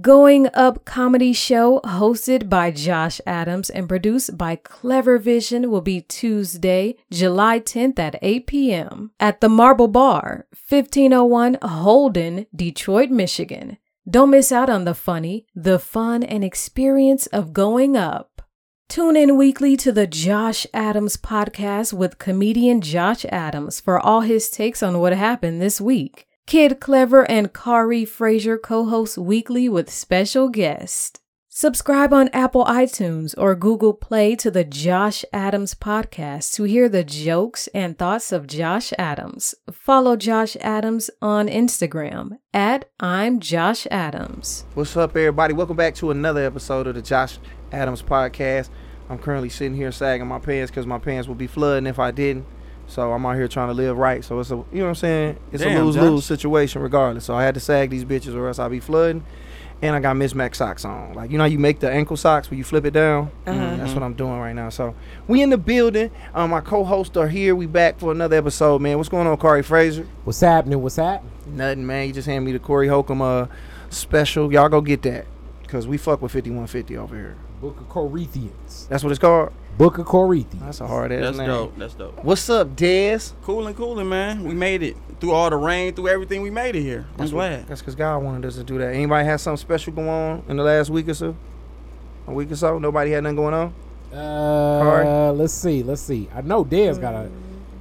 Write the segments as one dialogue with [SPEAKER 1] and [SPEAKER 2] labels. [SPEAKER 1] Going Up comedy show hosted by Josh Adams and produced by Clever Vision will be Tuesday, July 10th at 8 p.m. at the Marble Bar, 1501 Holden, Detroit, Michigan. Don't miss out on the funny, the fun, and experience of going up. Tune in weekly to the Josh Adams podcast with comedian Josh Adams for all his takes on what happened this week. Kid Clever and Kari Frazier co host weekly with special guests. Subscribe on Apple iTunes or Google Play to the Josh Adams podcast to hear the jokes and thoughts of Josh Adams. Follow Josh Adams on Instagram at I'm Josh Adams.
[SPEAKER 2] What's up, everybody? Welcome back to another episode of the Josh Adams podcast. I'm currently sitting here sagging my pants because my pants would be flooding if I didn't. So I'm out here trying to live right. So it's a, you know what I'm saying? It's a
[SPEAKER 3] Damn,
[SPEAKER 2] lose lose
[SPEAKER 3] Josh.
[SPEAKER 2] situation regardless. So I had to sag these bitches or else I'll be flooding. And I got mismatched socks on. Like, you know how you make the ankle socks where you flip it down? Mm, That's
[SPEAKER 3] Mm-hmm.
[SPEAKER 2] what I'm doing right now. So we in the building. Um, my co hosts are here. We back for another episode, man. What's going on, Corey Fraser?
[SPEAKER 4] What's happening? What's happening?
[SPEAKER 2] Nothing, man. You just hand me the Corey Holcomb uh, special. Y'all go get that. Cause we fuck with 5150 over here.
[SPEAKER 4] Book of Corinthians.
[SPEAKER 2] That's what it's called.
[SPEAKER 4] Book of Corinthians.
[SPEAKER 2] That's a hard ass
[SPEAKER 3] That's
[SPEAKER 2] name.
[SPEAKER 3] dope. That's dope.
[SPEAKER 2] What's up, Dez?
[SPEAKER 3] Coolin', coolin', man. We made it through all the rain, through everything. We made it here. I'm
[SPEAKER 2] That's what-
[SPEAKER 3] glad.
[SPEAKER 2] That's because God wanted us to do that. Anybody had something special going on in the last week or so? A week or so? Nobody had nothing going on?
[SPEAKER 4] Uh,
[SPEAKER 2] Hard.
[SPEAKER 4] Let's see. Let's see. I know Dez got a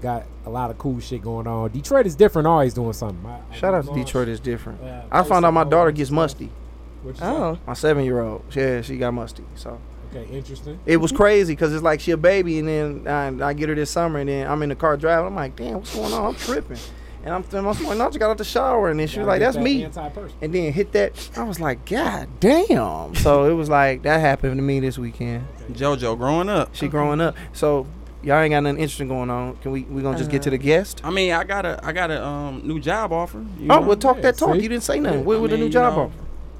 [SPEAKER 4] got a lot of cool shit going on. Detroit is different. Always doing something. I, I
[SPEAKER 2] Shout out to
[SPEAKER 4] launched-
[SPEAKER 2] Detroit is different.
[SPEAKER 4] uh,
[SPEAKER 2] I found out my
[SPEAKER 4] Facebook
[SPEAKER 2] daughter
[SPEAKER 4] and
[SPEAKER 2] gets
[SPEAKER 4] stuff.
[SPEAKER 2] musty.
[SPEAKER 4] What you say?
[SPEAKER 1] Oh,
[SPEAKER 2] My seven year old. Yeah, she got musty. So
[SPEAKER 4] Okay. Interesting.
[SPEAKER 2] it was crazy because it's like she a baby and then I, I get her this summer and then I'm in the car driving. I'm like, damn, what's going on? I'm tripping. And I'm, I'm like, no, I just got out the shower and then she was like,
[SPEAKER 4] Gotta get
[SPEAKER 2] that's
[SPEAKER 4] that
[SPEAKER 2] me.
[SPEAKER 4] Anti-person.
[SPEAKER 2] and then hit that. I was like, God damn. So it was like that happened to me this weekend.
[SPEAKER 3] JoJo growing up.
[SPEAKER 2] She growing up. So y'all ain't got nothing interesting going on. Can we we gonna just get
[SPEAKER 4] Uh,
[SPEAKER 2] to the guest?
[SPEAKER 3] I mean, I got a I got a um, new job offer. you
[SPEAKER 2] Oh,
[SPEAKER 3] know?
[SPEAKER 2] well talk
[SPEAKER 4] oh, yeah,
[SPEAKER 2] that talk.
[SPEAKER 4] see?
[SPEAKER 2] You didn't say nothing. What
[SPEAKER 3] I
[SPEAKER 2] with the
[SPEAKER 3] mean,
[SPEAKER 2] new
[SPEAKER 3] you
[SPEAKER 2] job
[SPEAKER 3] know,
[SPEAKER 2] offer?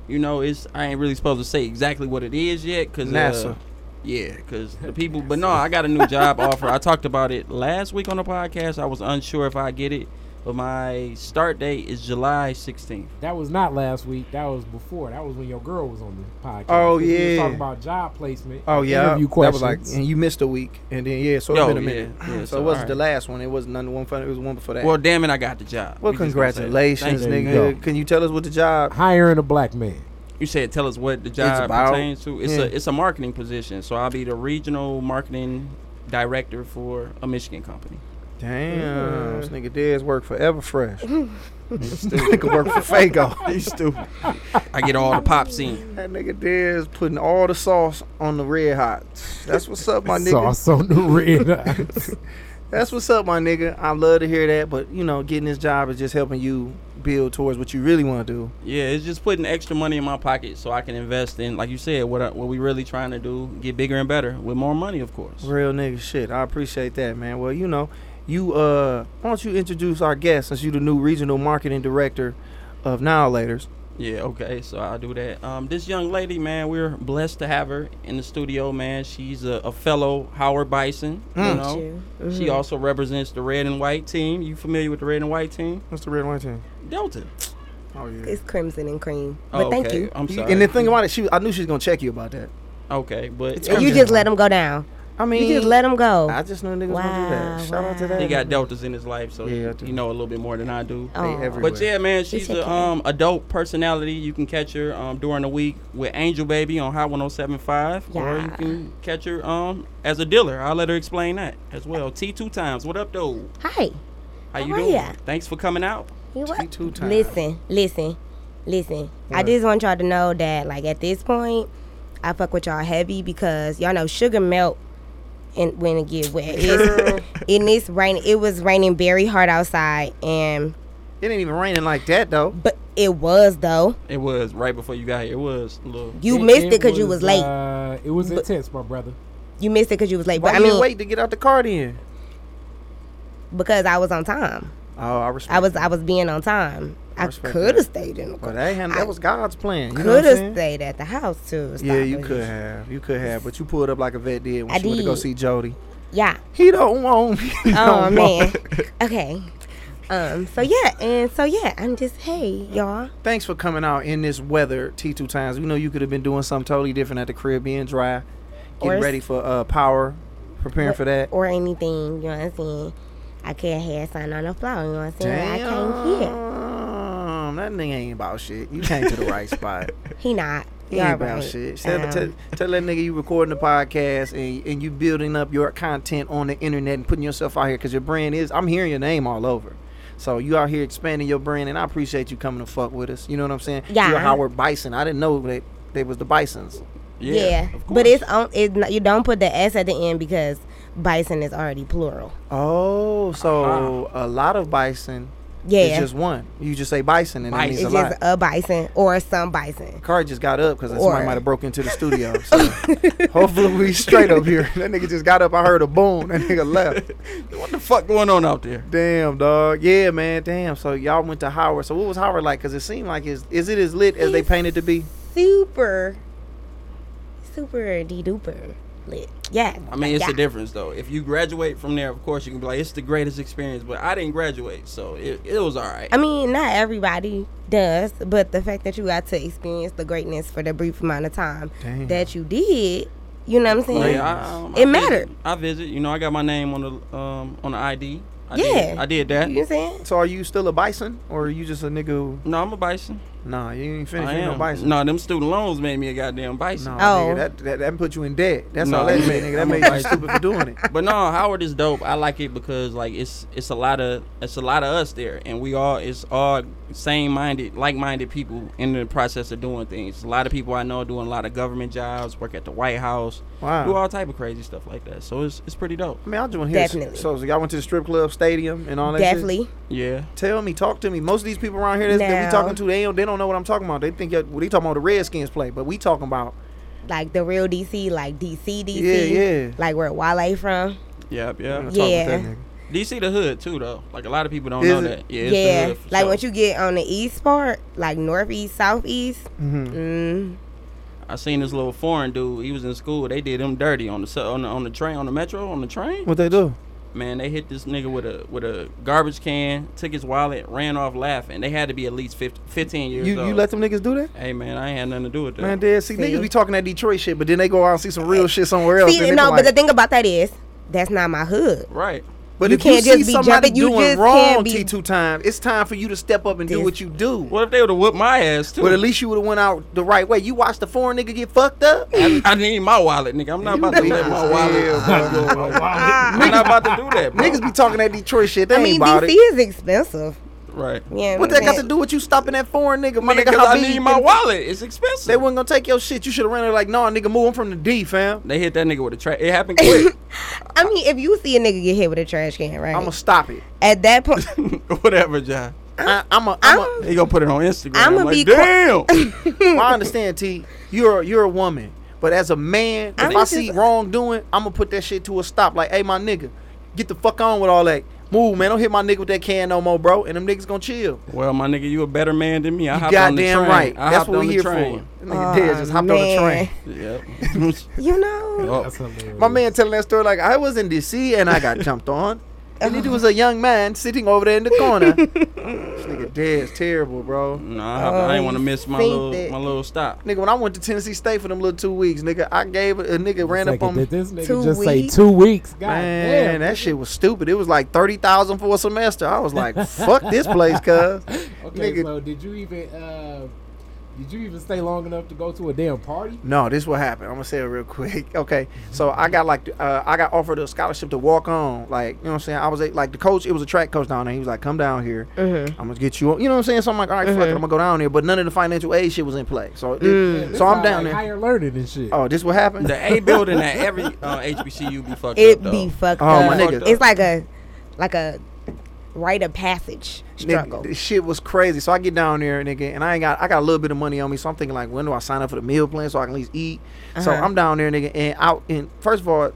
[SPEAKER 3] You know, it's I ain't really supposed to say exactly what it is yet, cause
[SPEAKER 2] NASA.
[SPEAKER 3] Uh, yeah, cause the people. But no, I got a new job offer. I talked about it last week on the podcast. I was unsure if I get it, but my start date is July 16th.
[SPEAKER 4] That was not last week. That was before. That was when your girl was on the podcast.
[SPEAKER 2] Oh,
[SPEAKER 4] We was
[SPEAKER 2] yeah.
[SPEAKER 4] talking about job placement.
[SPEAKER 2] Oh
[SPEAKER 4] and
[SPEAKER 2] yeah,
[SPEAKER 4] Interview
[SPEAKER 2] that was
[SPEAKER 4] questions.
[SPEAKER 2] like, and you missed a week, and then yeah, so it's
[SPEAKER 3] Yo,
[SPEAKER 2] been a minute.
[SPEAKER 3] Oh, yeah, yeah,
[SPEAKER 2] so,
[SPEAKER 3] so,
[SPEAKER 2] it wasn't
[SPEAKER 3] alright.
[SPEAKER 2] the last one. It wasn't none one fun. It was one before that.
[SPEAKER 3] Well, damn it, I got the job.
[SPEAKER 2] well,
[SPEAKER 3] We just gonna say that. Thank
[SPEAKER 2] congratulations,
[SPEAKER 4] you. There you
[SPEAKER 2] nigga.
[SPEAKER 4] go.
[SPEAKER 2] Can you tell us what the job?
[SPEAKER 4] hiring a black man.
[SPEAKER 3] You said tell us what the job
[SPEAKER 2] about-
[SPEAKER 3] pertains to. It's
[SPEAKER 2] yeah.
[SPEAKER 3] a it's a marketing position. So I'll be the regional marketing director for a Michigan company.
[SPEAKER 2] Damn, this nigga Dez work for Everfresh. this nigga work for Fago.
[SPEAKER 3] You stupid. I get all the pop scene.
[SPEAKER 2] That nigga Dez putting all the sauce on the red hot. That's what's up, my nigga.
[SPEAKER 4] Sauce on the red. eyes.
[SPEAKER 2] That's what's up, my nigga. I love to hear that, but you know, getting this job is just helping you build towards what you really want to do.
[SPEAKER 3] Yeah, it's just putting extra money in my pocket so I can invest in, like you said, what I, what we really trying to do, get bigger and better with more money, of course.
[SPEAKER 2] Real nigga shit. I appreciate that, man. Well, you know, you uh, why don't you introduce our guest since you the new regional marketing director of Now Laters.
[SPEAKER 3] Yeah, okay, so I'll do that. Um, this young lady, man, we're blessed to have her in the studio, man. She's a, a fellow Howard Bison.
[SPEAKER 2] Mm.
[SPEAKER 3] You Mm-hmm. know, she also represents the red and white team. You familiar with the red and white team?
[SPEAKER 2] What's the red wine team?
[SPEAKER 3] Delta.
[SPEAKER 2] Oh yeah.
[SPEAKER 5] It's crimson and cream.
[SPEAKER 3] Oh,
[SPEAKER 5] But thank
[SPEAKER 3] okay.
[SPEAKER 5] you.
[SPEAKER 3] I'm sorry.
[SPEAKER 2] And the thing about it, she I knew she was gonna check you about that.
[SPEAKER 3] Oh, okay, but
[SPEAKER 2] It's
[SPEAKER 3] Yeah,
[SPEAKER 5] And
[SPEAKER 2] crimson.
[SPEAKER 5] you just let them go down.
[SPEAKER 2] I mean,
[SPEAKER 5] You just let them go.
[SPEAKER 2] I just knew niggas gonna do that.
[SPEAKER 5] Wow,
[SPEAKER 2] Shout out to
[SPEAKER 5] wow.
[SPEAKER 2] that.
[SPEAKER 3] he got deltas in his life, so
[SPEAKER 2] Yeah, I do.
[SPEAKER 3] you know a little bit more than I do.
[SPEAKER 5] Oh.
[SPEAKER 2] everywhere.
[SPEAKER 3] But yeah, man, she's
[SPEAKER 5] okay.
[SPEAKER 3] a um adult personality. You can catch her um during the week with Angel Baby on Hot 107.5, or you
[SPEAKER 5] Yeah.
[SPEAKER 3] can catch her um as a dealer. I'll let her explain that as well. T two times. What up, though?
[SPEAKER 5] Hi.
[SPEAKER 3] How
[SPEAKER 5] How
[SPEAKER 3] you
[SPEAKER 5] are
[SPEAKER 3] doing?
[SPEAKER 5] ya?
[SPEAKER 3] Thanks for coming out.
[SPEAKER 5] You what?
[SPEAKER 2] T2 time.
[SPEAKER 5] Listen, listen, listen. I
[SPEAKER 2] What?
[SPEAKER 5] just want y'all to know that, like, at this point, I fuck with y'all heavy because y'all know sugar melt and when it get wet. It's, and it's raining. It was raining very hard outside, and
[SPEAKER 2] It ain't even raining like that though.
[SPEAKER 5] but it was though.
[SPEAKER 3] It was right before you got here. It was a little.
[SPEAKER 5] You
[SPEAKER 4] It-
[SPEAKER 5] missed it because you was late.
[SPEAKER 4] Uh, it was intense, my brother.
[SPEAKER 5] you missed it because you was late.
[SPEAKER 2] Why
[SPEAKER 5] But I
[SPEAKER 2] you
[SPEAKER 5] mean,
[SPEAKER 2] wait to get out the car then?
[SPEAKER 5] because I was on time.
[SPEAKER 2] Oh, I respect.
[SPEAKER 5] I was I was being on time. I
[SPEAKER 2] Respect
[SPEAKER 5] could
[SPEAKER 2] that.
[SPEAKER 5] have stayed in the car.
[SPEAKER 2] Well, that, hand, that
[SPEAKER 5] I
[SPEAKER 2] was God's plan. You know what I'm
[SPEAKER 5] could have
[SPEAKER 2] saying?
[SPEAKER 5] stayed at the house too.
[SPEAKER 2] Yeah, you could have. You could have, but you pulled up like a vet did when
[SPEAKER 5] I
[SPEAKER 2] she went to go
[SPEAKER 5] did.
[SPEAKER 2] see Jody.
[SPEAKER 5] Yeah.
[SPEAKER 2] He don't want me. He
[SPEAKER 5] Oh
[SPEAKER 2] don't want
[SPEAKER 5] man.
[SPEAKER 2] me.
[SPEAKER 5] okay. Um, so yeah, and so yeah, I'm just hey y'all.
[SPEAKER 2] Thanks for coming out in this weather, T2 Times. We know you could have been doing something totally different at the crib, being dry,
[SPEAKER 5] Or
[SPEAKER 2] getting
[SPEAKER 5] s-
[SPEAKER 2] ready for uh, power, preparing for that.
[SPEAKER 5] Or anything, you know what I'm saying? I could have had something on the floor, you know what I'm saying? I came here.
[SPEAKER 2] Damn, That nigga ain't about shit. You came to the right spot.
[SPEAKER 5] He not.
[SPEAKER 2] He
[SPEAKER 5] Y'all
[SPEAKER 2] ain't about
[SPEAKER 5] right.
[SPEAKER 2] shit. Tell,
[SPEAKER 5] Um,
[SPEAKER 2] tell, tell that nigga you recording the podcast and, and you building up your content on the internet and putting yourself out here because your brand is. I'm hearing your name all over. So you out here expanding your brand, and I appreciate you coming to fuck with us. You know what I'm saying? You're
[SPEAKER 5] Yeah.
[SPEAKER 2] Howard Bison. I didn't know that they was the Bisons.
[SPEAKER 5] yeah,
[SPEAKER 3] of
[SPEAKER 5] but it's
[SPEAKER 3] course.
[SPEAKER 5] on. It not- you don't put the s at the end because bison is already plural.
[SPEAKER 2] Oh, so a lot of Bison is
[SPEAKER 5] Yeah,
[SPEAKER 2] just one. You just say Bison, and that means
[SPEAKER 5] it's
[SPEAKER 2] a
[SPEAKER 5] just
[SPEAKER 2] lot.
[SPEAKER 5] a bison or some bison.
[SPEAKER 2] Car just got up because
[SPEAKER 5] Or-
[SPEAKER 2] somebody might have broke into the studio. So hopefully we straight up here. That nigga just got up. I heard a boom. That nigga left.
[SPEAKER 3] what the fuck going on out there?
[SPEAKER 2] Damn, dog. Yeah, man. Damn. So y'all went to Howard. So what was Howard like? Because it seemed like is is it as lit as they
[SPEAKER 5] It's-
[SPEAKER 2] painted to be?
[SPEAKER 5] Super, super de duper lit. Yeah,
[SPEAKER 3] I mean, it's
[SPEAKER 5] yeah.
[SPEAKER 3] a difference though. If you graduate from there, of course you can be like, it's the greatest experience. But I didn't graduate, so it, it was all right.
[SPEAKER 5] I mean, not everybody does, but the fact that you got to experience the greatness for the brief amount of time
[SPEAKER 2] Damn.
[SPEAKER 5] that you did, you know what I'm
[SPEAKER 3] Like,
[SPEAKER 5] saying?
[SPEAKER 3] I, um, I
[SPEAKER 5] it
[SPEAKER 3] visit-
[SPEAKER 5] mattered.
[SPEAKER 3] I visit. You know, I got my name on the um on the ID. I
[SPEAKER 5] Yeah.
[SPEAKER 3] did, I did
[SPEAKER 5] You know what I'm
[SPEAKER 3] that.
[SPEAKER 5] saying?
[SPEAKER 2] So are you still a bison or are you just a nigga? Who,
[SPEAKER 3] No, I'm a bison.
[SPEAKER 2] nah, you ain't finished.
[SPEAKER 3] I
[SPEAKER 2] You ain't no
[SPEAKER 3] am.
[SPEAKER 2] bison.
[SPEAKER 3] No, them student loans made me a goddamn
[SPEAKER 2] No,
[SPEAKER 3] bison.
[SPEAKER 5] Oh.
[SPEAKER 2] nigga, that, that that put you in debt. That's
[SPEAKER 3] No.
[SPEAKER 2] all that made, nigga. That
[SPEAKER 3] I'm a
[SPEAKER 2] made you
[SPEAKER 3] bison.
[SPEAKER 2] stupid for doing it.
[SPEAKER 3] But no, Howard is dope. I like it because like it's it's a lot of it's a lot of us there, and we all it's all same minded, like minded people in the process of doing things. A lot of people I know doing a lot of government jobs, work at the White House,
[SPEAKER 2] Wow.
[SPEAKER 3] do all type of crazy stuff like that. So it's it's pretty dope.
[SPEAKER 2] I mean, I just want to hear.
[SPEAKER 5] Definitely.
[SPEAKER 2] So, so y'all went to the strip club, stadium, and all that. shit?
[SPEAKER 5] Definitely.
[SPEAKER 3] Yeah,
[SPEAKER 2] Tell me, talk to me. Most of these people around here that, that we
[SPEAKER 5] No.
[SPEAKER 2] talking to, they don't, they don't know what I'm talking about. They think y'all- well, they talking about the Redskins play, but we talking about
[SPEAKER 5] Like the real DC, like DC, DC.
[SPEAKER 2] Yeah, yeah.
[SPEAKER 5] Like where Wale from.
[SPEAKER 3] yep,
[SPEAKER 2] I'm
[SPEAKER 3] yep.
[SPEAKER 2] talking with that
[SPEAKER 5] Yeah.
[SPEAKER 2] nigga.
[SPEAKER 3] DC the hood too though. Like a lot of people don't
[SPEAKER 2] Is
[SPEAKER 3] know
[SPEAKER 2] it?
[SPEAKER 3] that. Yeah, it's
[SPEAKER 5] Yeah.
[SPEAKER 3] the hood for
[SPEAKER 5] like
[SPEAKER 3] sure.
[SPEAKER 5] once you get on the east part, like northeast, southeast.
[SPEAKER 3] Mm-hmm.
[SPEAKER 5] Mm,
[SPEAKER 3] I seen this little foreign dude. He was in school. They did him dirty on the su- on the, on the train on the metro on the train.
[SPEAKER 2] What they do?
[SPEAKER 3] Man, they hit this nigga with a with a garbage can, took his wallet, ran off laughing. They had to be at least 50, 15 years
[SPEAKER 2] You
[SPEAKER 3] old.
[SPEAKER 2] you let them niggas do that?
[SPEAKER 3] Hey man, I ain't had nothing to do with that.
[SPEAKER 2] Man, dead. See,
[SPEAKER 5] See?
[SPEAKER 2] niggas be talking that Detroit shit, but then they go out and see some real shit somewhere else.
[SPEAKER 5] See,
[SPEAKER 2] and they
[SPEAKER 5] no,
[SPEAKER 2] be
[SPEAKER 5] but the
[SPEAKER 2] like-
[SPEAKER 5] thing about that is, that's not my hood.
[SPEAKER 3] right.
[SPEAKER 2] but
[SPEAKER 5] you
[SPEAKER 2] if you
[SPEAKER 5] can't
[SPEAKER 2] see
[SPEAKER 5] just be
[SPEAKER 2] somebody
[SPEAKER 5] jumping- you
[SPEAKER 2] doing
[SPEAKER 5] just
[SPEAKER 2] wrong
[SPEAKER 5] can't be-
[SPEAKER 2] T two times, it's time for you to step up and do
[SPEAKER 5] This-
[SPEAKER 2] what you do.
[SPEAKER 3] What if they would have whooped my ass too?
[SPEAKER 2] But at least you would have went out the right way. You watched the foreign nigga get fucked up.
[SPEAKER 3] I, I need my wallet, nigga. I'm not about to let my wallet.
[SPEAKER 2] Oh,
[SPEAKER 3] I'm not about to do that, bro.
[SPEAKER 2] Niggas be talking that Detroit shit. They
[SPEAKER 5] I
[SPEAKER 2] ain't
[SPEAKER 5] mean,
[SPEAKER 2] about
[SPEAKER 5] DC
[SPEAKER 2] it.
[SPEAKER 5] is expensive.
[SPEAKER 3] right.
[SPEAKER 5] Yeah.
[SPEAKER 2] What that got to do with you stopping that foreign nigga? My nigga,
[SPEAKER 3] Nigga, 'cause I
[SPEAKER 2] Habib
[SPEAKER 3] need my
[SPEAKER 2] could've-
[SPEAKER 3] wallet. It's expensive.
[SPEAKER 2] They wasn't gonna take your shit. You should have ran it like, nah, nigga, move. I'm from the D, fam.
[SPEAKER 3] They hit that nigga with a track. It happened quick.
[SPEAKER 5] I mean, if you see a nigga get hit with a trash can, right?
[SPEAKER 2] I'ma stop it.
[SPEAKER 5] At that point,
[SPEAKER 3] Whatever, John.
[SPEAKER 2] I, I'm a. I'm a
[SPEAKER 5] I'm-
[SPEAKER 3] They gonna put it on Instagram.
[SPEAKER 5] I'ma
[SPEAKER 3] like,
[SPEAKER 5] be qu-
[SPEAKER 3] damn.
[SPEAKER 2] well, I understand, T. You're you're a woman, but as a man, if
[SPEAKER 5] I'm
[SPEAKER 2] I
[SPEAKER 5] just-
[SPEAKER 2] see wrongdoing, I'm gonna put that shit to a stop. Like, hey, my nigga, get the fuck on with all that. Move, man. Don't hit my nigga with that can no more, bro. And them niggas gonna chill.
[SPEAKER 3] well, my nigga, you a better man than me. I
[SPEAKER 2] You
[SPEAKER 3] hopped on the
[SPEAKER 2] goddamn
[SPEAKER 3] train.
[SPEAKER 2] right.
[SPEAKER 3] I
[SPEAKER 2] That's
[SPEAKER 3] hopped
[SPEAKER 2] what we
[SPEAKER 3] on the
[SPEAKER 2] here
[SPEAKER 3] train.
[SPEAKER 2] for. That Nigga dead,
[SPEAKER 5] Aw,
[SPEAKER 2] just hopped on the
[SPEAKER 5] Oh, man.
[SPEAKER 2] train.
[SPEAKER 3] Yep.
[SPEAKER 5] you know.
[SPEAKER 3] Oh.
[SPEAKER 4] That's hilarious.
[SPEAKER 2] My man telling that story like I was in DC and I got jumped on. And it was a young man sitting over there in the corner. this nigga dead is terrible, bro.
[SPEAKER 3] No, I, hopped- I
[SPEAKER 5] Oh,
[SPEAKER 3] didn't want to
[SPEAKER 5] you
[SPEAKER 3] miss my
[SPEAKER 5] think
[SPEAKER 3] little
[SPEAKER 5] that-
[SPEAKER 3] my little stop.
[SPEAKER 2] Nigga, when I went to Tennessee State for them little two weeks, nigga, I gave a a nigga ran
[SPEAKER 4] Second,
[SPEAKER 2] up on me.
[SPEAKER 4] did this nigga
[SPEAKER 5] Two
[SPEAKER 4] just
[SPEAKER 5] weeks?
[SPEAKER 4] say two weeks? God
[SPEAKER 2] Man,
[SPEAKER 4] damn.
[SPEAKER 2] that shit was stupid. It was like thirty thousand for a semester. I was like, fuck this place, cuz.
[SPEAKER 4] Okay,
[SPEAKER 2] nigga.
[SPEAKER 4] so did you even uh, did you even stay long enough to go to a damn party?
[SPEAKER 2] No, this what happened. I'm gonna say it real quick. Okay, so I got like uh, I got offered a scholarship to walk on. Like you know what I'm saying? I was a- like the coach. It was a track coach down there. He was like, come down here. I'm gonna get you. On. You know what I'm saying? So I'm like, all right, fuck it. I'm gonna go down there. But none of the financial aid shit was in play. So it-
[SPEAKER 4] Man, this
[SPEAKER 2] so I'm
[SPEAKER 4] sound
[SPEAKER 2] down
[SPEAKER 4] like
[SPEAKER 2] there.
[SPEAKER 4] Higher learning and shit.
[SPEAKER 2] Oh, this what happened?
[SPEAKER 3] The A building at every uh, HBCU be fucked
[SPEAKER 5] It
[SPEAKER 3] up. Though.
[SPEAKER 5] be fucked
[SPEAKER 2] Oh,
[SPEAKER 5] up.
[SPEAKER 2] my nigga.
[SPEAKER 5] It's like a like a rite of passage struggle.
[SPEAKER 2] Nigga, this shit was crazy. So I get down there, nigga, and I ain't got I got a little bit of money on me. So I'm thinking like, when do I sign up for the meal plan so I can at least eat? So
[SPEAKER 5] Uh-huh.
[SPEAKER 2] I'm down there, nigga, and out in first of all,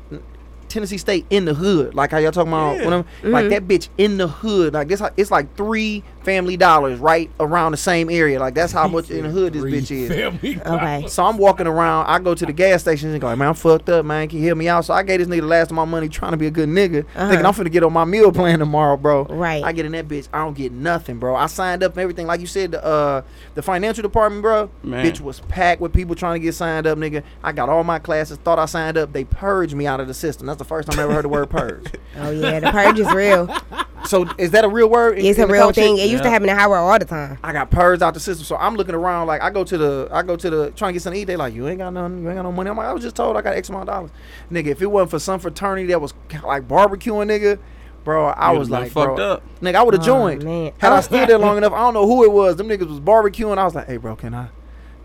[SPEAKER 2] Tennessee
[SPEAKER 4] Mm-hmm.
[SPEAKER 2] State in the hood, like how y'all talking about, when I'm, like that bitch in the hood, like this. It's like three Family Dollars right around the same area. Like that's how much in the hood this
[SPEAKER 4] Three
[SPEAKER 2] bitch is.
[SPEAKER 4] family
[SPEAKER 5] Okay.
[SPEAKER 2] So I'm walking around. I go to the gas station and go, man, I'm fucked up, man. Can you help me out? So I gave this nigga the last of my money trying to be a good nigga, thinking I'm finna get on my meal plan tomorrow, bro.
[SPEAKER 5] Uh-huh. Right.
[SPEAKER 2] I get in that bitch. I don't get nothing, bro. I signed up and everything. Like you said, the, uh, the financial department, bro,
[SPEAKER 3] Man.
[SPEAKER 2] bitch was packed with people trying to get signed up, nigga. I got all my classes, thought I signed up. They purged me out of the system. That's the first time I ever heard the word purge.
[SPEAKER 5] Oh yeah, the purge is real.
[SPEAKER 2] So is that a real word? in-
[SPEAKER 5] It's a
[SPEAKER 2] in the
[SPEAKER 5] real
[SPEAKER 2] culture?
[SPEAKER 5] thing. It used to
[SPEAKER 3] Yeah.
[SPEAKER 5] happen in Howard all the time.
[SPEAKER 2] I got purged out the system. So I'm looking around like I go to the I go to the trying to get something to eat. They like you ain't got nothing, you ain't got no money. I'm like I was just told I got X amount of dollars, nigga. If it wasn't for some fraternity that was ca- like barbecuing, nigga, bro, I
[SPEAKER 3] You'd've
[SPEAKER 2] was
[SPEAKER 3] been
[SPEAKER 2] like
[SPEAKER 3] fucked
[SPEAKER 2] bro,
[SPEAKER 3] up.
[SPEAKER 2] nigga, I would have
[SPEAKER 5] Oh,
[SPEAKER 2] joined
[SPEAKER 5] man.
[SPEAKER 2] had I stayed there long enough. I don't know who it was. Them niggas was barbecuing. I was like, hey, bro, can I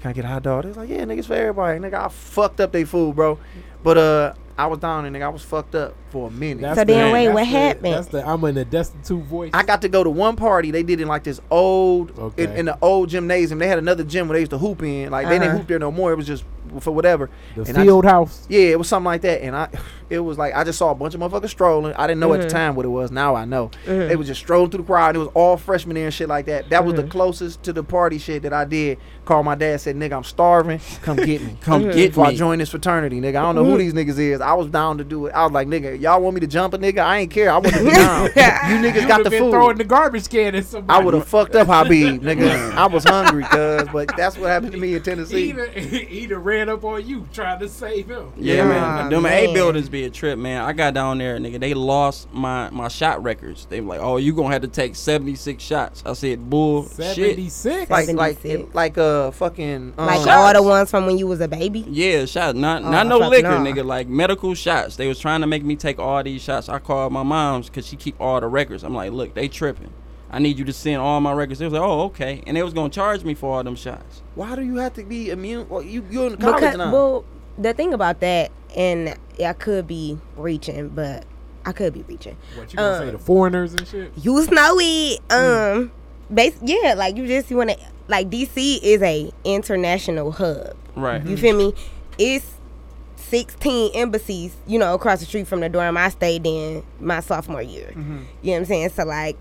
[SPEAKER 2] can I get a hot dog? They was like, yeah, niggas for everybody. Nigga, I fucked up they food, bro. But uh, I was down and nigga, I was fucked up for a minute.
[SPEAKER 4] That's
[SPEAKER 5] So then
[SPEAKER 4] the-
[SPEAKER 5] wait,
[SPEAKER 4] that's
[SPEAKER 5] what
[SPEAKER 4] the-
[SPEAKER 5] happened?
[SPEAKER 4] That's the I'm in a destitute voice.
[SPEAKER 2] I got to go to one party. They did in like this old in,
[SPEAKER 4] Okay.
[SPEAKER 2] in the old gymnasium. They had another gym where they used to hoop in. Like they
[SPEAKER 5] Uh-huh.
[SPEAKER 2] didn't hoop there no more. It was just for whatever.
[SPEAKER 4] the
[SPEAKER 2] And I-
[SPEAKER 4] field house.
[SPEAKER 2] yeah, it was something like that. And I, it was like I just saw a bunch of motherfuckers strolling. I didn't know at the time what it was. Now I know. They was just strolling through the crowd. And it was all freshmen there and shit like that. That was the closest to the party shit that I did. Called my dad. Said, "Nigga, I'm starving. Come get me. Come
[SPEAKER 3] Mhm.
[SPEAKER 2] get before
[SPEAKER 3] me."
[SPEAKER 2] I join this fraternity, nigga. I don't know who these niggas is. I was down to do it. I was like, nigga, y'all want me to jump a nigga? I ain't care. I want to be down. you niggas
[SPEAKER 4] You
[SPEAKER 2] got
[SPEAKER 4] would've
[SPEAKER 2] the
[SPEAKER 4] been
[SPEAKER 2] food.
[SPEAKER 4] throwing the garbage can at somebody.
[SPEAKER 2] I would have fucked up Habib, nigga. I was hungry, cuz, but that's what happened to me in Tennessee.
[SPEAKER 4] Either, either ran up on you trying to save him.
[SPEAKER 3] Yeah,
[SPEAKER 2] Yeah,
[SPEAKER 3] man. Them
[SPEAKER 5] man.
[SPEAKER 3] A buildings be a trip, man. I got down there, nigga. They lost my my shot records. They were like, "Oh, you gonna have to take seventy six shots." I said, "Bullshit."
[SPEAKER 4] Seventy six.
[SPEAKER 2] Like, like,
[SPEAKER 5] 76.
[SPEAKER 2] like, uh, fucking, um,
[SPEAKER 5] Like
[SPEAKER 3] Shots.
[SPEAKER 5] all the ones from when you was a baby.
[SPEAKER 3] Yeah, shots. Not
[SPEAKER 5] Oh,
[SPEAKER 3] not no
[SPEAKER 5] fuck
[SPEAKER 3] liquor,
[SPEAKER 5] nah.
[SPEAKER 3] nigga. Like medical shots. They was trying to make me take all these shots. I called my mom's because she keep all the records. I'm like, look, they tripping. I need you to send all my records. They was like, oh, okay, and they was gonna charge me for all them shots.
[SPEAKER 2] why do you have to be immune? Well, you, you're in college
[SPEAKER 5] Because
[SPEAKER 2] now.
[SPEAKER 5] well, the thing about that, and I could be reaching, but I could be reaching.
[SPEAKER 4] What you gonna
[SPEAKER 5] Uh,
[SPEAKER 4] say? The foreigners and shit.
[SPEAKER 5] You snow it.
[SPEAKER 2] Mm.
[SPEAKER 5] Um, base yeah, like you just you want to like DC is a international hub.
[SPEAKER 3] Right.
[SPEAKER 2] Mm.
[SPEAKER 5] You feel me? It's 16 embassies, you know, across the street from the dorm I stayed in my sophomore year.
[SPEAKER 2] Mm-hmm.
[SPEAKER 5] You know what I'm saying? So, like,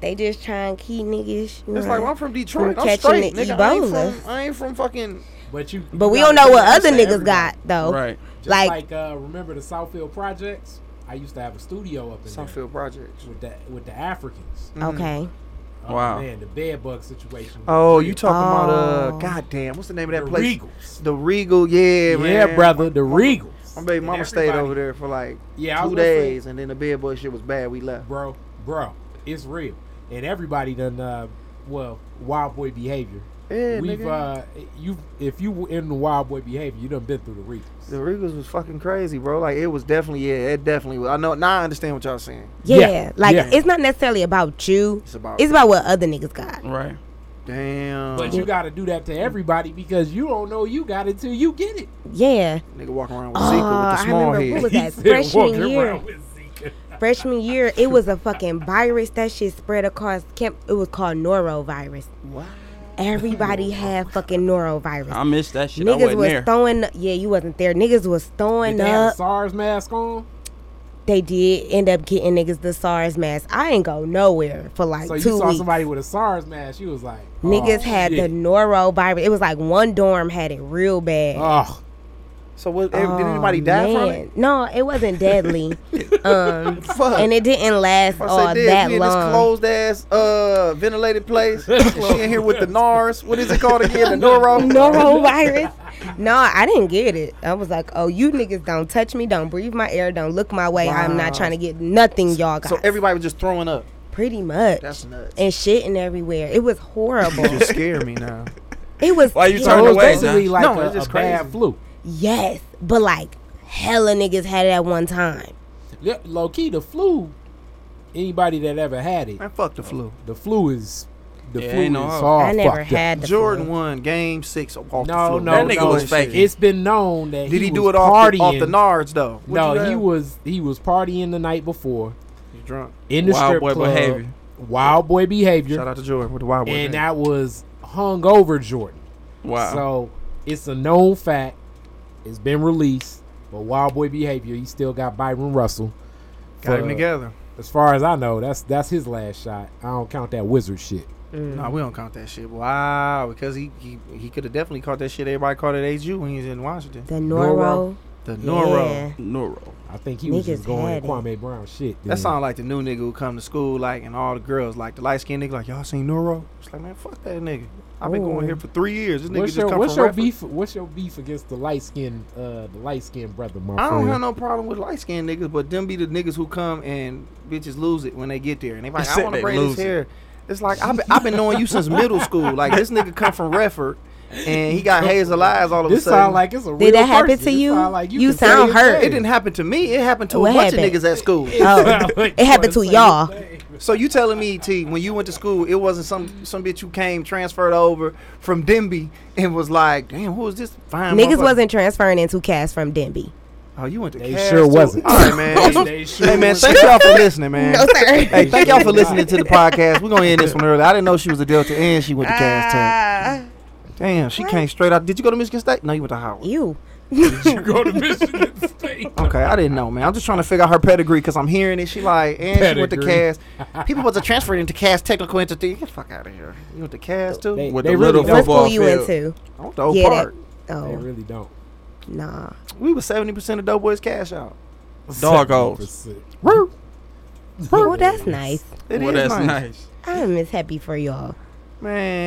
[SPEAKER 5] they just trying to keep niggas. You
[SPEAKER 2] It's
[SPEAKER 5] know.
[SPEAKER 2] like, well, I'm from Detroit. I'm
[SPEAKER 5] catching
[SPEAKER 2] straight,
[SPEAKER 5] the
[SPEAKER 2] nigga. I ain't,
[SPEAKER 5] Ebola.
[SPEAKER 2] from, I ain't from fucking.
[SPEAKER 4] But you.
[SPEAKER 5] but
[SPEAKER 4] you
[SPEAKER 5] we
[SPEAKER 4] gotta
[SPEAKER 5] don't know
[SPEAKER 4] say
[SPEAKER 5] what
[SPEAKER 4] that's to
[SPEAKER 5] other niggas
[SPEAKER 4] everybody.
[SPEAKER 5] got, though.
[SPEAKER 3] Right.
[SPEAKER 4] Just
[SPEAKER 5] Like,
[SPEAKER 4] like, uh, remember the Southfield projects? I used to have a studio up in there
[SPEAKER 2] Sunfield Projects.
[SPEAKER 4] with the with the Africans.
[SPEAKER 2] Mm, Mm-hmm.
[SPEAKER 5] okay.
[SPEAKER 4] Oh,
[SPEAKER 3] Wow.
[SPEAKER 4] Man, the bed bug situation.
[SPEAKER 2] Oh, you talking about, uh,
[SPEAKER 5] Oh.
[SPEAKER 2] goddamn, what's the name of that
[SPEAKER 4] The
[SPEAKER 2] place?
[SPEAKER 4] Regals.
[SPEAKER 2] The Regal, yeah,
[SPEAKER 4] yeah,
[SPEAKER 2] man.
[SPEAKER 4] brother, the Regals.
[SPEAKER 2] My baby
[SPEAKER 4] And
[SPEAKER 2] mama stayed
[SPEAKER 4] everybody-
[SPEAKER 2] over there for like
[SPEAKER 4] Yeah, I was
[SPEAKER 2] two
[SPEAKER 4] gonna say-
[SPEAKER 2] days, and then the bed boy shit was bad. We left.
[SPEAKER 4] bro, bro. It's real, and everybody done. Uh, well, wild boy behavior.
[SPEAKER 2] Yeah,
[SPEAKER 4] We've
[SPEAKER 2] nigga.
[SPEAKER 4] uh, you if you were in the wild boy behavior, you done been through the Regals.
[SPEAKER 2] The Regals was fucking crazy, bro. Like it was definitely, yeah, it definitely was. I know now. I understand what y'all saying.
[SPEAKER 5] Yeah.
[SPEAKER 4] Yeah.
[SPEAKER 5] Like,
[SPEAKER 4] Yeah.
[SPEAKER 5] it's not necessarily about you,
[SPEAKER 2] It's about-
[SPEAKER 5] it's about what other niggas got.
[SPEAKER 3] Right.
[SPEAKER 2] Damn,
[SPEAKER 4] But you got to do that to everybody because you don't know you got it till you get it.
[SPEAKER 5] Yeah.
[SPEAKER 2] nigga walking around with
[SPEAKER 5] Oh,
[SPEAKER 2] Zika with
[SPEAKER 5] I
[SPEAKER 2] the small
[SPEAKER 5] remember. What was
[SPEAKER 2] head.
[SPEAKER 5] that?
[SPEAKER 4] said,
[SPEAKER 5] Freshman
[SPEAKER 4] "Walking
[SPEAKER 5] year.
[SPEAKER 4] around with Zika."
[SPEAKER 5] Freshman year, it was a fucking virus. That shit spread across camp. It was called norovirus.
[SPEAKER 2] Wow.
[SPEAKER 5] Everybody had fucking norovirus.
[SPEAKER 3] I missed that shit. I
[SPEAKER 5] Niggas
[SPEAKER 3] wasn't
[SPEAKER 5] was
[SPEAKER 3] there.
[SPEAKER 5] throwing. Yeah, you wasn't there. Niggas was
[SPEAKER 4] Did
[SPEAKER 5] throwing
[SPEAKER 4] they have a
[SPEAKER 5] up.
[SPEAKER 4] SARS mask on?
[SPEAKER 5] They did end up getting niggas the SARS mask. I ain't go nowhere for like
[SPEAKER 4] So you
[SPEAKER 5] two
[SPEAKER 4] saw
[SPEAKER 5] weeks.
[SPEAKER 4] somebody with a SARS mask, you was like, oh,
[SPEAKER 5] niggas had
[SPEAKER 4] shit.
[SPEAKER 5] the norovirus. It was like one dorm had it real bad.
[SPEAKER 4] Oh,
[SPEAKER 2] So what? eh,
[SPEAKER 5] Oh,
[SPEAKER 2] did anybody die from
[SPEAKER 5] man.
[SPEAKER 2] it?
[SPEAKER 5] No, it wasn't deadly. um,
[SPEAKER 2] Fuck.
[SPEAKER 5] and it didn't last
[SPEAKER 2] If I
[SPEAKER 5] all
[SPEAKER 2] say this,
[SPEAKER 5] Oh, that
[SPEAKER 2] we in this
[SPEAKER 5] long.
[SPEAKER 2] closed ass, uh, ventilated place. she in here with the NARS. What is it called again? The Noro.
[SPEAKER 5] Norovirus? no, I didn't get it. I was like, oh, you niggas don't touch me, don't breathe my air, don't look my way. I'm not trying to get nothing, y'all got.
[SPEAKER 2] So everybody was just throwing up.
[SPEAKER 5] Pretty much.
[SPEAKER 2] That's nuts.
[SPEAKER 5] and shitting everywhere. It was horrible.
[SPEAKER 2] You just scare me now.
[SPEAKER 5] it was.
[SPEAKER 3] Why you
[SPEAKER 5] it
[SPEAKER 3] turn
[SPEAKER 4] so it
[SPEAKER 5] was-
[SPEAKER 4] was
[SPEAKER 3] away,
[SPEAKER 4] basically
[SPEAKER 3] Josh.
[SPEAKER 4] like
[SPEAKER 2] No,
[SPEAKER 4] a,
[SPEAKER 2] it's just
[SPEAKER 4] a bad
[SPEAKER 2] crazy.
[SPEAKER 4] flu.
[SPEAKER 5] Yes, but like hella niggas had it at one time.
[SPEAKER 4] Yeah, Low key, the flu. Anybody that ever had it,
[SPEAKER 2] Man, fuck the flu.
[SPEAKER 4] the flu is the
[SPEAKER 3] Yeah,
[SPEAKER 4] flu is
[SPEAKER 3] ain't no hope.
[SPEAKER 4] all
[SPEAKER 5] I never
[SPEAKER 4] fucked
[SPEAKER 5] had the
[SPEAKER 2] Oh, Jordan
[SPEAKER 5] flu.
[SPEAKER 2] won game six off
[SPEAKER 4] Up.
[SPEAKER 2] the
[SPEAKER 4] No,
[SPEAKER 2] flu.
[SPEAKER 4] no,
[SPEAKER 3] That nigga
[SPEAKER 4] no.
[SPEAKER 3] was faking.
[SPEAKER 4] It's been known that
[SPEAKER 2] Did he, do
[SPEAKER 4] was
[SPEAKER 2] it off the, off
[SPEAKER 4] partying.
[SPEAKER 2] the NARS though? What you
[SPEAKER 4] No, he
[SPEAKER 2] have?
[SPEAKER 4] was he was partying the night before
[SPEAKER 2] He drunk.
[SPEAKER 4] in the
[SPEAKER 3] Wild
[SPEAKER 4] strip
[SPEAKER 3] boy
[SPEAKER 4] club.
[SPEAKER 3] behavior.
[SPEAKER 4] Wild boy behavior.
[SPEAKER 2] Shout out to Jordan with the Wild Boy.
[SPEAKER 4] and
[SPEAKER 2] thing.
[SPEAKER 4] that was hung over Jordan.
[SPEAKER 3] Wow.
[SPEAKER 4] So it's a known fact. It's been released, but Wild Boy Behavior. He still got Byron Russell.
[SPEAKER 2] got him
[SPEAKER 4] For-
[SPEAKER 2] together.
[SPEAKER 4] As far as I know, that's that's his last shot. I don't count that wizard shit.
[SPEAKER 2] No, we don't count that shit. Wow, because he he, he could have definitely caught that shit. Everybody caught it HU when he was in Washington.
[SPEAKER 5] The Noro.
[SPEAKER 2] The Noro.
[SPEAKER 5] Yeah.
[SPEAKER 3] Noro.
[SPEAKER 4] I think he was
[SPEAKER 5] Niggas
[SPEAKER 4] just going
[SPEAKER 5] had it.
[SPEAKER 4] Kwame Brown shit.
[SPEAKER 2] That sound like the new nigga who come to school like, and all the girls like the light skinned nigga like y'all seen Neuro. It's like man, fuck that nigga. I've been going
[SPEAKER 5] Ooh.
[SPEAKER 2] here for three years. This nigga
[SPEAKER 4] What's
[SPEAKER 2] just
[SPEAKER 4] your,
[SPEAKER 2] come
[SPEAKER 4] what's
[SPEAKER 2] from
[SPEAKER 4] your
[SPEAKER 2] Redford.
[SPEAKER 4] beef? What's your beef against the light skinned uh, the light skinned brother? My
[SPEAKER 2] I don't
[SPEAKER 4] friend?
[SPEAKER 2] have no problem with light skinned niggas, but them be the niggas who come and bitches lose it when they get there, and they like
[SPEAKER 3] You
[SPEAKER 2] I
[SPEAKER 3] said
[SPEAKER 2] want to
[SPEAKER 3] they
[SPEAKER 2] braid his
[SPEAKER 3] lose it.
[SPEAKER 2] hair. It's like I've been, I've been knowing you since middle school. Like this nigga come from Redford, and he got hazel eyes all of a
[SPEAKER 4] This
[SPEAKER 2] sudden.
[SPEAKER 4] sound like it's a real
[SPEAKER 5] Did that happen
[SPEAKER 4] person.
[SPEAKER 5] to
[SPEAKER 4] It
[SPEAKER 5] you?
[SPEAKER 4] sound like
[SPEAKER 5] You
[SPEAKER 4] can say
[SPEAKER 5] sound
[SPEAKER 4] it
[SPEAKER 5] hurt. Oh.
[SPEAKER 2] it didn't happen to me. It happened to a
[SPEAKER 5] What
[SPEAKER 2] bunch of
[SPEAKER 5] happened?
[SPEAKER 2] niggas at school.
[SPEAKER 5] Oh, it happened to y'all.
[SPEAKER 2] So you telling me, T, when you went to school, it wasn't some some bitch you came transferred over from Denby and was like, damn, who is this fine?
[SPEAKER 5] Niggas
[SPEAKER 2] motherfucker?
[SPEAKER 5] wasn't transferring into cast from Denby.
[SPEAKER 2] Oh, you went to.
[SPEAKER 4] They
[SPEAKER 2] Cass,
[SPEAKER 4] sure
[SPEAKER 2] too.
[SPEAKER 4] wasn't.
[SPEAKER 2] All right, man.
[SPEAKER 4] They sure
[SPEAKER 2] hey, man,
[SPEAKER 4] wasn't.
[SPEAKER 2] thank y'all for listening, man.
[SPEAKER 5] No, sir.
[SPEAKER 2] Hey, thank y'all for listening to the podcast. We're gonna end this one early. I didn't know she was a Delta and she went to Cass Tech.
[SPEAKER 5] Ah.
[SPEAKER 2] Damn, she came straight out. Did you go to Michigan State? No, you went to Howard.
[SPEAKER 5] You.
[SPEAKER 4] you go to Michigan State.
[SPEAKER 2] Okay, I didn't know, man. I'm just trying to figure out her pedigree because I'm hearing it. She like, and she went to
[SPEAKER 4] Pedigree.
[SPEAKER 2] Cass. People was transferred into Cass Technical Institute. Get the fuck out of here. You went to Cass too?
[SPEAKER 4] They-
[SPEAKER 3] With
[SPEAKER 4] they
[SPEAKER 3] the
[SPEAKER 4] really
[SPEAKER 3] little
[SPEAKER 4] don't.
[SPEAKER 5] What
[SPEAKER 3] football
[SPEAKER 5] school you
[SPEAKER 3] field.
[SPEAKER 5] into?
[SPEAKER 2] I went to Oak
[SPEAKER 5] Yeah, that-
[SPEAKER 2] Park.
[SPEAKER 4] They
[SPEAKER 5] Oh,
[SPEAKER 4] really don't.
[SPEAKER 5] nah.
[SPEAKER 2] We were seventy percent of Doughboys cash out.
[SPEAKER 3] Doggos.
[SPEAKER 2] Woo!
[SPEAKER 5] Oh, that's nice.
[SPEAKER 2] It
[SPEAKER 3] well,
[SPEAKER 2] is nice.
[SPEAKER 3] that's nice.
[SPEAKER 5] I'm as happy for y'all.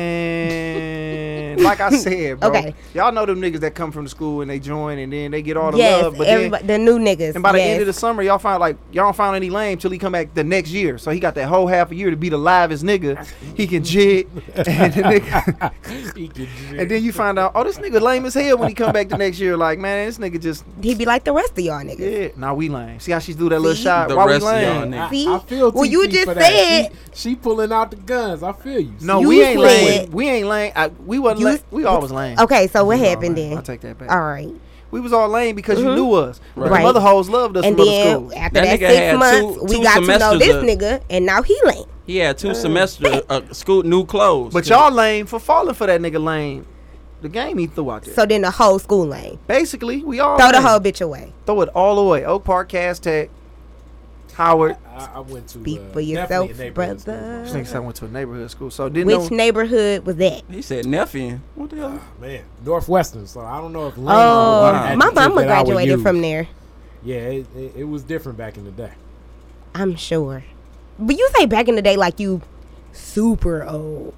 [SPEAKER 2] man. like I said, bro.
[SPEAKER 5] Okay.
[SPEAKER 2] Y'all know them niggas that come from the school and they join and then they get all the
[SPEAKER 5] Yes,
[SPEAKER 2] love, but then
[SPEAKER 5] everybody, the new niggas.
[SPEAKER 2] and by the
[SPEAKER 5] yes.
[SPEAKER 2] end of the summer, y'all find like y'all don't find any lame till he come back the next year. So he got that whole half a year to be the livest nigga. He can jig, and, the nigga, and then you find out, oh, this nigga lame as hell when he come back the next year. Like man, this nigga just
[SPEAKER 5] he be like the rest of y'all niggas.
[SPEAKER 2] yeah. Now nah, we lame. See how she do that little
[SPEAKER 5] See?
[SPEAKER 2] shot?
[SPEAKER 3] The
[SPEAKER 2] Why we
[SPEAKER 3] rest of y'all
[SPEAKER 2] lame?
[SPEAKER 3] niggas.
[SPEAKER 4] I,
[SPEAKER 5] See?
[SPEAKER 4] I feel
[SPEAKER 5] Well, you
[SPEAKER 4] TT for
[SPEAKER 5] just
[SPEAKER 4] that. She, she pulling out the guns. I feel you.
[SPEAKER 2] No,
[SPEAKER 5] You
[SPEAKER 2] we ain't
[SPEAKER 5] said-
[SPEAKER 2] lame. We ain't lame. I, we wasn't.
[SPEAKER 5] You-
[SPEAKER 2] lame. We always lame.
[SPEAKER 5] Okay, so what
[SPEAKER 2] We all
[SPEAKER 5] happened
[SPEAKER 2] lame.
[SPEAKER 5] then?
[SPEAKER 2] I take that back.
[SPEAKER 5] All right. Mm-hmm.
[SPEAKER 2] We was all lame because you knew us. Right.
[SPEAKER 5] Right.
[SPEAKER 2] The mother hoes loved us
[SPEAKER 5] And
[SPEAKER 2] from
[SPEAKER 5] then
[SPEAKER 2] other school.
[SPEAKER 5] after
[SPEAKER 3] That
[SPEAKER 5] that,
[SPEAKER 3] nigga had
[SPEAKER 5] six
[SPEAKER 3] two-
[SPEAKER 5] months, we
[SPEAKER 3] two
[SPEAKER 5] got to know
[SPEAKER 3] semesters
[SPEAKER 5] this
[SPEAKER 3] of-
[SPEAKER 5] nigga, and now he lame.
[SPEAKER 3] He had two semester uh, school new clothes.
[SPEAKER 2] But y'all lame for falling for that nigga lame. The game he threw out there.
[SPEAKER 5] So then the whole school lame.
[SPEAKER 2] Basically, we all
[SPEAKER 5] Throw the
[SPEAKER 2] lame.
[SPEAKER 5] whole bitch away.
[SPEAKER 2] throw it all away. Oak Park, Cass Tech, Howard.
[SPEAKER 4] I, I went to
[SPEAKER 5] Speak
[SPEAKER 4] uh,
[SPEAKER 5] for
[SPEAKER 4] definitely
[SPEAKER 5] yourself,
[SPEAKER 4] a neighborhood school.
[SPEAKER 5] brother.
[SPEAKER 2] This nigga said I went to a neighborhood school, so didn't
[SPEAKER 5] Which
[SPEAKER 2] know.
[SPEAKER 5] neighborhood was that?
[SPEAKER 3] he said nephew. What the hell?
[SPEAKER 4] Man, Northwestern. So I don't know if. Lane
[SPEAKER 5] Oh,
[SPEAKER 3] wow.
[SPEAKER 5] my mama
[SPEAKER 4] that I would
[SPEAKER 5] graduated
[SPEAKER 4] use.
[SPEAKER 5] from there.
[SPEAKER 4] Yeah, it, it, it was different back in the day.
[SPEAKER 5] I'm sure. But you say back in the day, like you super old.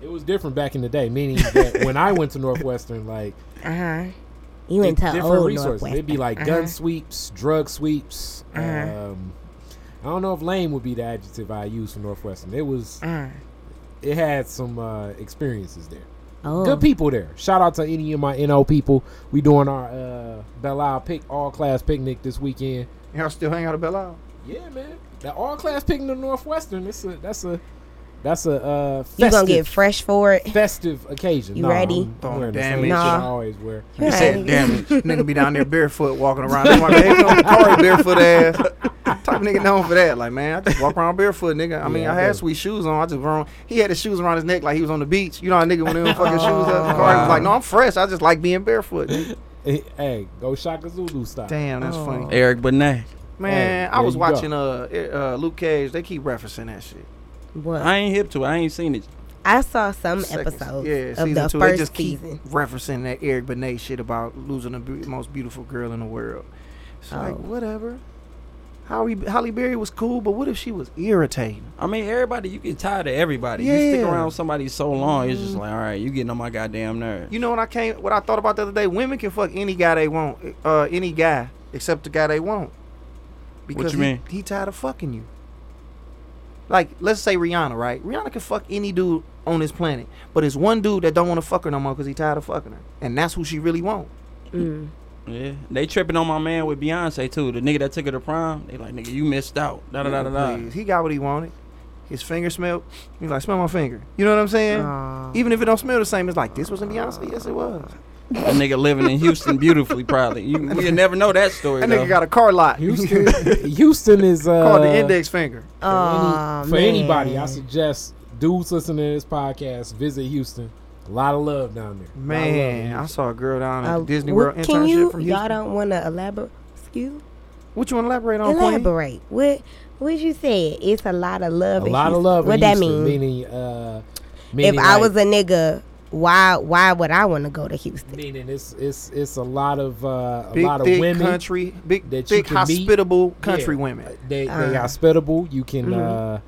[SPEAKER 4] It was different back in the day, meaning that when I went to Northwestern, like
[SPEAKER 5] Uh huh. You
[SPEAKER 4] di-
[SPEAKER 5] into
[SPEAKER 4] different
[SPEAKER 5] old
[SPEAKER 4] resources, it'd be
[SPEAKER 5] Northwestern.
[SPEAKER 4] like
[SPEAKER 5] Uh-huh.
[SPEAKER 4] gun sweeps, drug sweeps.
[SPEAKER 5] Uh-huh.
[SPEAKER 4] Um, I don't know if lame would be the adjective I use for Northwestern. It was,
[SPEAKER 5] Uh,
[SPEAKER 4] it had some uh, experiences there.
[SPEAKER 5] oh.
[SPEAKER 4] Good people there. Shout out to any of my NO people. We doing our uh, Belle Isle pick all class picnic this weekend.
[SPEAKER 2] Y'all still hang out at Belle Isle?
[SPEAKER 4] Yeah, man, the all class picnic of Northwestern. That's a that's a that's a uh, festive,
[SPEAKER 5] You gonna get fresh for it?
[SPEAKER 4] festive occasion.
[SPEAKER 5] You
[SPEAKER 4] Nah,
[SPEAKER 5] ready?
[SPEAKER 4] I'm- I'm wearing the
[SPEAKER 2] Damn
[SPEAKER 4] same
[SPEAKER 2] it.
[SPEAKER 4] shit I
[SPEAKER 5] Nah.
[SPEAKER 4] always wear.
[SPEAKER 2] He said,
[SPEAKER 5] Right.
[SPEAKER 2] "Damn it, nigga be down there barefoot walking around. That's why they hate on Corey barefoot ass. Type of nigga known for that. Like man, I just walk around barefoot, nigga. I mean,
[SPEAKER 4] Yeah,
[SPEAKER 2] I
[SPEAKER 4] I
[SPEAKER 2] had
[SPEAKER 4] do.
[SPEAKER 2] sweet shoes on. I just wrong. He had his shoes around his neck like he was on the beach. You know how nigga when they don't fucking shoes up. Corey was like, no, I'm fresh. I just like being barefoot. nigga."
[SPEAKER 4] Hey, hey, go Shaka Zulu style.
[SPEAKER 2] Damn, that's funny.
[SPEAKER 3] Eric Benet.
[SPEAKER 2] Man, I
[SPEAKER 4] Oh. there
[SPEAKER 2] was
[SPEAKER 4] you go.
[SPEAKER 2] watching uh, uh Luke Cage. They keep referencing that shit.
[SPEAKER 5] What?
[SPEAKER 3] I ain't hip to it. I ain't seen it.
[SPEAKER 5] I saw some
[SPEAKER 2] Second-
[SPEAKER 5] episodes
[SPEAKER 2] yeah,
[SPEAKER 5] of
[SPEAKER 2] season
[SPEAKER 5] the
[SPEAKER 2] two.
[SPEAKER 5] first
[SPEAKER 2] they just
[SPEAKER 5] season.
[SPEAKER 2] keep referencing that Eric Benet shit about losing the be- most beautiful girl in the world. It's like
[SPEAKER 5] Oh.
[SPEAKER 2] whatever. Holly, Holly Berry was cool, but what if she was irritating?
[SPEAKER 3] I mean, everybody. You get tired of everybody. You stick
[SPEAKER 2] Yeah.
[SPEAKER 3] around somebody so long, it's just like, all right, you getting on my goddamn nerve.
[SPEAKER 2] You know what I came? What I thought about the other day? Women can fuck any guy they want, uh, any guy except the guy they want. Because
[SPEAKER 3] you
[SPEAKER 2] he,
[SPEAKER 3] mean?
[SPEAKER 2] He tired of fucking you. Like let's say Rihanna, right? Rihanna can fuck any dude on this planet, but it's one dude that don't want to fuck her no more because he tired of fucking her, and that's who she really want.
[SPEAKER 5] Mm.
[SPEAKER 3] Yeah, they tripping on my man with Beyonce too. The nigga that took her to prom, they like, nigga, you missed out. Da da da da da.
[SPEAKER 2] Please. He got what he wanted. His finger smelled. He's like, smell my finger. You know what I'm saying?
[SPEAKER 5] Aw.
[SPEAKER 2] Even if it don't smell the same, it's like this wasn't Beyonce. Yes, it was.
[SPEAKER 3] That nigga living in Houston beautifully, probably. You, we'll never know that story.
[SPEAKER 2] That
[SPEAKER 3] though.
[SPEAKER 2] nigga got a car lot.
[SPEAKER 4] Houston, Houston is uh,
[SPEAKER 2] Called the index finger.
[SPEAKER 4] For, any-
[SPEAKER 5] Aw,
[SPEAKER 4] for anybody, I
[SPEAKER 5] man.
[SPEAKER 4] suggest dudes listening to this podcast visit Houston. A lot of love down there. A lot of
[SPEAKER 2] Man, I
[SPEAKER 4] love.
[SPEAKER 2] saw a girl down at
[SPEAKER 5] Uh,
[SPEAKER 2] the Disney
[SPEAKER 5] what-
[SPEAKER 2] World internship
[SPEAKER 5] Can you?
[SPEAKER 2] from
[SPEAKER 5] Y'all
[SPEAKER 2] Houston.
[SPEAKER 5] don't want to elaborate? Excuse?
[SPEAKER 2] What you want to elaborate on? Queen?
[SPEAKER 5] Elaborate. What? What you said? It's a lot of love.
[SPEAKER 4] a
[SPEAKER 5] in
[SPEAKER 4] lot of
[SPEAKER 5] Houston.
[SPEAKER 4] love.
[SPEAKER 5] What
[SPEAKER 4] in
[SPEAKER 5] that
[SPEAKER 4] Houston,
[SPEAKER 5] mean?
[SPEAKER 4] Meaning, uh, Meaning
[SPEAKER 5] if I
[SPEAKER 4] like-
[SPEAKER 5] was a nigga, why why would I want to go to Houston?
[SPEAKER 4] Meaning it's it's it's a lot of uh, a
[SPEAKER 2] Big,
[SPEAKER 4] lot of
[SPEAKER 2] thick
[SPEAKER 4] women
[SPEAKER 2] country, big,
[SPEAKER 4] that you
[SPEAKER 2] thick,
[SPEAKER 4] can meet.
[SPEAKER 2] hospitable country
[SPEAKER 4] Yeah.
[SPEAKER 2] women.
[SPEAKER 4] They they
[SPEAKER 5] Uh. Mm-hmm.
[SPEAKER 4] hospitable. You can uh,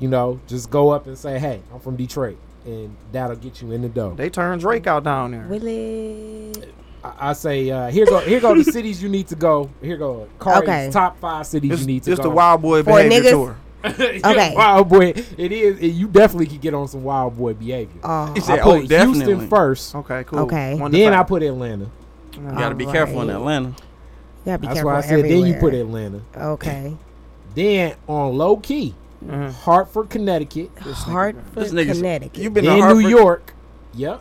[SPEAKER 4] you know just go up and say, hey, I'm from Detroit, and that'll get you in the door.
[SPEAKER 2] They turned Drake out down there.
[SPEAKER 5] Will it?
[SPEAKER 4] I, I say uh, here go here go the cities you need to go. Here go Corey's
[SPEAKER 5] Okay.
[SPEAKER 4] top five cities
[SPEAKER 2] It's,
[SPEAKER 4] you need to
[SPEAKER 2] it's
[SPEAKER 4] go.
[SPEAKER 2] the Wild Boy
[SPEAKER 5] For
[SPEAKER 2] behavior
[SPEAKER 5] niggas-
[SPEAKER 2] tour.
[SPEAKER 5] Okay.
[SPEAKER 4] wild boy. It is. and you definitely could get on some wild boy behavior.
[SPEAKER 5] Oh,
[SPEAKER 3] He
[SPEAKER 4] I
[SPEAKER 3] said,
[SPEAKER 4] put
[SPEAKER 3] "Oh, definitely."
[SPEAKER 4] Houston first,
[SPEAKER 2] Okay, cool.
[SPEAKER 5] Okay.
[SPEAKER 2] One to
[SPEAKER 4] then I
[SPEAKER 2] five.
[SPEAKER 4] put Atlanta.
[SPEAKER 3] You gotta be careful in
[SPEAKER 5] Alright.
[SPEAKER 3] Atlanta.
[SPEAKER 5] gotta be
[SPEAKER 4] That's
[SPEAKER 5] careful
[SPEAKER 4] why I said
[SPEAKER 5] everywhere.
[SPEAKER 4] then you put Atlanta.
[SPEAKER 5] Okay.
[SPEAKER 4] Then on low key,
[SPEAKER 2] Mhm.
[SPEAKER 4] Hartford, Connecticut.
[SPEAKER 5] Hartford,
[SPEAKER 3] This nigga's-
[SPEAKER 5] Connecticut.
[SPEAKER 3] you been to
[SPEAKER 4] Then New
[SPEAKER 3] Hartford?
[SPEAKER 4] York. Yep.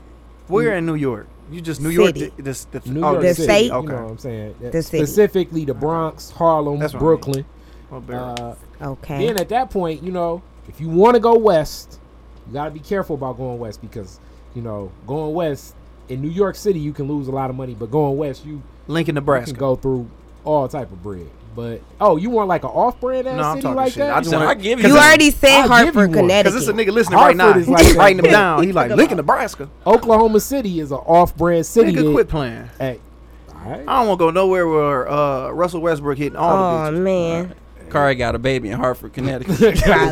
[SPEAKER 2] We're in New York. You just New York.
[SPEAKER 5] City.
[SPEAKER 2] The, this- the,
[SPEAKER 4] New
[SPEAKER 2] oh,
[SPEAKER 4] York
[SPEAKER 5] the
[SPEAKER 2] city.
[SPEAKER 5] state?
[SPEAKER 4] You
[SPEAKER 2] Okay.
[SPEAKER 4] know what I'm saying? Uh,
[SPEAKER 5] The city.
[SPEAKER 4] Specifically the Bronx, Harlem,
[SPEAKER 2] That's what I mean.
[SPEAKER 4] Brooklyn.
[SPEAKER 2] Well, bear.
[SPEAKER 4] Uh,
[SPEAKER 5] okay.
[SPEAKER 4] then at that point, you know, if you want to go west, you got to be careful about going west because, you know, going west in New York City, you can lose a lot of money, but going west, you
[SPEAKER 2] Lincoln,
[SPEAKER 4] can
[SPEAKER 2] Nebraska.
[SPEAKER 4] go through all type of bread. But oh, you want like an off-brand ass
[SPEAKER 2] No, I'm
[SPEAKER 4] city
[SPEAKER 2] talking
[SPEAKER 4] like
[SPEAKER 2] shit.
[SPEAKER 4] that?
[SPEAKER 2] I just
[SPEAKER 3] So
[SPEAKER 2] wanna-
[SPEAKER 3] I give you.
[SPEAKER 5] you
[SPEAKER 3] that.
[SPEAKER 5] already
[SPEAKER 4] I'll
[SPEAKER 5] said
[SPEAKER 4] give you
[SPEAKER 5] Hartford,
[SPEAKER 4] one. 'Cause
[SPEAKER 5] Connecticut.
[SPEAKER 2] Because it's a nigga listening right now.
[SPEAKER 4] Hartford
[SPEAKER 2] He's
[SPEAKER 4] is like that.
[SPEAKER 2] writing them down. He like Lincoln, Nebraska.
[SPEAKER 4] Oklahoma City is an off-brand city.
[SPEAKER 2] Nigga,
[SPEAKER 4] that-
[SPEAKER 2] quit playing.
[SPEAKER 4] Hey, all right.
[SPEAKER 2] I don't want to go nowhere where uh, Russell Westbrook hitting all
[SPEAKER 5] Oh
[SPEAKER 2] the bitches.
[SPEAKER 5] man,
[SPEAKER 3] Kari got a baby in Hartford, Connecticut.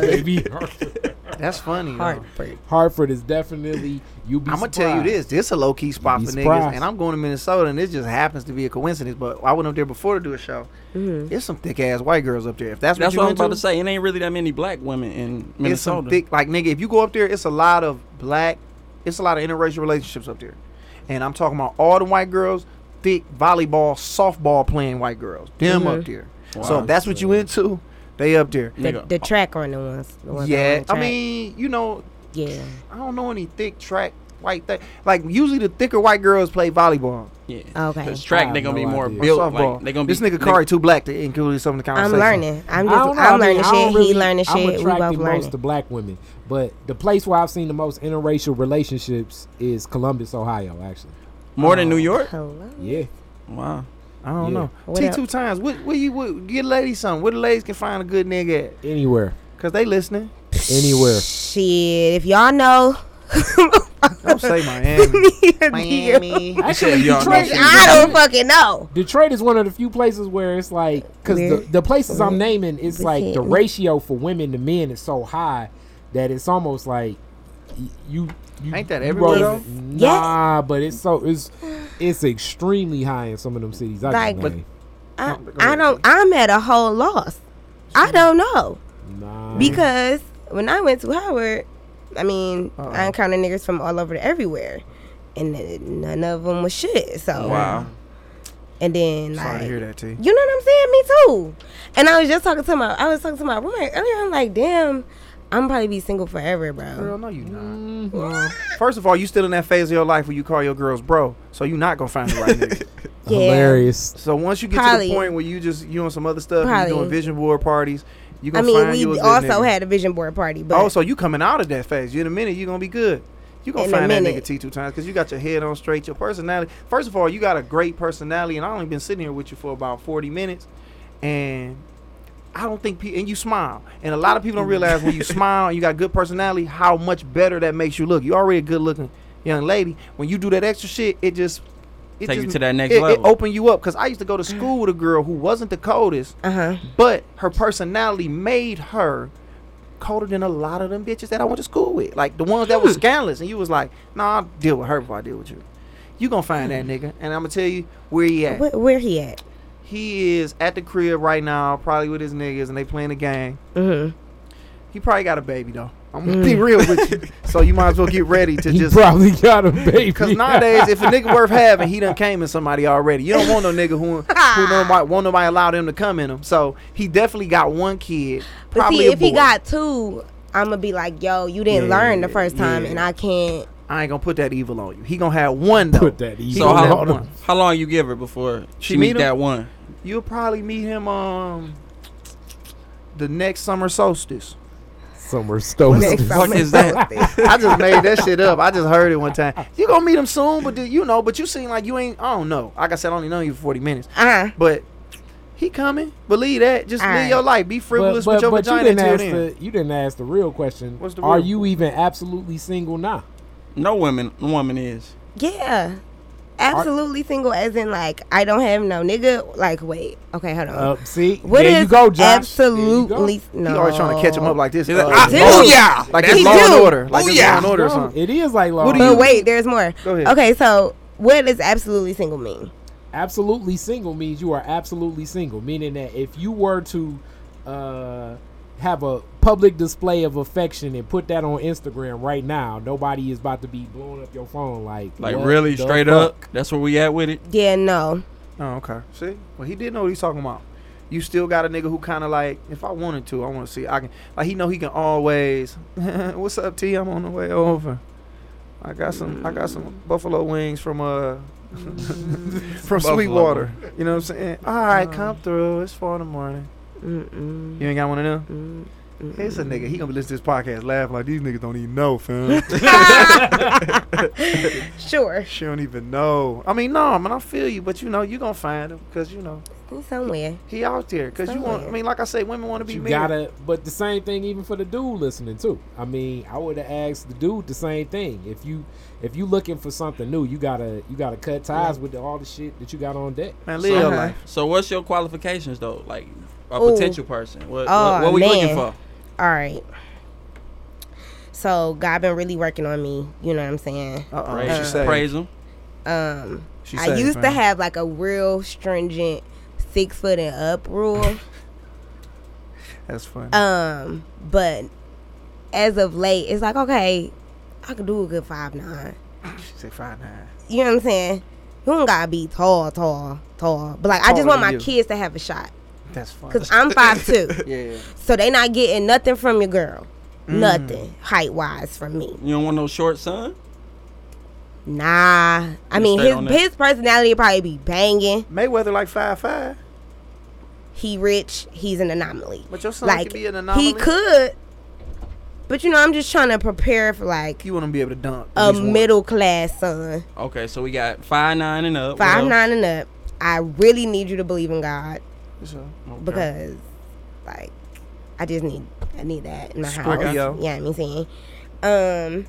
[SPEAKER 4] Baby, Hartford.
[SPEAKER 2] That's funny. though.
[SPEAKER 5] Hartford.
[SPEAKER 4] Hartford is definitely you. Be
[SPEAKER 2] I'm gonna tell you
[SPEAKER 4] surprised.
[SPEAKER 2] this: this a low key spot
[SPEAKER 4] You'd
[SPEAKER 2] for
[SPEAKER 4] be
[SPEAKER 2] niggas,
[SPEAKER 4] surprised.
[SPEAKER 2] and I'm going to Minnesota, and it just happens to be a coincidence. But I went up there before to do a show.
[SPEAKER 4] Mm-hmm.
[SPEAKER 2] There's some thick ass white girls up there. If that's,
[SPEAKER 3] That's
[SPEAKER 2] what,
[SPEAKER 3] what
[SPEAKER 2] you
[SPEAKER 3] I'm
[SPEAKER 2] into,
[SPEAKER 3] about to say. It ain't really that many black women in
[SPEAKER 2] It's some
[SPEAKER 3] Minnesota.
[SPEAKER 2] thick, like nigga. If you go up there, it's a lot of black. It's a lot of interracial relationships up there, and I'm talking about all the white girls, thick volleyball, softball playing white girls. Them up there. So
[SPEAKER 3] Wow.
[SPEAKER 2] if that's what you into, they up there.
[SPEAKER 5] The,
[SPEAKER 3] Nigga,
[SPEAKER 5] the track on the ones. The ones that
[SPEAKER 2] Yeah,
[SPEAKER 5] run
[SPEAKER 2] I
[SPEAKER 5] the track.
[SPEAKER 2] mean, you know,
[SPEAKER 5] yeah.
[SPEAKER 2] I don't know any thick track white thing. Like usually the thicker white girls play volleyball.
[SPEAKER 3] yeah.
[SPEAKER 5] Okay.
[SPEAKER 3] This track,
[SPEAKER 4] I
[SPEAKER 3] they
[SPEAKER 4] have
[SPEAKER 3] gonna be
[SPEAKER 4] no
[SPEAKER 3] more
[SPEAKER 4] idea.
[SPEAKER 3] built.
[SPEAKER 2] softball.
[SPEAKER 3] Like, they gonna be
[SPEAKER 2] this nigga Kari too black to include some of the
[SPEAKER 5] I'm
[SPEAKER 2] conversation.
[SPEAKER 5] learning. I'm just.
[SPEAKER 4] I don't know. I
[SPEAKER 5] I'm
[SPEAKER 4] mean,
[SPEAKER 5] learning
[SPEAKER 4] I
[SPEAKER 5] shit.
[SPEAKER 4] don't really-
[SPEAKER 5] he learning
[SPEAKER 4] I'm
[SPEAKER 5] shit. We both
[SPEAKER 4] attracted most
[SPEAKER 5] learning.
[SPEAKER 4] to black women, but the place where I've seen the most interracial relationships is Columbus, Ohio. Actually,
[SPEAKER 3] more than
[SPEAKER 2] Oh.
[SPEAKER 3] New York.
[SPEAKER 5] Hello.
[SPEAKER 4] yeah,
[SPEAKER 3] Wow.
[SPEAKER 2] I don't
[SPEAKER 4] Yeah.
[SPEAKER 2] know.
[SPEAKER 5] What
[SPEAKER 2] T
[SPEAKER 5] up?
[SPEAKER 2] two times. What what you what, get ladies something? Where the ladies can find a good nigga at?
[SPEAKER 4] anywhere,
[SPEAKER 2] Cause they listening.
[SPEAKER 4] anywhere.
[SPEAKER 5] Shit. If y'all know.
[SPEAKER 2] Don't say Miami. Miami.
[SPEAKER 4] Actually,
[SPEAKER 3] y'all know
[SPEAKER 4] Detroit,
[SPEAKER 3] shit.
[SPEAKER 5] I don't fucking know.
[SPEAKER 4] Detroit is one of the few places where it's like because
[SPEAKER 5] We're-
[SPEAKER 4] the, the places I'm naming, it's
[SPEAKER 5] we
[SPEAKER 4] like the
[SPEAKER 5] can't-
[SPEAKER 4] ratio for women to men is so high that it's almost like y- you. you
[SPEAKER 2] Ain't that
[SPEAKER 4] you
[SPEAKER 2] everywhere,
[SPEAKER 4] roll-
[SPEAKER 2] though?
[SPEAKER 4] Nah, but it's so it's it's extremely high in some of them cities. I
[SPEAKER 5] Like,
[SPEAKER 4] like,
[SPEAKER 5] but-
[SPEAKER 4] just named.
[SPEAKER 5] I,
[SPEAKER 2] go
[SPEAKER 5] I
[SPEAKER 2] ahead.
[SPEAKER 5] don't. I'm at a whole loss. I don't know
[SPEAKER 4] nah,
[SPEAKER 5] Mm-hmm. because when I went to Howard, I mean, I
[SPEAKER 2] Uh-oh.
[SPEAKER 5] encountered niggas from all over everywhere, and uh, none of them was shit. So
[SPEAKER 3] Wow.
[SPEAKER 5] And then
[SPEAKER 2] Sorry
[SPEAKER 5] like,
[SPEAKER 2] to hear that, T.
[SPEAKER 5] You know what I'm saying? Me too. And I was just talking to my I was talking to my roommate earlier. I'm like, damn, I'm probably be single forever,
[SPEAKER 2] Girl,
[SPEAKER 5] bro.
[SPEAKER 2] no, you not.
[SPEAKER 5] mm-hmm.
[SPEAKER 2] First of all, you still in that phase of your life where you call your girls bro, so you not gonna find the right nigga.
[SPEAKER 5] Yeah.
[SPEAKER 4] hilarious.
[SPEAKER 2] So once you get
[SPEAKER 5] Probably.
[SPEAKER 2] to the point where you just you on some other stuff, and you
[SPEAKER 5] Probably.
[SPEAKER 2] doing vision board parties, you
[SPEAKER 5] I
[SPEAKER 2] gonna
[SPEAKER 5] mean,
[SPEAKER 2] find you a
[SPEAKER 5] we
[SPEAKER 2] good
[SPEAKER 5] also
[SPEAKER 2] nigga.
[SPEAKER 5] had a vision board party, but
[SPEAKER 2] Oh, so you coming out of that phase. You in a minute, you gonna be good. You gonna
[SPEAKER 5] In a
[SPEAKER 2] find that
[SPEAKER 5] minute.
[SPEAKER 2] nigga T two times because you got your head on straight. Your personality. First of all, you got a great personality, and I only been sitting here with you for about forty minutes, and I don't think people. And you smile, and a lot of
[SPEAKER 5] Mm-hmm.
[SPEAKER 2] people don't realize when you smile and you got good personality, how much better that makes you look. You already a good looking young lady. When you do that extra shit, it just it
[SPEAKER 3] Take you
[SPEAKER 2] just-
[SPEAKER 3] to that next
[SPEAKER 2] it,
[SPEAKER 3] level.
[SPEAKER 2] It open you up because I used to go to school with a girl who wasn't the coldest,
[SPEAKER 5] uh huh.
[SPEAKER 2] but her personality made her colder than a lot of them bitches that I went to school with. Like the ones that was scandalous. And you was like, nah, I'll deal with her before I deal with you. You gonna find that nigga. And I'm gonna tell you where he at.
[SPEAKER 5] Where, where he at?
[SPEAKER 2] He is at the crib right now, probably with his niggas, and they playing the game.
[SPEAKER 5] hmm
[SPEAKER 2] He probably got a baby though. I'm gonna be real with you. So you might as well get ready to
[SPEAKER 4] He
[SPEAKER 2] just
[SPEAKER 4] probably got a baby.
[SPEAKER 2] Cause nowadays, if a nigga worth having, he done came in somebody already. You don't want no nigga who who nobody won't nobody allow them to come in him. So he definitely got one kid.
[SPEAKER 5] But
[SPEAKER 2] Probably
[SPEAKER 5] see,
[SPEAKER 2] a
[SPEAKER 5] if he
[SPEAKER 2] boy.
[SPEAKER 5] got two, I'm gonna be like, yo, you didn't
[SPEAKER 2] Yeah,
[SPEAKER 5] learn the first time,
[SPEAKER 2] yeah.
[SPEAKER 5] and I can't.
[SPEAKER 2] I ain't gonna put that evil on you. He gonna have one though.
[SPEAKER 4] Put that evil
[SPEAKER 3] So
[SPEAKER 2] gonna
[SPEAKER 4] on
[SPEAKER 3] how
[SPEAKER 2] have
[SPEAKER 4] him.
[SPEAKER 3] long? How long you give her before
[SPEAKER 2] She
[SPEAKER 3] she,
[SPEAKER 2] meet
[SPEAKER 3] meet
[SPEAKER 2] him?
[SPEAKER 3] that one?
[SPEAKER 2] You'll probably meet him um the next summer solstice.
[SPEAKER 4] summer stolen.
[SPEAKER 5] Next
[SPEAKER 3] fuck
[SPEAKER 5] time.
[SPEAKER 3] is that?
[SPEAKER 2] I just made that shit up. I just heard it one time. You gonna meet him soon, but do, you know, but you seem like you ain't. I don't know. Like I said, I only know you for forty minutes.
[SPEAKER 5] Uh-huh.
[SPEAKER 2] But He coming. Believe that. Just
[SPEAKER 5] All
[SPEAKER 2] live
[SPEAKER 5] right.
[SPEAKER 2] your life. Be frivolous with your vagina
[SPEAKER 4] you didn't
[SPEAKER 2] until
[SPEAKER 4] ask
[SPEAKER 2] then.
[SPEAKER 4] the you didn't ask the real question.
[SPEAKER 2] What's the
[SPEAKER 4] Are
[SPEAKER 2] real-
[SPEAKER 4] you even absolutely single now?
[SPEAKER 3] No woman, woman is.
[SPEAKER 5] Yeah. Absolutely single, as in like I don't have no nigga. Like, wait, okay, hold on.
[SPEAKER 4] Uh, see,
[SPEAKER 5] What
[SPEAKER 4] there
[SPEAKER 5] is
[SPEAKER 4] you go, Josh. There you go.
[SPEAKER 5] absolutely no?
[SPEAKER 2] He always trying to catch him up like this.
[SPEAKER 3] He's
[SPEAKER 2] uh,
[SPEAKER 3] like, ah,
[SPEAKER 5] Dude.
[SPEAKER 2] Law-
[SPEAKER 3] booyah!
[SPEAKER 2] Like
[SPEAKER 3] That's
[SPEAKER 2] this
[SPEAKER 5] He
[SPEAKER 2] law
[SPEAKER 5] do.
[SPEAKER 2] and order. Like this
[SPEAKER 3] Booyah.
[SPEAKER 2] law and order or
[SPEAKER 4] No,
[SPEAKER 2] something.
[SPEAKER 4] It is like uh, law.
[SPEAKER 2] What do
[SPEAKER 5] But
[SPEAKER 2] you-
[SPEAKER 5] wait, there's more.
[SPEAKER 2] Go ahead.
[SPEAKER 5] Okay, so what does absolutely single mean?
[SPEAKER 4] absolutely single means you are absolutely single, meaning that if you were to uh, have a public display of affection and put that on Instagram right now, nobody is about to be blowing up your phone like
[SPEAKER 3] Like
[SPEAKER 4] what
[SPEAKER 3] really
[SPEAKER 4] the
[SPEAKER 3] straight
[SPEAKER 4] fuck?
[SPEAKER 3] up. That's where we at with it.
[SPEAKER 5] Yeah, no.
[SPEAKER 2] Oh, okay. See, well, he did know what he's talking about. You still got a nigga who kind of like, if I wanted to, I want to see. I can, like, he know he can always. What's up, T? I'm on the way over. I got some. I got some buffalo wings from uh from
[SPEAKER 3] Buffalo.
[SPEAKER 2] Sweetwater. You know what I'm saying? All right, come through. It's four in the morning.
[SPEAKER 5] Mm-mm.
[SPEAKER 2] You ain't got one of them.
[SPEAKER 5] Mm-mm.
[SPEAKER 2] It's a nigga. He gonna be listening to this podcast, laughing like these niggas don't even know, fam.
[SPEAKER 5] Sure,
[SPEAKER 2] she don't even know. I mean, no, man, I feel you, but you know, you gonna find him because you know
[SPEAKER 5] He's somewhere.
[SPEAKER 2] he out there. Because you want. I mean, like I say, women want to be
[SPEAKER 4] You
[SPEAKER 2] married.
[SPEAKER 4] gotta, but the same thing even for the dude listening too. I mean, I would have asked the dude the same thing. If you if you looking for something new, you gotta you gotta cut ties with all the shit that you got on deck.
[SPEAKER 2] Man,
[SPEAKER 3] So-
[SPEAKER 2] live your
[SPEAKER 5] Uh-huh.
[SPEAKER 2] life.
[SPEAKER 3] So what's your qualifications though? Like a
[SPEAKER 5] Ooh.
[SPEAKER 3] potential person. What,
[SPEAKER 5] Oh,
[SPEAKER 3] what, what we looking
[SPEAKER 5] man.
[SPEAKER 3] for?
[SPEAKER 5] All right. So God been really working on me. You know what I'm saying?
[SPEAKER 2] Uh-uh.
[SPEAKER 3] Praise,
[SPEAKER 2] she
[SPEAKER 5] Uh,
[SPEAKER 2] say.
[SPEAKER 3] praise him.
[SPEAKER 5] Um,
[SPEAKER 2] She
[SPEAKER 5] I
[SPEAKER 2] saved,
[SPEAKER 5] used to
[SPEAKER 2] man.
[SPEAKER 5] have like a real stringent six foot and up rule.
[SPEAKER 2] That's funny.
[SPEAKER 5] Um, but as of late, it's like okay, I could do a good five nine.
[SPEAKER 2] she said five nine.
[SPEAKER 5] You know what I'm saying? You don't gotta be tall, tall, tall. But like, I just
[SPEAKER 2] Taller
[SPEAKER 5] want
[SPEAKER 2] than
[SPEAKER 5] my
[SPEAKER 2] you.
[SPEAKER 5] kids to have a shot
[SPEAKER 2] That's funny.
[SPEAKER 5] because I'm five two,
[SPEAKER 2] Yeah.
[SPEAKER 5] so they not getting nothing from your girl,
[SPEAKER 2] Mm.
[SPEAKER 5] nothing height wise from me.
[SPEAKER 3] You don't want no short son?
[SPEAKER 5] Nah, I
[SPEAKER 3] You
[SPEAKER 5] mean
[SPEAKER 3] straight on
[SPEAKER 5] his
[SPEAKER 3] that.
[SPEAKER 5] his personality would probably be banging.
[SPEAKER 2] Mayweather like five five,
[SPEAKER 5] He rich, he's an anomaly.
[SPEAKER 2] but your son
[SPEAKER 5] Like
[SPEAKER 2] could be an anomaly.
[SPEAKER 5] he could, but you know I'm just trying to prepare for like
[SPEAKER 2] You want him to be able to dunk. at
[SPEAKER 5] a
[SPEAKER 2] least once.
[SPEAKER 5] middle class son.
[SPEAKER 3] Okay, so we got five nine and up. What
[SPEAKER 5] five
[SPEAKER 3] else?
[SPEAKER 5] nine and up. I really need you to believe in God
[SPEAKER 2] So,
[SPEAKER 3] Okay.
[SPEAKER 5] because, like, I just need I need that in my
[SPEAKER 2] Scorpio.
[SPEAKER 5] house. Yeah, I mean, saying, um,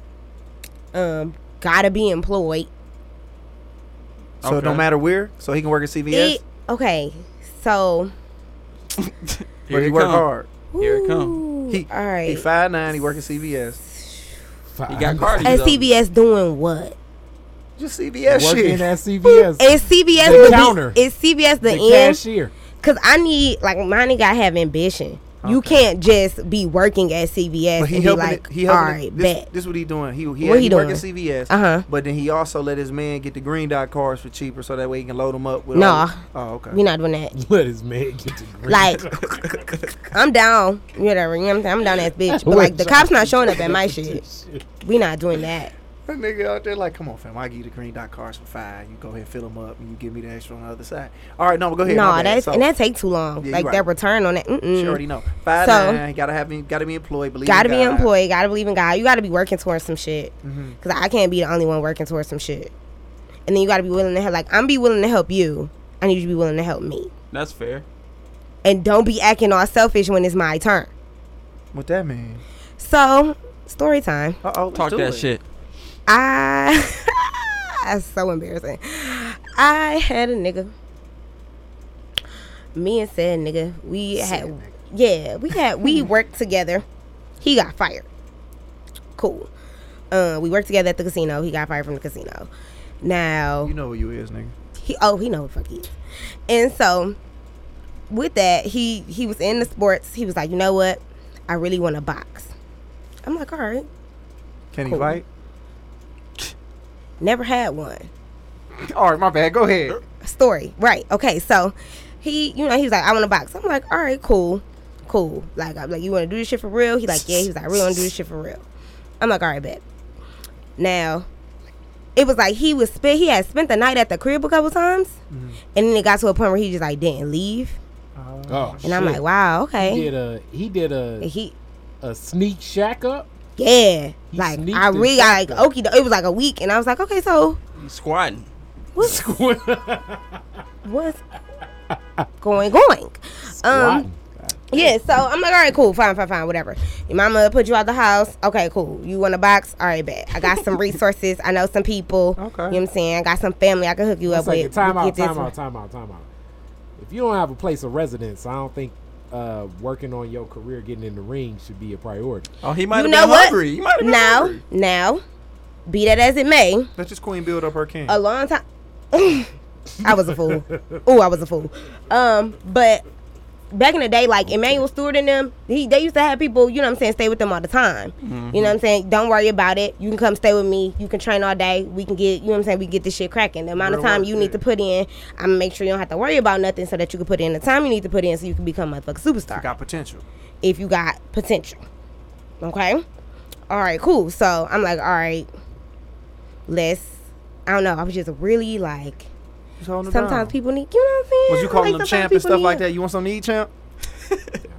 [SPEAKER 5] um, gotta be employed.
[SPEAKER 2] so it
[SPEAKER 3] Okay.
[SPEAKER 2] don't matter where. So he can work at CVS,
[SPEAKER 5] It- okay, so
[SPEAKER 3] Here
[SPEAKER 2] but he
[SPEAKER 3] it
[SPEAKER 2] work
[SPEAKER 3] come.
[SPEAKER 2] hard.
[SPEAKER 3] Here it
[SPEAKER 5] come.
[SPEAKER 2] He-
[SPEAKER 5] All right.
[SPEAKER 2] He five nine. He work at CVS.
[SPEAKER 4] Five.
[SPEAKER 3] He got Cardi.
[SPEAKER 5] and
[SPEAKER 3] though.
[SPEAKER 5] CBS doing what?
[SPEAKER 2] Just CVS
[SPEAKER 4] working
[SPEAKER 2] shit.
[SPEAKER 4] at CVS.
[SPEAKER 5] Is CBS
[SPEAKER 4] The
[SPEAKER 5] the
[SPEAKER 4] counter.
[SPEAKER 5] Be, is CBS the,
[SPEAKER 4] the
[SPEAKER 5] end?
[SPEAKER 4] cashier.
[SPEAKER 5] Cause I need like my nigga I have ambition. You
[SPEAKER 2] Okay.
[SPEAKER 5] can't just be working at CVS
[SPEAKER 2] But he
[SPEAKER 5] and be
[SPEAKER 2] helping
[SPEAKER 5] like,
[SPEAKER 2] it. He
[SPEAKER 5] all
[SPEAKER 2] helping
[SPEAKER 5] right,
[SPEAKER 2] it.
[SPEAKER 5] bet.
[SPEAKER 2] This, this what he doing. He he,
[SPEAKER 5] What he
[SPEAKER 2] he work at
[SPEAKER 5] doing?
[SPEAKER 2] CVS.
[SPEAKER 5] Uh-huh.
[SPEAKER 2] But then he also let his man get the green dot cards for cheaper, so that way he can load them up with.
[SPEAKER 5] Nah.
[SPEAKER 2] all the- oh okay.
[SPEAKER 5] we not doing that.
[SPEAKER 4] Let his man get to green.
[SPEAKER 5] Like, I'm down. Whatever. You know what I'm saying? I'm down ass bitch. But like, the cops not showing up at my shit. We not doing that.
[SPEAKER 2] That nigga out there like, come on, fam. I give you the green dot cards for five. You go ahead, fill them up, and you give me the extra on the other side. All right, no, but go ahead.
[SPEAKER 5] no,
[SPEAKER 2] my bad.
[SPEAKER 5] that's
[SPEAKER 2] So,
[SPEAKER 5] and that take too long.
[SPEAKER 2] Yeah, you
[SPEAKER 5] like
[SPEAKER 2] right.
[SPEAKER 5] that return on that.
[SPEAKER 2] she
[SPEAKER 5] Mm-mm.
[SPEAKER 2] already know. Five
[SPEAKER 5] So-
[SPEAKER 2] nine. Gotta have me. Gotta be employed. Believe. in
[SPEAKER 5] Gotta be
[SPEAKER 2] God.
[SPEAKER 5] employed. Gotta believe in God. You gotta be working towards some shit.
[SPEAKER 2] Mhm.
[SPEAKER 5] Cause I can't be the only one working towards some shit. And then you gotta be willing to help. Like I'm be willing to help you. I need you to be willing to help me.
[SPEAKER 3] That's fair.
[SPEAKER 5] And don't be acting all selfish when it's my turn.
[SPEAKER 2] What that mean?
[SPEAKER 5] So story time.
[SPEAKER 2] Uh oh.
[SPEAKER 3] Talk that shit.
[SPEAKER 5] I that's so embarrassing. I had a nigga. Me and said nigga, we had yeah, we had we worked together. He got fired. Cool. Uh, we worked together at the casino. He got fired from the casino. Now
[SPEAKER 2] You know who you is, nigga.
[SPEAKER 5] he oh he know what fuck he is. And so with that, he he was in the sports. He was like, you know what? I really want to box. I'm like, all right.
[SPEAKER 2] Can
[SPEAKER 5] Cool.
[SPEAKER 2] he fight?
[SPEAKER 5] Never had one.
[SPEAKER 2] All right, my bad. Go ahead.
[SPEAKER 5] story. Right. Okay. So he, you know, he was like, I want to box. I'm like, all right, cool, cool. Like, I'm like, you want to do this shit for real? He like, yeah. He was like, I really want to do this shit for real. I'm like, all right, bet. Now, it was like he was spent. He had spent the night at the crib a couple times,
[SPEAKER 2] Mm-hmm.
[SPEAKER 5] and then it got to a point where he just like didn't leave.
[SPEAKER 4] oh,
[SPEAKER 5] And I'm like, wow,
[SPEAKER 4] He
[SPEAKER 5] okay.
[SPEAKER 4] did a he did a
[SPEAKER 5] He,
[SPEAKER 4] a sneak shack up.
[SPEAKER 5] yeah.
[SPEAKER 4] He
[SPEAKER 5] like
[SPEAKER 4] sneaked
[SPEAKER 5] I
[SPEAKER 4] and
[SPEAKER 5] really I like
[SPEAKER 4] snuck up.
[SPEAKER 5] okay. It was like a week, and I was like, okay, so Um,
[SPEAKER 3] He's squatting.
[SPEAKER 5] what's what's going, going.
[SPEAKER 4] Swatting.
[SPEAKER 5] Um, yeah, so I'm like, all right, cool, fine, fine, fine, whatever. Your mama put you out the house. Okay, cool. You want a box? All right, bet. I got some resources. I know some people.
[SPEAKER 2] Okay.
[SPEAKER 5] You know what I'm saying? I got some family I can hook you
[SPEAKER 4] It's
[SPEAKER 5] up
[SPEAKER 4] like
[SPEAKER 5] with.
[SPEAKER 4] time
[SPEAKER 5] We
[SPEAKER 4] out,
[SPEAKER 5] get this
[SPEAKER 4] time
[SPEAKER 5] one.
[SPEAKER 4] out, time out, time out. If you don't have a place of residence, I don't think uh, working on your career, getting in the ring, should be a priority.
[SPEAKER 3] Oh, he might have
[SPEAKER 5] You know
[SPEAKER 3] been
[SPEAKER 5] what?
[SPEAKER 3] hungry. He might have been
[SPEAKER 5] Now,
[SPEAKER 3] hungry.
[SPEAKER 5] now, be that as it may,
[SPEAKER 2] Let's just Queen build up her king.
[SPEAKER 5] a long time. I was a fool. Oh, I was a fool. Um, but back in the day, like Emmanuel Stewart and them, he they used to have people, you know what I'm saying, stay with them all the time. You know what I'm saying? Don't worry about it. You can come stay with me. You can train all day. We can get, you know what I'm saying, we can get this shit cracking. The amount of
[SPEAKER 2] Real
[SPEAKER 5] time
[SPEAKER 2] work,
[SPEAKER 5] you need
[SPEAKER 2] yeah.
[SPEAKER 5] to put in, I'm gonna make sure you don't have to worry about nothing so that you can put in the time you need to put in so you can become a motherfucking superstar
[SPEAKER 2] Got potential.
[SPEAKER 5] if you got potential. Okay? All right, cool. So I'm like, all right, let's. I don't know. I was just really like.
[SPEAKER 2] Just holding it down.
[SPEAKER 5] Sometimes people need. You know what I'm saying?
[SPEAKER 2] Was you calling
[SPEAKER 5] Like,
[SPEAKER 2] them
[SPEAKER 5] sometimes
[SPEAKER 2] champ and
[SPEAKER 5] people
[SPEAKER 2] stuff like
[SPEAKER 5] need-
[SPEAKER 2] that? You want something to eat, champ?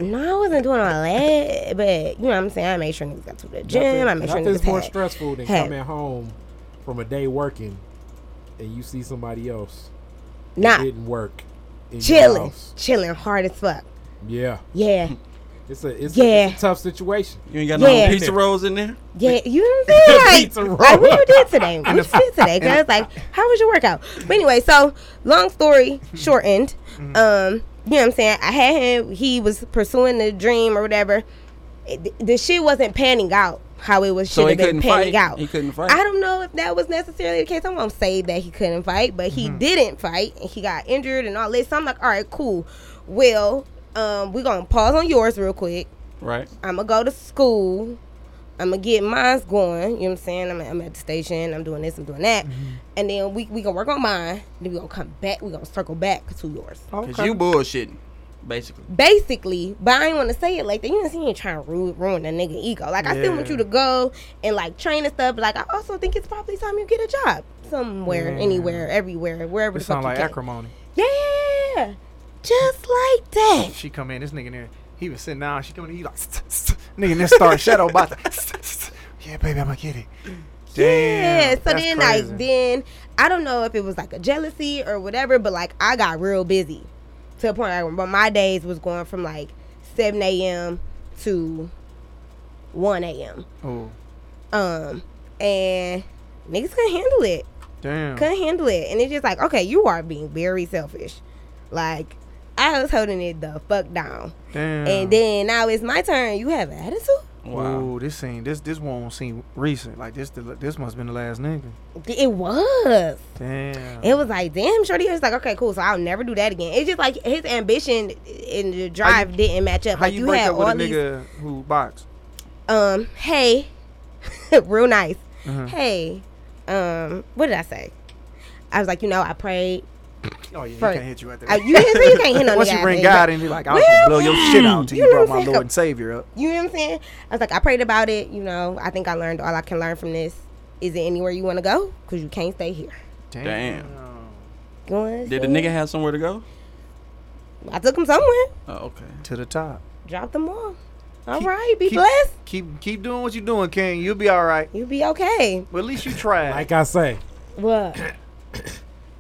[SPEAKER 5] No, I wasn't doing all that. But, you know what I'm saying? I made sure niggas got to the gym. I made sure niggas
[SPEAKER 4] Nothing's more
[SPEAKER 5] had-
[SPEAKER 4] stressful than
[SPEAKER 5] had-
[SPEAKER 4] coming home from a day working and you see somebody else
[SPEAKER 5] Nah,
[SPEAKER 4] didn't work. In Your
[SPEAKER 5] chilling.
[SPEAKER 4] house.
[SPEAKER 5] Chilling hard as fuck.
[SPEAKER 4] Yeah.
[SPEAKER 5] Yeah.
[SPEAKER 4] It's a it's, a,
[SPEAKER 5] Yeah.
[SPEAKER 4] it's a tough situation.
[SPEAKER 3] You ain't got
[SPEAKER 5] Yeah.
[SPEAKER 3] no pizza rolls in there.
[SPEAKER 5] Yeah, you know what I'm saying?
[SPEAKER 4] Pizza
[SPEAKER 5] Like, like
[SPEAKER 4] roll.
[SPEAKER 5] what you did today? What you did today? Cause like, how was your workout? But anyway, so long story
[SPEAKER 3] Hmm.
[SPEAKER 5] shortened. Um, you know what I'm saying? I had him. He was pursuing the dream or whatever. It, the shit wasn't panning out how it was
[SPEAKER 3] So
[SPEAKER 5] should
[SPEAKER 3] he
[SPEAKER 5] have been
[SPEAKER 3] couldn't
[SPEAKER 5] panning
[SPEAKER 3] fight.
[SPEAKER 5] out.
[SPEAKER 3] He couldn't fight.
[SPEAKER 5] I don't know if that was necessarily the case. I won't say that he couldn't fight, but he
[SPEAKER 3] Mm-hmm.
[SPEAKER 5] didn't fight and he got injured and all this. So I'm like, all right, cool. Well, um, we're gonna pause on yours real quick.
[SPEAKER 3] Right.
[SPEAKER 5] I'm gonna go to school. I'm gonna get mine's going. You know what I'm saying? I'm, I'm at the station. I'm doing this. I'm doing that.
[SPEAKER 2] Mm-hmm.
[SPEAKER 5] And then we we gonna work on mine. Then we gonna come back. We gonna circle back to yours.
[SPEAKER 2] Oh.
[SPEAKER 3] Cause you bullshitting, basically.
[SPEAKER 5] Basically, but I ain't want to say it like that. You know, you ain't trying to ruin, ruin the nigga ego. Like I still want
[SPEAKER 2] Yeah.
[SPEAKER 5] you to go and like train and stuff. But like I also think it's probably time you get a job somewhere,
[SPEAKER 2] Yeah.
[SPEAKER 5] anywhere, everywhere, wherever.
[SPEAKER 2] It
[SPEAKER 5] the fuck
[SPEAKER 2] sound
[SPEAKER 5] you
[SPEAKER 2] like
[SPEAKER 5] can.
[SPEAKER 2] acrimony.
[SPEAKER 5] Yeah, yeah, yeah, yeah. just like that.
[SPEAKER 2] She come in, this nigga in there, he was sitting down, she come in, he like, "Tsk, tsk, tsk." nigga, and then start shadow box. like, "Tsk, tsk, tsk." Yeah, baby, I'ma get it. Damn.
[SPEAKER 5] Yeah. So
[SPEAKER 2] that's
[SPEAKER 5] then,
[SPEAKER 2] crazy.
[SPEAKER 5] like, then I don't know if it was like a jealousy or whatever, but like I got real busy to the point like, but my days was going from like 7 a.m. to 1 a.m.
[SPEAKER 2] Oh,
[SPEAKER 5] Um, and niggas couldn't handle it.
[SPEAKER 2] damn.
[SPEAKER 5] Couldn't handle it, and it's just like, okay, you are being very selfish. Like, I was holding it the fuck down,
[SPEAKER 2] Damn.
[SPEAKER 5] and then now it's my turn. You have an attitude.
[SPEAKER 3] Wow.
[SPEAKER 2] Ooh, this scene, this this one seem recent. Like this, the, this must have been the last nigga.
[SPEAKER 5] It was.
[SPEAKER 2] Damn.
[SPEAKER 5] It was like, damn, Shorty. It was like, okay, cool. So I'll never do that again. It's just like his ambition and the drive didn't match up.
[SPEAKER 2] How
[SPEAKER 5] like
[SPEAKER 2] you,
[SPEAKER 5] you,
[SPEAKER 2] break
[SPEAKER 5] had
[SPEAKER 2] up with a
[SPEAKER 5] all these,
[SPEAKER 2] nigga who box?
[SPEAKER 5] um, hey, real nice.
[SPEAKER 2] Uh-huh.
[SPEAKER 5] Hey, um, what did I say? I was like, you know, I prayed.
[SPEAKER 2] Oh yeah,
[SPEAKER 5] First-
[SPEAKER 2] he can't hit you at the.
[SPEAKER 5] I, you didn't say you can't hit no
[SPEAKER 2] Once
[SPEAKER 5] nigga
[SPEAKER 2] you
[SPEAKER 5] out
[SPEAKER 2] bring
[SPEAKER 5] there,
[SPEAKER 2] God
[SPEAKER 5] but-
[SPEAKER 2] in, you like, I was gonna blow your shit out until
[SPEAKER 5] you
[SPEAKER 2] you, brought
[SPEAKER 5] know what I'm
[SPEAKER 2] my
[SPEAKER 5] saying?
[SPEAKER 2] Lord and Savior up.
[SPEAKER 5] You know what I'm saying? I was like, I prayed about it. You know, I think I learned all I can learn from this. Is it anywhere you want to go? Cause you can't stay here.
[SPEAKER 2] Damn.
[SPEAKER 5] You know what I'm
[SPEAKER 3] Did the
[SPEAKER 5] saying?
[SPEAKER 3] nigga have somewhere to go?
[SPEAKER 5] I took him somewhere.
[SPEAKER 3] Oh, okay.
[SPEAKER 2] To the top.
[SPEAKER 5] Dropped them off. All
[SPEAKER 2] Keep-
[SPEAKER 5] right, be
[SPEAKER 2] keep-
[SPEAKER 5] blessed.
[SPEAKER 2] Keep keep doing what you're doing, King. You'll be all right.
[SPEAKER 5] You'll be okay.
[SPEAKER 2] But at least you tried.
[SPEAKER 4] Like I say,
[SPEAKER 5] What?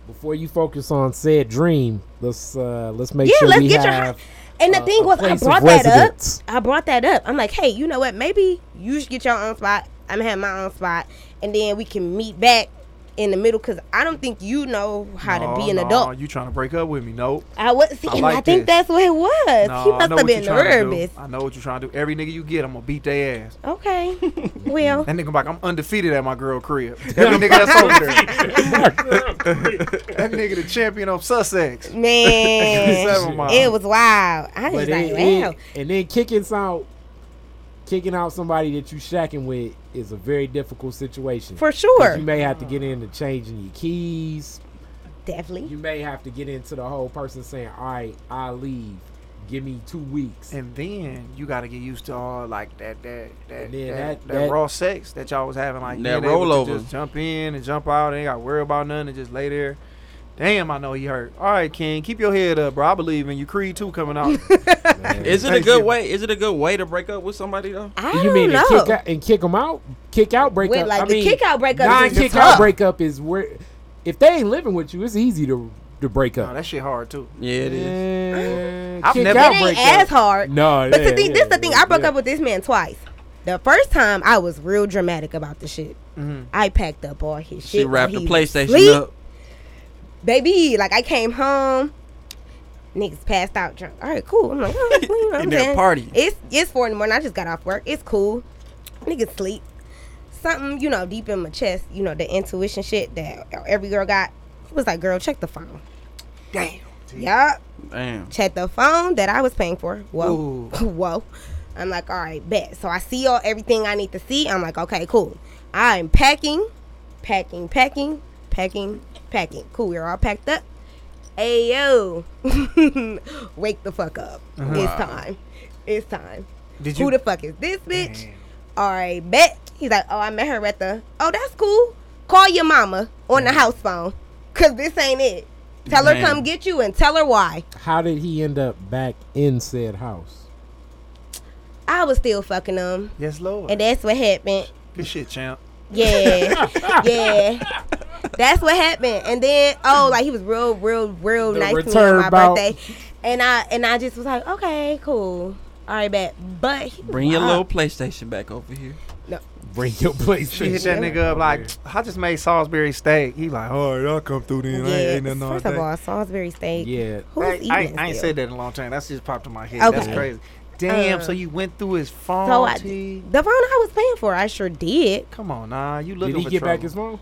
[SPEAKER 4] before you focus on said dream, let's uh let's make
[SPEAKER 5] Yeah,
[SPEAKER 4] sure
[SPEAKER 5] let's
[SPEAKER 4] we
[SPEAKER 5] get your
[SPEAKER 4] have
[SPEAKER 5] And
[SPEAKER 2] Uh,
[SPEAKER 5] the
[SPEAKER 4] a-
[SPEAKER 5] thing
[SPEAKER 4] a
[SPEAKER 5] was, I
[SPEAKER 4] place of
[SPEAKER 5] brought that up.
[SPEAKER 4] residence.
[SPEAKER 5] I brought that up. I'm like, hey, you know what? Maybe you should get your own spot. I'm gonna have my own spot, and then we can meet back in the middle. Cause I don't think you know how
[SPEAKER 2] No,
[SPEAKER 5] to be an
[SPEAKER 2] no,
[SPEAKER 5] adult.
[SPEAKER 2] Oh, You trying to break up with me? Nope.
[SPEAKER 5] I was, see,
[SPEAKER 2] I
[SPEAKER 5] and I
[SPEAKER 2] like
[SPEAKER 5] think
[SPEAKER 2] this.
[SPEAKER 5] that's what it was.
[SPEAKER 2] No,
[SPEAKER 5] he
[SPEAKER 2] I know
[SPEAKER 5] must have
[SPEAKER 2] what
[SPEAKER 5] been
[SPEAKER 2] you trying to do.
[SPEAKER 5] nervous.
[SPEAKER 2] I know what you're trying to do. Every nigga you get, I'm gonna beat their ass.
[SPEAKER 5] Okay, well,
[SPEAKER 2] That nigga like, I'm undefeated at my girl crib. Every nigga that's over there. that nigga the champion of Sussex.
[SPEAKER 5] man,
[SPEAKER 2] Seven miles.
[SPEAKER 5] it was wild. I was
[SPEAKER 4] But
[SPEAKER 5] like,
[SPEAKER 4] it- it-
[SPEAKER 5] wow.
[SPEAKER 4] and then kicking out, kicking out somebody that you shacking with is a very difficult situation.
[SPEAKER 5] For
[SPEAKER 4] 'Cause
[SPEAKER 5] sure,
[SPEAKER 4] you may have to get into changing your keys.
[SPEAKER 5] definitely.
[SPEAKER 4] You may have to get into the whole person saying, "All right, I leave. Give me two weeks."
[SPEAKER 2] And then you gotta get used to all like that that that that,
[SPEAKER 4] And then
[SPEAKER 2] that,
[SPEAKER 4] that- that-
[SPEAKER 2] raw sex that y'all was having like
[SPEAKER 3] That
[SPEAKER 2] being able to
[SPEAKER 3] rollover.
[SPEAKER 2] Just jump in and jump out. Ain't gotta worry about nothing and just lay there. Damn, I know he hurt. All right, King, keep your head up, bro. I believe in you. Creed two coming out.
[SPEAKER 4] man.
[SPEAKER 3] Is it a
[SPEAKER 2] Thank
[SPEAKER 3] good
[SPEAKER 2] you.
[SPEAKER 3] way? Is it a good way to break up with somebody though?
[SPEAKER 5] I
[SPEAKER 4] you
[SPEAKER 5] don't
[SPEAKER 4] mean
[SPEAKER 5] know.
[SPEAKER 4] and kick out and kick them out? Kick out breakup.
[SPEAKER 5] With, like,
[SPEAKER 4] I
[SPEAKER 5] the
[SPEAKER 4] mean,
[SPEAKER 5] kick out breakup is
[SPEAKER 4] Non
[SPEAKER 5] just
[SPEAKER 4] kick
[SPEAKER 5] tough.
[SPEAKER 4] out breakup is where if they ain't living with you, it's easy to to break
[SPEAKER 2] No,
[SPEAKER 4] up.
[SPEAKER 2] that shit hard too.
[SPEAKER 3] Yeah, it is.
[SPEAKER 4] Eh,
[SPEAKER 2] I've
[SPEAKER 4] kick
[SPEAKER 2] never-
[SPEAKER 4] out
[SPEAKER 5] it ain't
[SPEAKER 4] break
[SPEAKER 5] as
[SPEAKER 4] up.
[SPEAKER 5] hard.
[SPEAKER 4] No,
[SPEAKER 5] But
[SPEAKER 4] yeah,
[SPEAKER 5] the thing, this
[SPEAKER 4] yeah,
[SPEAKER 5] the thing. I broke
[SPEAKER 4] yeah.
[SPEAKER 5] up with this man twice. The first time I was real dramatic about the shit. I packed up all his shit.
[SPEAKER 3] Mm-hmm. She wrapped the
[SPEAKER 5] while he
[SPEAKER 3] PlayStation
[SPEAKER 5] sleep.
[SPEAKER 3] up.
[SPEAKER 5] baby. Like I came home, niggas passed out drunk. All right, cool. I'm like, all right, cool. You know what
[SPEAKER 3] In
[SPEAKER 5] I'm
[SPEAKER 3] their
[SPEAKER 5] saying?
[SPEAKER 3] party.
[SPEAKER 5] It's it's four in the morning. I just got off work. It's cool. Niggas sleep. Something you know deep in my chest. You know the intuition shit that every girl got. It was like, girl, check the phone. Damn. Yup.
[SPEAKER 3] Damn.
[SPEAKER 5] Check the phone that I was paying for. Whoa.
[SPEAKER 2] Ooh.
[SPEAKER 5] Whoa. I'm like, all right, bet. So I see all everything I need to see. I'm like, okay, cool. I'm packing, packing, packing, packing, packing. Cool, we're all packed up. Ayo. Wake the fuck up. It's time. It's time.
[SPEAKER 2] Uh-huh. Did
[SPEAKER 5] Who
[SPEAKER 2] you?
[SPEAKER 5] the fuck is this bitch?
[SPEAKER 2] Damn.
[SPEAKER 5] All right, bet. He's like, oh, I met her at the. Oh, that's cool. Call your mama on the house phone, cause this ain't it. Tell her
[SPEAKER 3] Damn.
[SPEAKER 5] come get you and tell her why.
[SPEAKER 4] How did he end up back in said house?
[SPEAKER 5] I was still fucking him,
[SPEAKER 2] yes, Lord.
[SPEAKER 5] and that's what happened.
[SPEAKER 2] Good shit, champ.
[SPEAKER 5] Yeah, yeah. That's what happened. And then, oh, like he was real, real, real
[SPEAKER 4] The
[SPEAKER 5] nice to me on
[SPEAKER 4] return
[SPEAKER 5] my
[SPEAKER 4] bout.
[SPEAKER 5] birthday, and I and I just was like, okay, cool, all right, bet. But he was
[SPEAKER 3] Bring your
[SPEAKER 5] wild.
[SPEAKER 3] little PlayStation back over here.
[SPEAKER 4] Bring your PlayStation.
[SPEAKER 2] She hit that nigga up like, I just made Salisbury steak. He like, "Oh, all right, I'll come through then. I ain't ate
[SPEAKER 5] Yeah.
[SPEAKER 2] nothing all
[SPEAKER 5] First of
[SPEAKER 2] day."
[SPEAKER 5] all, Salisbury steak.
[SPEAKER 4] Yeah.
[SPEAKER 5] Who's
[SPEAKER 2] I,
[SPEAKER 5] eating
[SPEAKER 2] I,
[SPEAKER 5] this
[SPEAKER 2] I ain't
[SPEAKER 5] still?
[SPEAKER 2] said that in a long time. That's just popped in my head. That's
[SPEAKER 5] Okay.
[SPEAKER 2] crazy. Damn.
[SPEAKER 5] Uh,
[SPEAKER 2] so you went through his phone.
[SPEAKER 5] So I,
[SPEAKER 2] T?
[SPEAKER 5] the phone I was paying for, I sure did.
[SPEAKER 2] Come on, nah. You
[SPEAKER 4] Did
[SPEAKER 2] looking
[SPEAKER 4] he
[SPEAKER 2] for
[SPEAKER 4] get
[SPEAKER 2] trouble.
[SPEAKER 4] back his phone?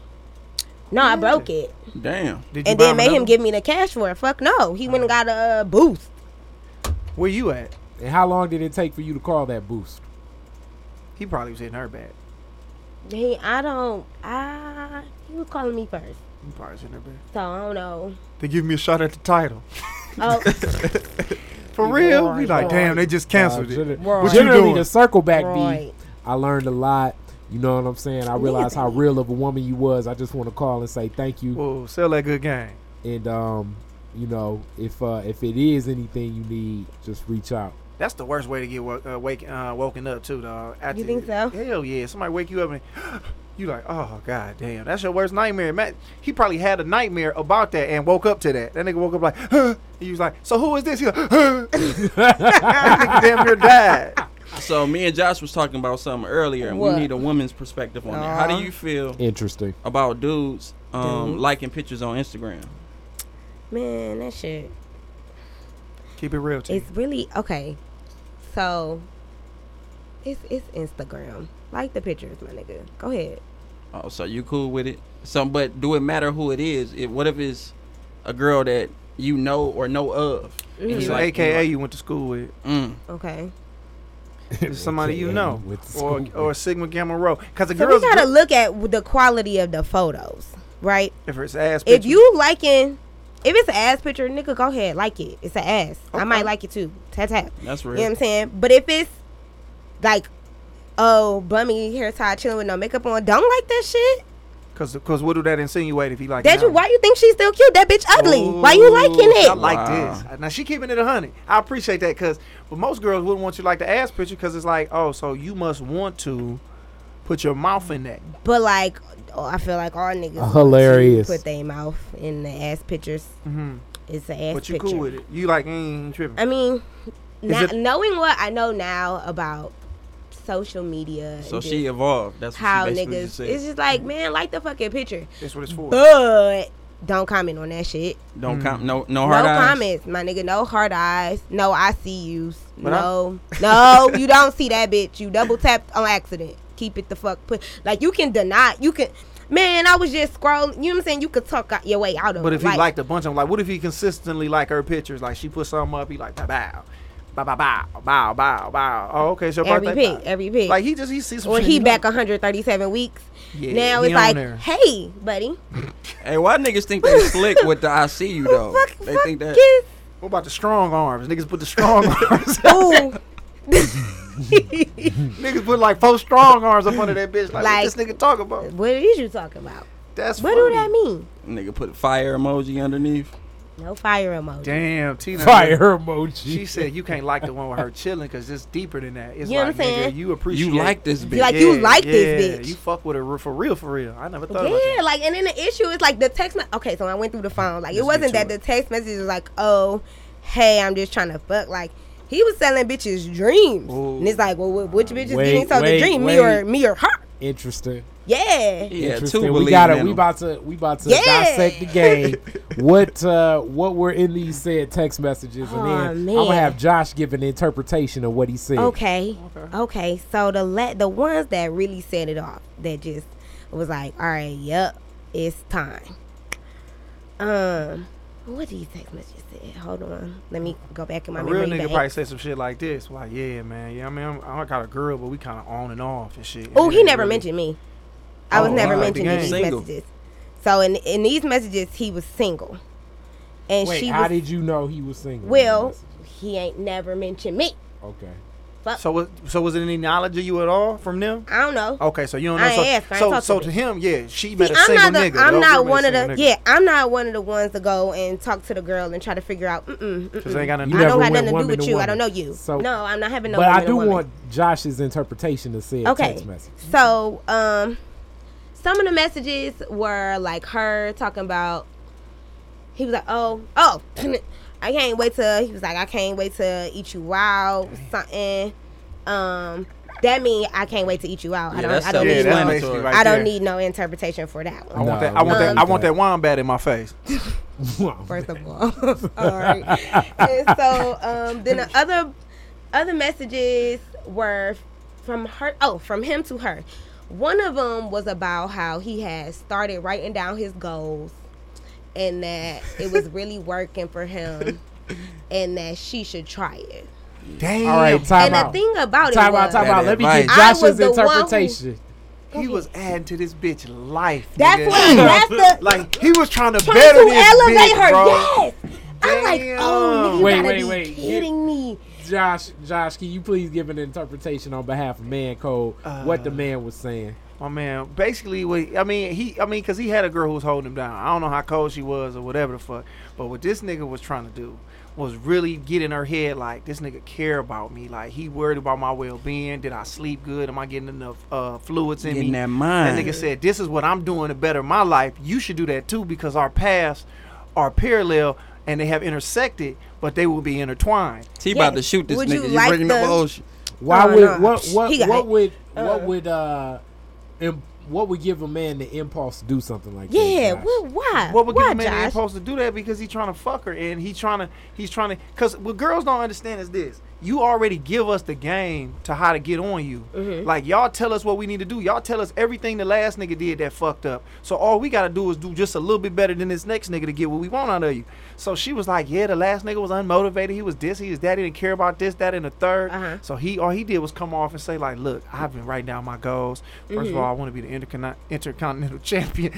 [SPEAKER 5] No, I broke it,
[SPEAKER 3] Damn.
[SPEAKER 2] Did you
[SPEAKER 5] and
[SPEAKER 2] buy
[SPEAKER 5] then made him
[SPEAKER 2] another? Oh.
[SPEAKER 5] give me the cash for it. Fuck no, he went and got a uh, boost.
[SPEAKER 2] Where you at?
[SPEAKER 4] And how long did it take for you to call that boost?
[SPEAKER 2] He probably was hitting her back.
[SPEAKER 5] He, I don't. I he was calling me first,
[SPEAKER 2] He probably was hitting her back.
[SPEAKER 5] so I don't know.
[SPEAKER 2] They give me a shot at the title.
[SPEAKER 5] Oh,
[SPEAKER 2] For real? We like, damn, they just canceled
[SPEAKER 4] Uh,
[SPEAKER 2] it.
[SPEAKER 4] gener-
[SPEAKER 5] Right. What you
[SPEAKER 4] generally,
[SPEAKER 2] doing?
[SPEAKER 4] the circle back
[SPEAKER 5] Right.
[SPEAKER 4] be. I learned a lot. You know what I'm saying? I realized how
[SPEAKER 5] baby.
[SPEAKER 4] real of a woman you was. I just want to call and say thank you.
[SPEAKER 2] Whoa, sell that good game.
[SPEAKER 4] and um, you know, if uh, if it is anything you need, just reach out.
[SPEAKER 2] That's the worst way to get wo- uh, wake, uh, woken up too, dog. After,
[SPEAKER 5] You think so?
[SPEAKER 2] Hell yeah! Somebody wake you up and you like, oh god damn, that's your worst nightmare. Matt, he probably had a nightmare about that and woke up to that. That nigga woke up like, huh? He was like, so who is this? He like, huh? That nigga damn near died.
[SPEAKER 3] So me and Josh was talking about something earlier, and
[SPEAKER 5] What?
[SPEAKER 3] we need a woman's perspective on that. How do
[SPEAKER 5] Aw.
[SPEAKER 3] you feel
[SPEAKER 4] Interesting.
[SPEAKER 3] about dudes um,
[SPEAKER 5] Dudes.
[SPEAKER 3] liking pictures on Instagram?
[SPEAKER 5] man, that shit.
[SPEAKER 2] Keep it real, T.
[SPEAKER 5] It's really okay. So, it's it's Instagram. Like the pictures, my nigga. Go ahead.
[SPEAKER 3] Oh, so you cool with it? So, but do it matter who it is? If what if it's a girl that you know or know of? And
[SPEAKER 2] It's an
[SPEAKER 3] you
[SPEAKER 5] Mm-hmm.
[SPEAKER 3] like-
[SPEAKER 2] AKA
[SPEAKER 3] you
[SPEAKER 2] you went to school with.
[SPEAKER 3] like, mm,
[SPEAKER 5] Okay.
[SPEAKER 2] It's somebody you know,
[SPEAKER 4] With the
[SPEAKER 2] or
[SPEAKER 4] school.
[SPEAKER 2] or Sigma Gamma Rho. Because the
[SPEAKER 5] So we
[SPEAKER 2] girls,
[SPEAKER 5] gotta look at the quality of the photos, right?
[SPEAKER 2] if it's ass,
[SPEAKER 5] If
[SPEAKER 2] pictures-
[SPEAKER 5] you liking, if it's an ass picture, nigga, go ahead, like it. It's an ass. I
[SPEAKER 2] Okay.
[SPEAKER 5] might like it too. Tap tap.
[SPEAKER 3] that's
[SPEAKER 5] You
[SPEAKER 3] real.
[SPEAKER 5] know what I'm saying? But if it's like, oh, bummy hair tie, chilling with no makeup on, don't like that shit.
[SPEAKER 2] Cause, cause what do that insinuate if he like?
[SPEAKER 5] That
[SPEAKER 2] it
[SPEAKER 5] you,
[SPEAKER 2] now?
[SPEAKER 5] why you think she's still cute? That bitch ugly. why you
[SPEAKER 2] Ooh,
[SPEAKER 5] liking
[SPEAKER 2] I
[SPEAKER 5] it?
[SPEAKER 2] like
[SPEAKER 3] Wow.
[SPEAKER 2] this. Uh, Now she keeping it a hundred. I appreciate that because, but most girls wouldn't want you to like the ass picture because it's like, oh, so you must want to put your mouth in that.
[SPEAKER 5] But like, oh, I feel like all niggas want to
[SPEAKER 4] Hilarious.
[SPEAKER 5] put their mouth in the ass pictures.
[SPEAKER 2] Mm-hmm.
[SPEAKER 5] It's an ass
[SPEAKER 2] But you
[SPEAKER 5] picture. Uh,
[SPEAKER 2] cool with it. You like mm, tripping.
[SPEAKER 5] I mean, now,
[SPEAKER 2] it-
[SPEAKER 5] knowing what I know now about social media, and
[SPEAKER 3] so
[SPEAKER 5] just
[SPEAKER 3] she evolved. That's what
[SPEAKER 5] how
[SPEAKER 3] she basically
[SPEAKER 5] niggas,
[SPEAKER 3] just said.
[SPEAKER 5] it's just like, man, like the fucking picture,
[SPEAKER 2] That's what it's for.
[SPEAKER 5] but don't comment on that shit.
[SPEAKER 3] Don't com- no no hard
[SPEAKER 5] no
[SPEAKER 3] eyes.
[SPEAKER 5] comments, my nigga. No hard eyes. No, I see yous.
[SPEAKER 2] But
[SPEAKER 5] no, no, you don't see that bitch. You double tapped on accident. Keep it the fuck put. Like you can deny. You can. Man, I was just scrolling. You know what I'm saying? You could talk out your way out of.
[SPEAKER 2] But if
[SPEAKER 5] it.
[SPEAKER 2] he liked a bunch of them, like what if he consistently like her pictures? Like she put something up, he like bow bow bow bow bow bow bow bow. Oh, okay, so
[SPEAKER 5] every
[SPEAKER 2] birthday.
[SPEAKER 5] pick,
[SPEAKER 2] Bow.
[SPEAKER 5] every pick,
[SPEAKER 2] Like he just he sees. some
[SPEAKER 5] or
[SPEAKER 2] shit
[SPEAKER 5] he
[SPEAKER 2] like,
[SPEAKER 5] back 137 weeks.
[SPEAKER 2] Yeah,
[SPEAKER 5] now
[SPEAKER 2] he
[SPEAKER 5] it's
[SPEAKER 2] on
[SPEAKER 5] like,
[SPEAKER 2] there.
[SPEAKER 5] hey, buddy,
[SPEAKER 3] Hey, why niggas think they slick with the I see you though?
[SPEAKER 5] fuck,
[SPEAKER 3] they
[SPEAKER 5] fuck
[SPEAKER 3] think that
[SPEAKER 5] kiss.
[SPEAKER 2] What about the strong arms? Niggas put the strong arms.
[SPEAKER 5] Ooh,
[SPEAKER 2] Niggas put like four strong arms up under that bitch. Like,
[SPEAKER 5] Like-
[SPEAKER 2] what this nigga talk about.
[SPEAKER 5] what is you talking about?
[SPEAKER 2] That's
[SPEAKER 5] What
[SPEAKER 2] funny.
[SPEAKER 5] do that mean?
[SPEAKER 3] nigga put fire emoji underneath.
[SPEAKER 5] No fire emoji.
[SPEAKER 2] Damn, Tina.
[SPEAKER 4] Fire emoji.
[SPEAKER 2] She said you can't like the one with her chilling because it's deeper than that. It's
[SPEAKER 5] You know
[SPEAKER 2] like,
[SPEAKER 5] what I'm saying?
[SPEAKER 2] nigga, you appreciate.
[SPEAKER 3] You like this bitch.
[SPEAKER 5] Like, you like this bitch.
[SPEAKER 2] You fuck with her re- for real, for real. I never thought about
[SPEAKER 5] Yeah,
[SPEAKER 2] that.
[SPEAKER 5] like, and then the issue is like the text. Me- okay, so I went through the phone. Like, it
[SPEAKER 2] Let's
[SPEAKER 5] wasn't
[SPEAKER 2] get
[SPEAKER 5] that
[SPEAKER 2] to
[SPEAKER 5] the text message was like, "Oh, hey, I'm just trying to fuck." Like, he was selling bitches dreams,
[SPEAKER 2] Ooh.
[SPEAKER 5] and it's like, well, wh- which bitch is
[SPEAKER 4] Wait,
[SPEAKER 5] getting sold
[SPEAKER 4] wait,
[SPEAKER 5] the dream?
[SPEAKER 4] wait.
[SPEAKER 5] Me or me or her?
[SPEAKER 4] Interesting.
[SPEAKER 5] Yeah.
[SPEAKER 3] yeah, two
[SPEAKER 4] Interesting.
[SPEAKER 3] believe
[SPEAKER 4] We gotta.
[SPEAKER 3] in
[SPEAKER 4] We
[SPEAKER 3] them.
[SPEAKER 4] about to. We about to
[SPEAKER 5] Yeah.
[SPEAKER 4] dissect the game. what uh, what were in these said text messages, and
[SPEAKER 5] Aw,
[SPEAKER 4] then I'm
[SPEAKER 5] man.
[SPEAKER 4] gonna have Josh give an interpretation of what he said.
[SPEAKER 5] Okay. Okay. So the le- the ones that really set it off, that just was like, all right, yep, it's time. Um, what did he text messages say? Hold on, let me go back in my
[SPEAKER 2] A
[SPEAKER 5] memory
[SPEAKER 2] real nigga
[SPEAKER 5] bank.
[SPEAKER 2] probably say some shit like this. Like, yeah, man. Yeah, I mean, I'm, I got a girl, but we kind of on and off and shit.
[SPEAKER 5] Oh, he
[SPEAKER 2] Yeah,
[SPEAKER 5] never
[SPEAKER 2] really.
[SPEAKER 5] mentioned me. I was
[SPEAKER 2] Oh,
[SPEAKER 5] never
[SPEAKER 2] wow.
[SPEAKER 5] mentioned in
[SPEAKER 2] Dang.
[SPEAKER 5] these
[SPEAKER 3] Single.
[SPEAKER 5] messages. So in in these messages, he was single, and
[SPEAKER 4] Wait,
[SPEAKER 5] she
[SPEAKER 4] how
[SPEAKER 5] was
[SPEAKER 4] did you know he was single?
[SPEAKER 5] well. He ain't never mentioned me.
[SPEAKER 4] Okay.
[SPEAKER 2] So, was, so was it any knowledge of you at all from them?
[SPEAKER 5] I don't know.
[SPEAKER 4] Oh,
[SPEAKER 2] Okay, so you don't
[SPEAKER 5] I
[SPEAKER 2] know. So,
[SPEAKER 5] ain't asked. I ain't
[SPEAKER 2] so,
[SPEAKER 5] talked to
[SPEAKER 2] so
[SPEAKER 5] me.
[SPEAKER 2] to him, yeah, she
[SPEAKER 5] See,
[SPEAKER 2] met a
[SPEAKER 5] I'm
[SPEAKER 2] single
[SPEAKER 5] not the
[SPEAKER 2] nigga.
[SPEAKER 5] I'm
[SPEAKER 2] though.
[SPEAKER 5] not
[SPEAKER 2] We met a
[SPEAKER 5] one of the
[SPEAKER 2] single nigga.
[SPEAKER 5] yeah I'm not one of the ones to go and talk to the girl and try to figure out. Mm-mm, mm-mm.
[SPEAKER 2] 'Cause they ain't got nothing
[SPEAKER 4] You
[SPEAKER 2] to do
[SPEAKER 4] never
[SPEAKER 5] I don't
[SPEAKER 2] with
[SPEAKER 4] went
[SPEAKER 5] got nothing to do
[SPEAKER 4] woman
[SPEAKER 5] with
[SPEAKER 4] to
[SPEAKER 5] you. I don't know
[SPEAKER 4] woman.
[SPEAKER 5] you.
[SPEAKER 4] So-
[SPEAKER 5] no, I'm not having no.
[SPEAKER 4] but
[SPEAKER 5] woman
[SPEAKER 4] I
[SPEAKER 5] to
[SPEAKER 4] do
[SPEAKER 5] woman.
[SPEAKER 4] want Josh's interpretation of said
[SPEAKER 5] okay.
[SPEAKER 4] text message.
[SPEAKER 5] So, um, some of the messages were like her talking about. He was like, "Oh, oh, I can't wait to." He was like, "I can't wait to eat you out." Something. Um, that mean I can't wait to eat you out. I
[SPEAKER 3] Yeah,
[SPEAKER 5] don't.
[SPEAKER 3] that's
[SPEAKER 5] I don't
[SPEAKER 3] the-
[SPEAKER 2] Yeah,
[SPEAKER 5] need.
[SPEAKER 2] that's
[SPEAKER 5] no,
[SPEAKER 3] Explanatory.
[SPEAKER 2] basically right
[SPEAKER 5] I don't
[SPEAKER 2] there.
[SPEAKER 5] need no interpretation for that
[SPEAKER 2] I
[SPEAKER 5] one.
[SPEAKER 2] want
[SPEAKER 4] No,
[SPEAKER 2] that. I want
[SPEAKER 5] we
[SPEAKER 2] that.
[SPEAKER 5] don't
[SPEAKER 2] I
[SPEAKER 5] need
[SPEAKER 2] want that wine bat in my face.
[SPEAKER 5] First of all, sorry. and so um, then the other other messages were from her. Oh, from him to her. One of them was about how he had started writing down his goals, and that it was really working for him, and that she should try it.
[SPEAKER 2] Damn.
[SPEAKER 4] All right, time
[SPEAKER 5] and
[SPEAKER 4] out.
[SPEAKER 5] the thing about
[SPEAKER 4] time
[SPEAKER 5] it
[SPEAKER 4] out.
[SPEAKER 5] was
[SPEAKER 4] Time out. Let me get
[SPEAKER 3] advice.
[SPEAKER 5] I was
[SPEAKER 4] Josh's
[SPEAKER 5] the one who-
[SPEAKER 4] interpretation.
[SPEAKER 2] He was adding to this bitch life.
[SPEAKER 5] that's
[SPEAKER 2] nigga.
[SPEAKER 5] what that's the
[SPEAKER 2] Like he was trying to
[SPEAKER 5] trying
[SPEAKER 2] better
[SPEAKER 5] to
[SPEAKER 2] this
[SPEAKER 5] elevate
[SPEAKER 2] bitch,
[SPEAKER 5] her.
[SPEAKER 2] bro.
[SPEAKER 5] Yes. I'm like, oh, nigga, you
[SPEAKER 4] Wait,
[SPEAKER 5] gotta
[SPEAKER 4] wait,
[SPEAKER 5] be
[SPEAKER 4] wait.
[SPEAKER 5] kidding me.
[SPEAKER 4] Josh, Josh, can you please give an interpretation on behalf of Man Code what the man was saying?
[SPEAKER 2] My man, basically, what I mean, he, I mean, cause he had a girl who was holding him down. I don't know how cold she was or whatever the fuck, but what this nigga was trying to do was really get in her head like this nigga care about me, like he worried about my well being. Did I sleep good? Am I getting enough uh, fluids in
[SPEAKER 3] Getting
[SPEAKER 2] me?
[SPEAKER 3] that mind.
[SPEAKER 2] That nigga said, "This is what I'm doing to better my life. You should do that too because our paths are parallel and they have intersected, but they will be intertwined."
[SPEAKER 3] He about to
[SPEAKER 5] Yes.
[SPEAKER 3] shoot this
[SPEAKER 5] Would
[SPEAKER 3] nigga.
[SPEAKER 5] you
[SPEAKER 3] You,
[SPEAKER 5] like
[SPEAKER 3] bringing up
[SPEAKER 5] the-
[SPEAKER 3] old shit.
[SPEAKER 4] Why
[SPEAKER 5] No,
[SPEAKER 4] would
[SPEAKER 5] no.
[SPEAKER 4] what what
[SPEAKER 5] He got
[SPEAKER 4] what
[SPEAKER 5] it.
[SPEAKER 4] would what would uh imp, what would give a man the impulse to do something like that?
[SPEAKER 5] Yeah,
[SPEAKER 4] Josh?
[SPEAKER 5] well, why?
[SPEAKER 2] What would
[SPEAKER 5] why,
[SPEAKER 2] give a man the
[SPEAKER 5] Josh?
[SPEAKER 2] impulse to do that? Because he's trying to fuck her, and he's trying to he's trying to. Because what girls don't understand is this: you already give us the game to how to get on you.
[SPEAKER 5] Mm-hmm.
[SPEAKER 2] Like y'all tell us what we need to do. Y'all tell us everything the last nigga did that fucked up. So all we gotta do is do just a little bit better than this next nigga to get what we want out of you. So she was like, "Yeah, the last nigga was unmotivated. He was this, he was that. He didn't care about this, that, and the 3rd
[SPEAKER 5] Uh-huh.
[SPEAKER 2] So he all he did was come off and say like, "Look, I've been writing down my goals. 1st
[SPEAKER 5] Mm-hmm.
[SPEAKER 2] of all, I want to be the intercon- intercontinental champion."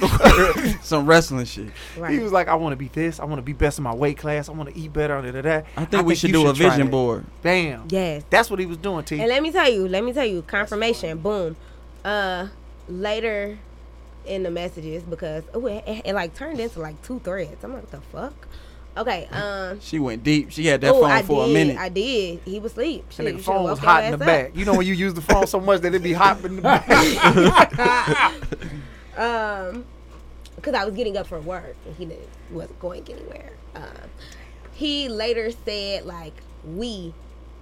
[SPEAKER 3] Some wrestling shit.
[SPEAKER 2] He was like, I want to be this. I want to be best in my weight class. I want to eat better. Da, da, da.
[SPEAKER 3] I think we should
[SPEAKER 2] you
[SPEAKER 3] do a
[SPEAKER 2] try
[SPEAKER 3] vision
[SPEAKER 2] that."
[SPEAKER 3] board.
[SPEAKER 2] Damn.
[SPEAKER 5] Yes.
[SPEAKER 2] That's what he was doing, T.
[SPEAKER 5] And let me tell you, let me tell you, confirmation, boom. Uh, later in the messages because oh, it, it, it, like turned into like two threads. I'm like, what the fuck? Okay. Um.
[SPEAKER 3] She went deep. She had that
[SPEAKER 5] Oh,
[SPEAKER 3] phone
[SPEAKER 5] I
[SPEAKER 3] for
[SPEAKER 5] did.
[SPEAKER 3] a minute.
[SPEAKER 5] I did. He was asleep.
[SPEAKER 2] That
[SPEAKER 5] Shit,
[SPEAKER 2] nigga
[SPEAKER 5] you
[SPEAKER 2] phone
[SPEAKER 5] shoulda
[SPEAKER 2] was
[SPEAKER 5] woke your
[SPEAKER 2] hot in the
[SPEAKER 5] ass up.
[SPEAKER 2] back. You know when you use the phone so much that it be hot in the back.
[SPEAKER 5] um, because I was getting up for work and he didn't, wasn't going anywhere. Um, he later said like, we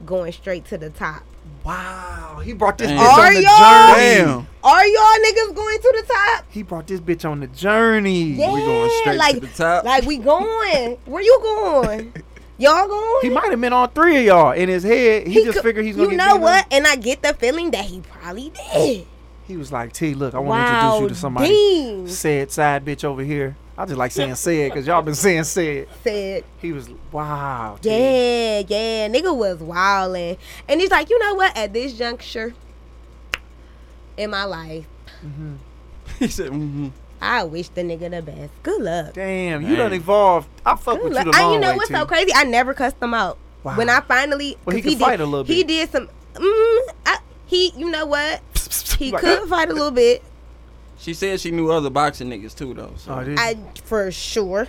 [SPEAKER 5] going straight to the top.
[SPEAKER 2] wow. He brought this
[SPEAKER 3] Damn.
[SPEAKER 2] bitch
[SPEAKER 5] Are
[SPEAKER 2] on the
[SPEAKER 5] y'all-
[SPEAKER 2] journey.
[SPEAKER 3] Damn.
[SPEAKER 5] Are y'all niggas going to the top?
[SPEAKER 2] He brought this bitch on the journey.
[SPEAKER 5] Yeah,
[SPEAKER 3] We going straight to
[SPEAKER 5] like,
[SPEAKER 3] the top.
[SPEAKER 5] Like we going. Where you going? Y'all going?
[SPEAKER 2] He might have been on three of y'all in his head. He, just
[SPEAKER 5] could-
[SPEAKER 2] figured he's gonna get
[SPEAKER 5] You know
[SPEAKER 2] beat up.
[SPEAKER 5] what? And I get the feeling that he probably did.
[SPEAKER 2] He was like, T, look, I want to
[SPEAKER 5] Wow,
[SPEAKER 2] introduce you to somebody.
[SPEAKER 5] Dean
[SPEAKER 2] Said side bitch over here. I just like saying said because y'all been saying said.
[SPEAKER 5] said,
[SPEAKER 2] He was wow. T.
[SPEAKER 5] "Yeah, yeah, nigga was wildin'." And he's like, "You know what? At this juncture in my life,
[SPEAKER 3] he said, mm-hmm.
[SPEAKER 5] I wish the nigga the best. Good luck.
[SPEAKER 2] Damn, you
[SPEAKER 3] Damn.
[SPEAKER 2] done evolved. I fuck
[SPEAKER 5] Good
[SPEAKER 2] with you
[SPEAKER 5] luck.
[SPEAKER 2] the
[SPEAKER 5] And
[SPEAKER 2] long
[SPEAKER 5] you know
[SPEAKER 2] way,
[SPEAKER 5] what's
[SPEAKER 2] T.
[SPEAKER 5] so crazy? I never cussed him out.
[SPEAKER 2] Wow.
[SPEAKER 5] When I finally,
[SPEAKER 2] Well, he
[SPEAKER 5] 'cause
[SPEAKER 2] could fight
[SPEAKER 5] did,
[SPEAKER 2] a little
[SPEAKER 5] He
[SPEAKER 2] bit.
[SPEAKER 5] did some. Mm, I, he, you know what? He
[SPEAKER 2] Like-
[SPEAKER 5] could fight a little bit.
[SPEAKER 3] She said she knew other boxing niggas too, though. So.
[SPEAKER 2] Oh, this-
[SPEAKER 5] I for sure.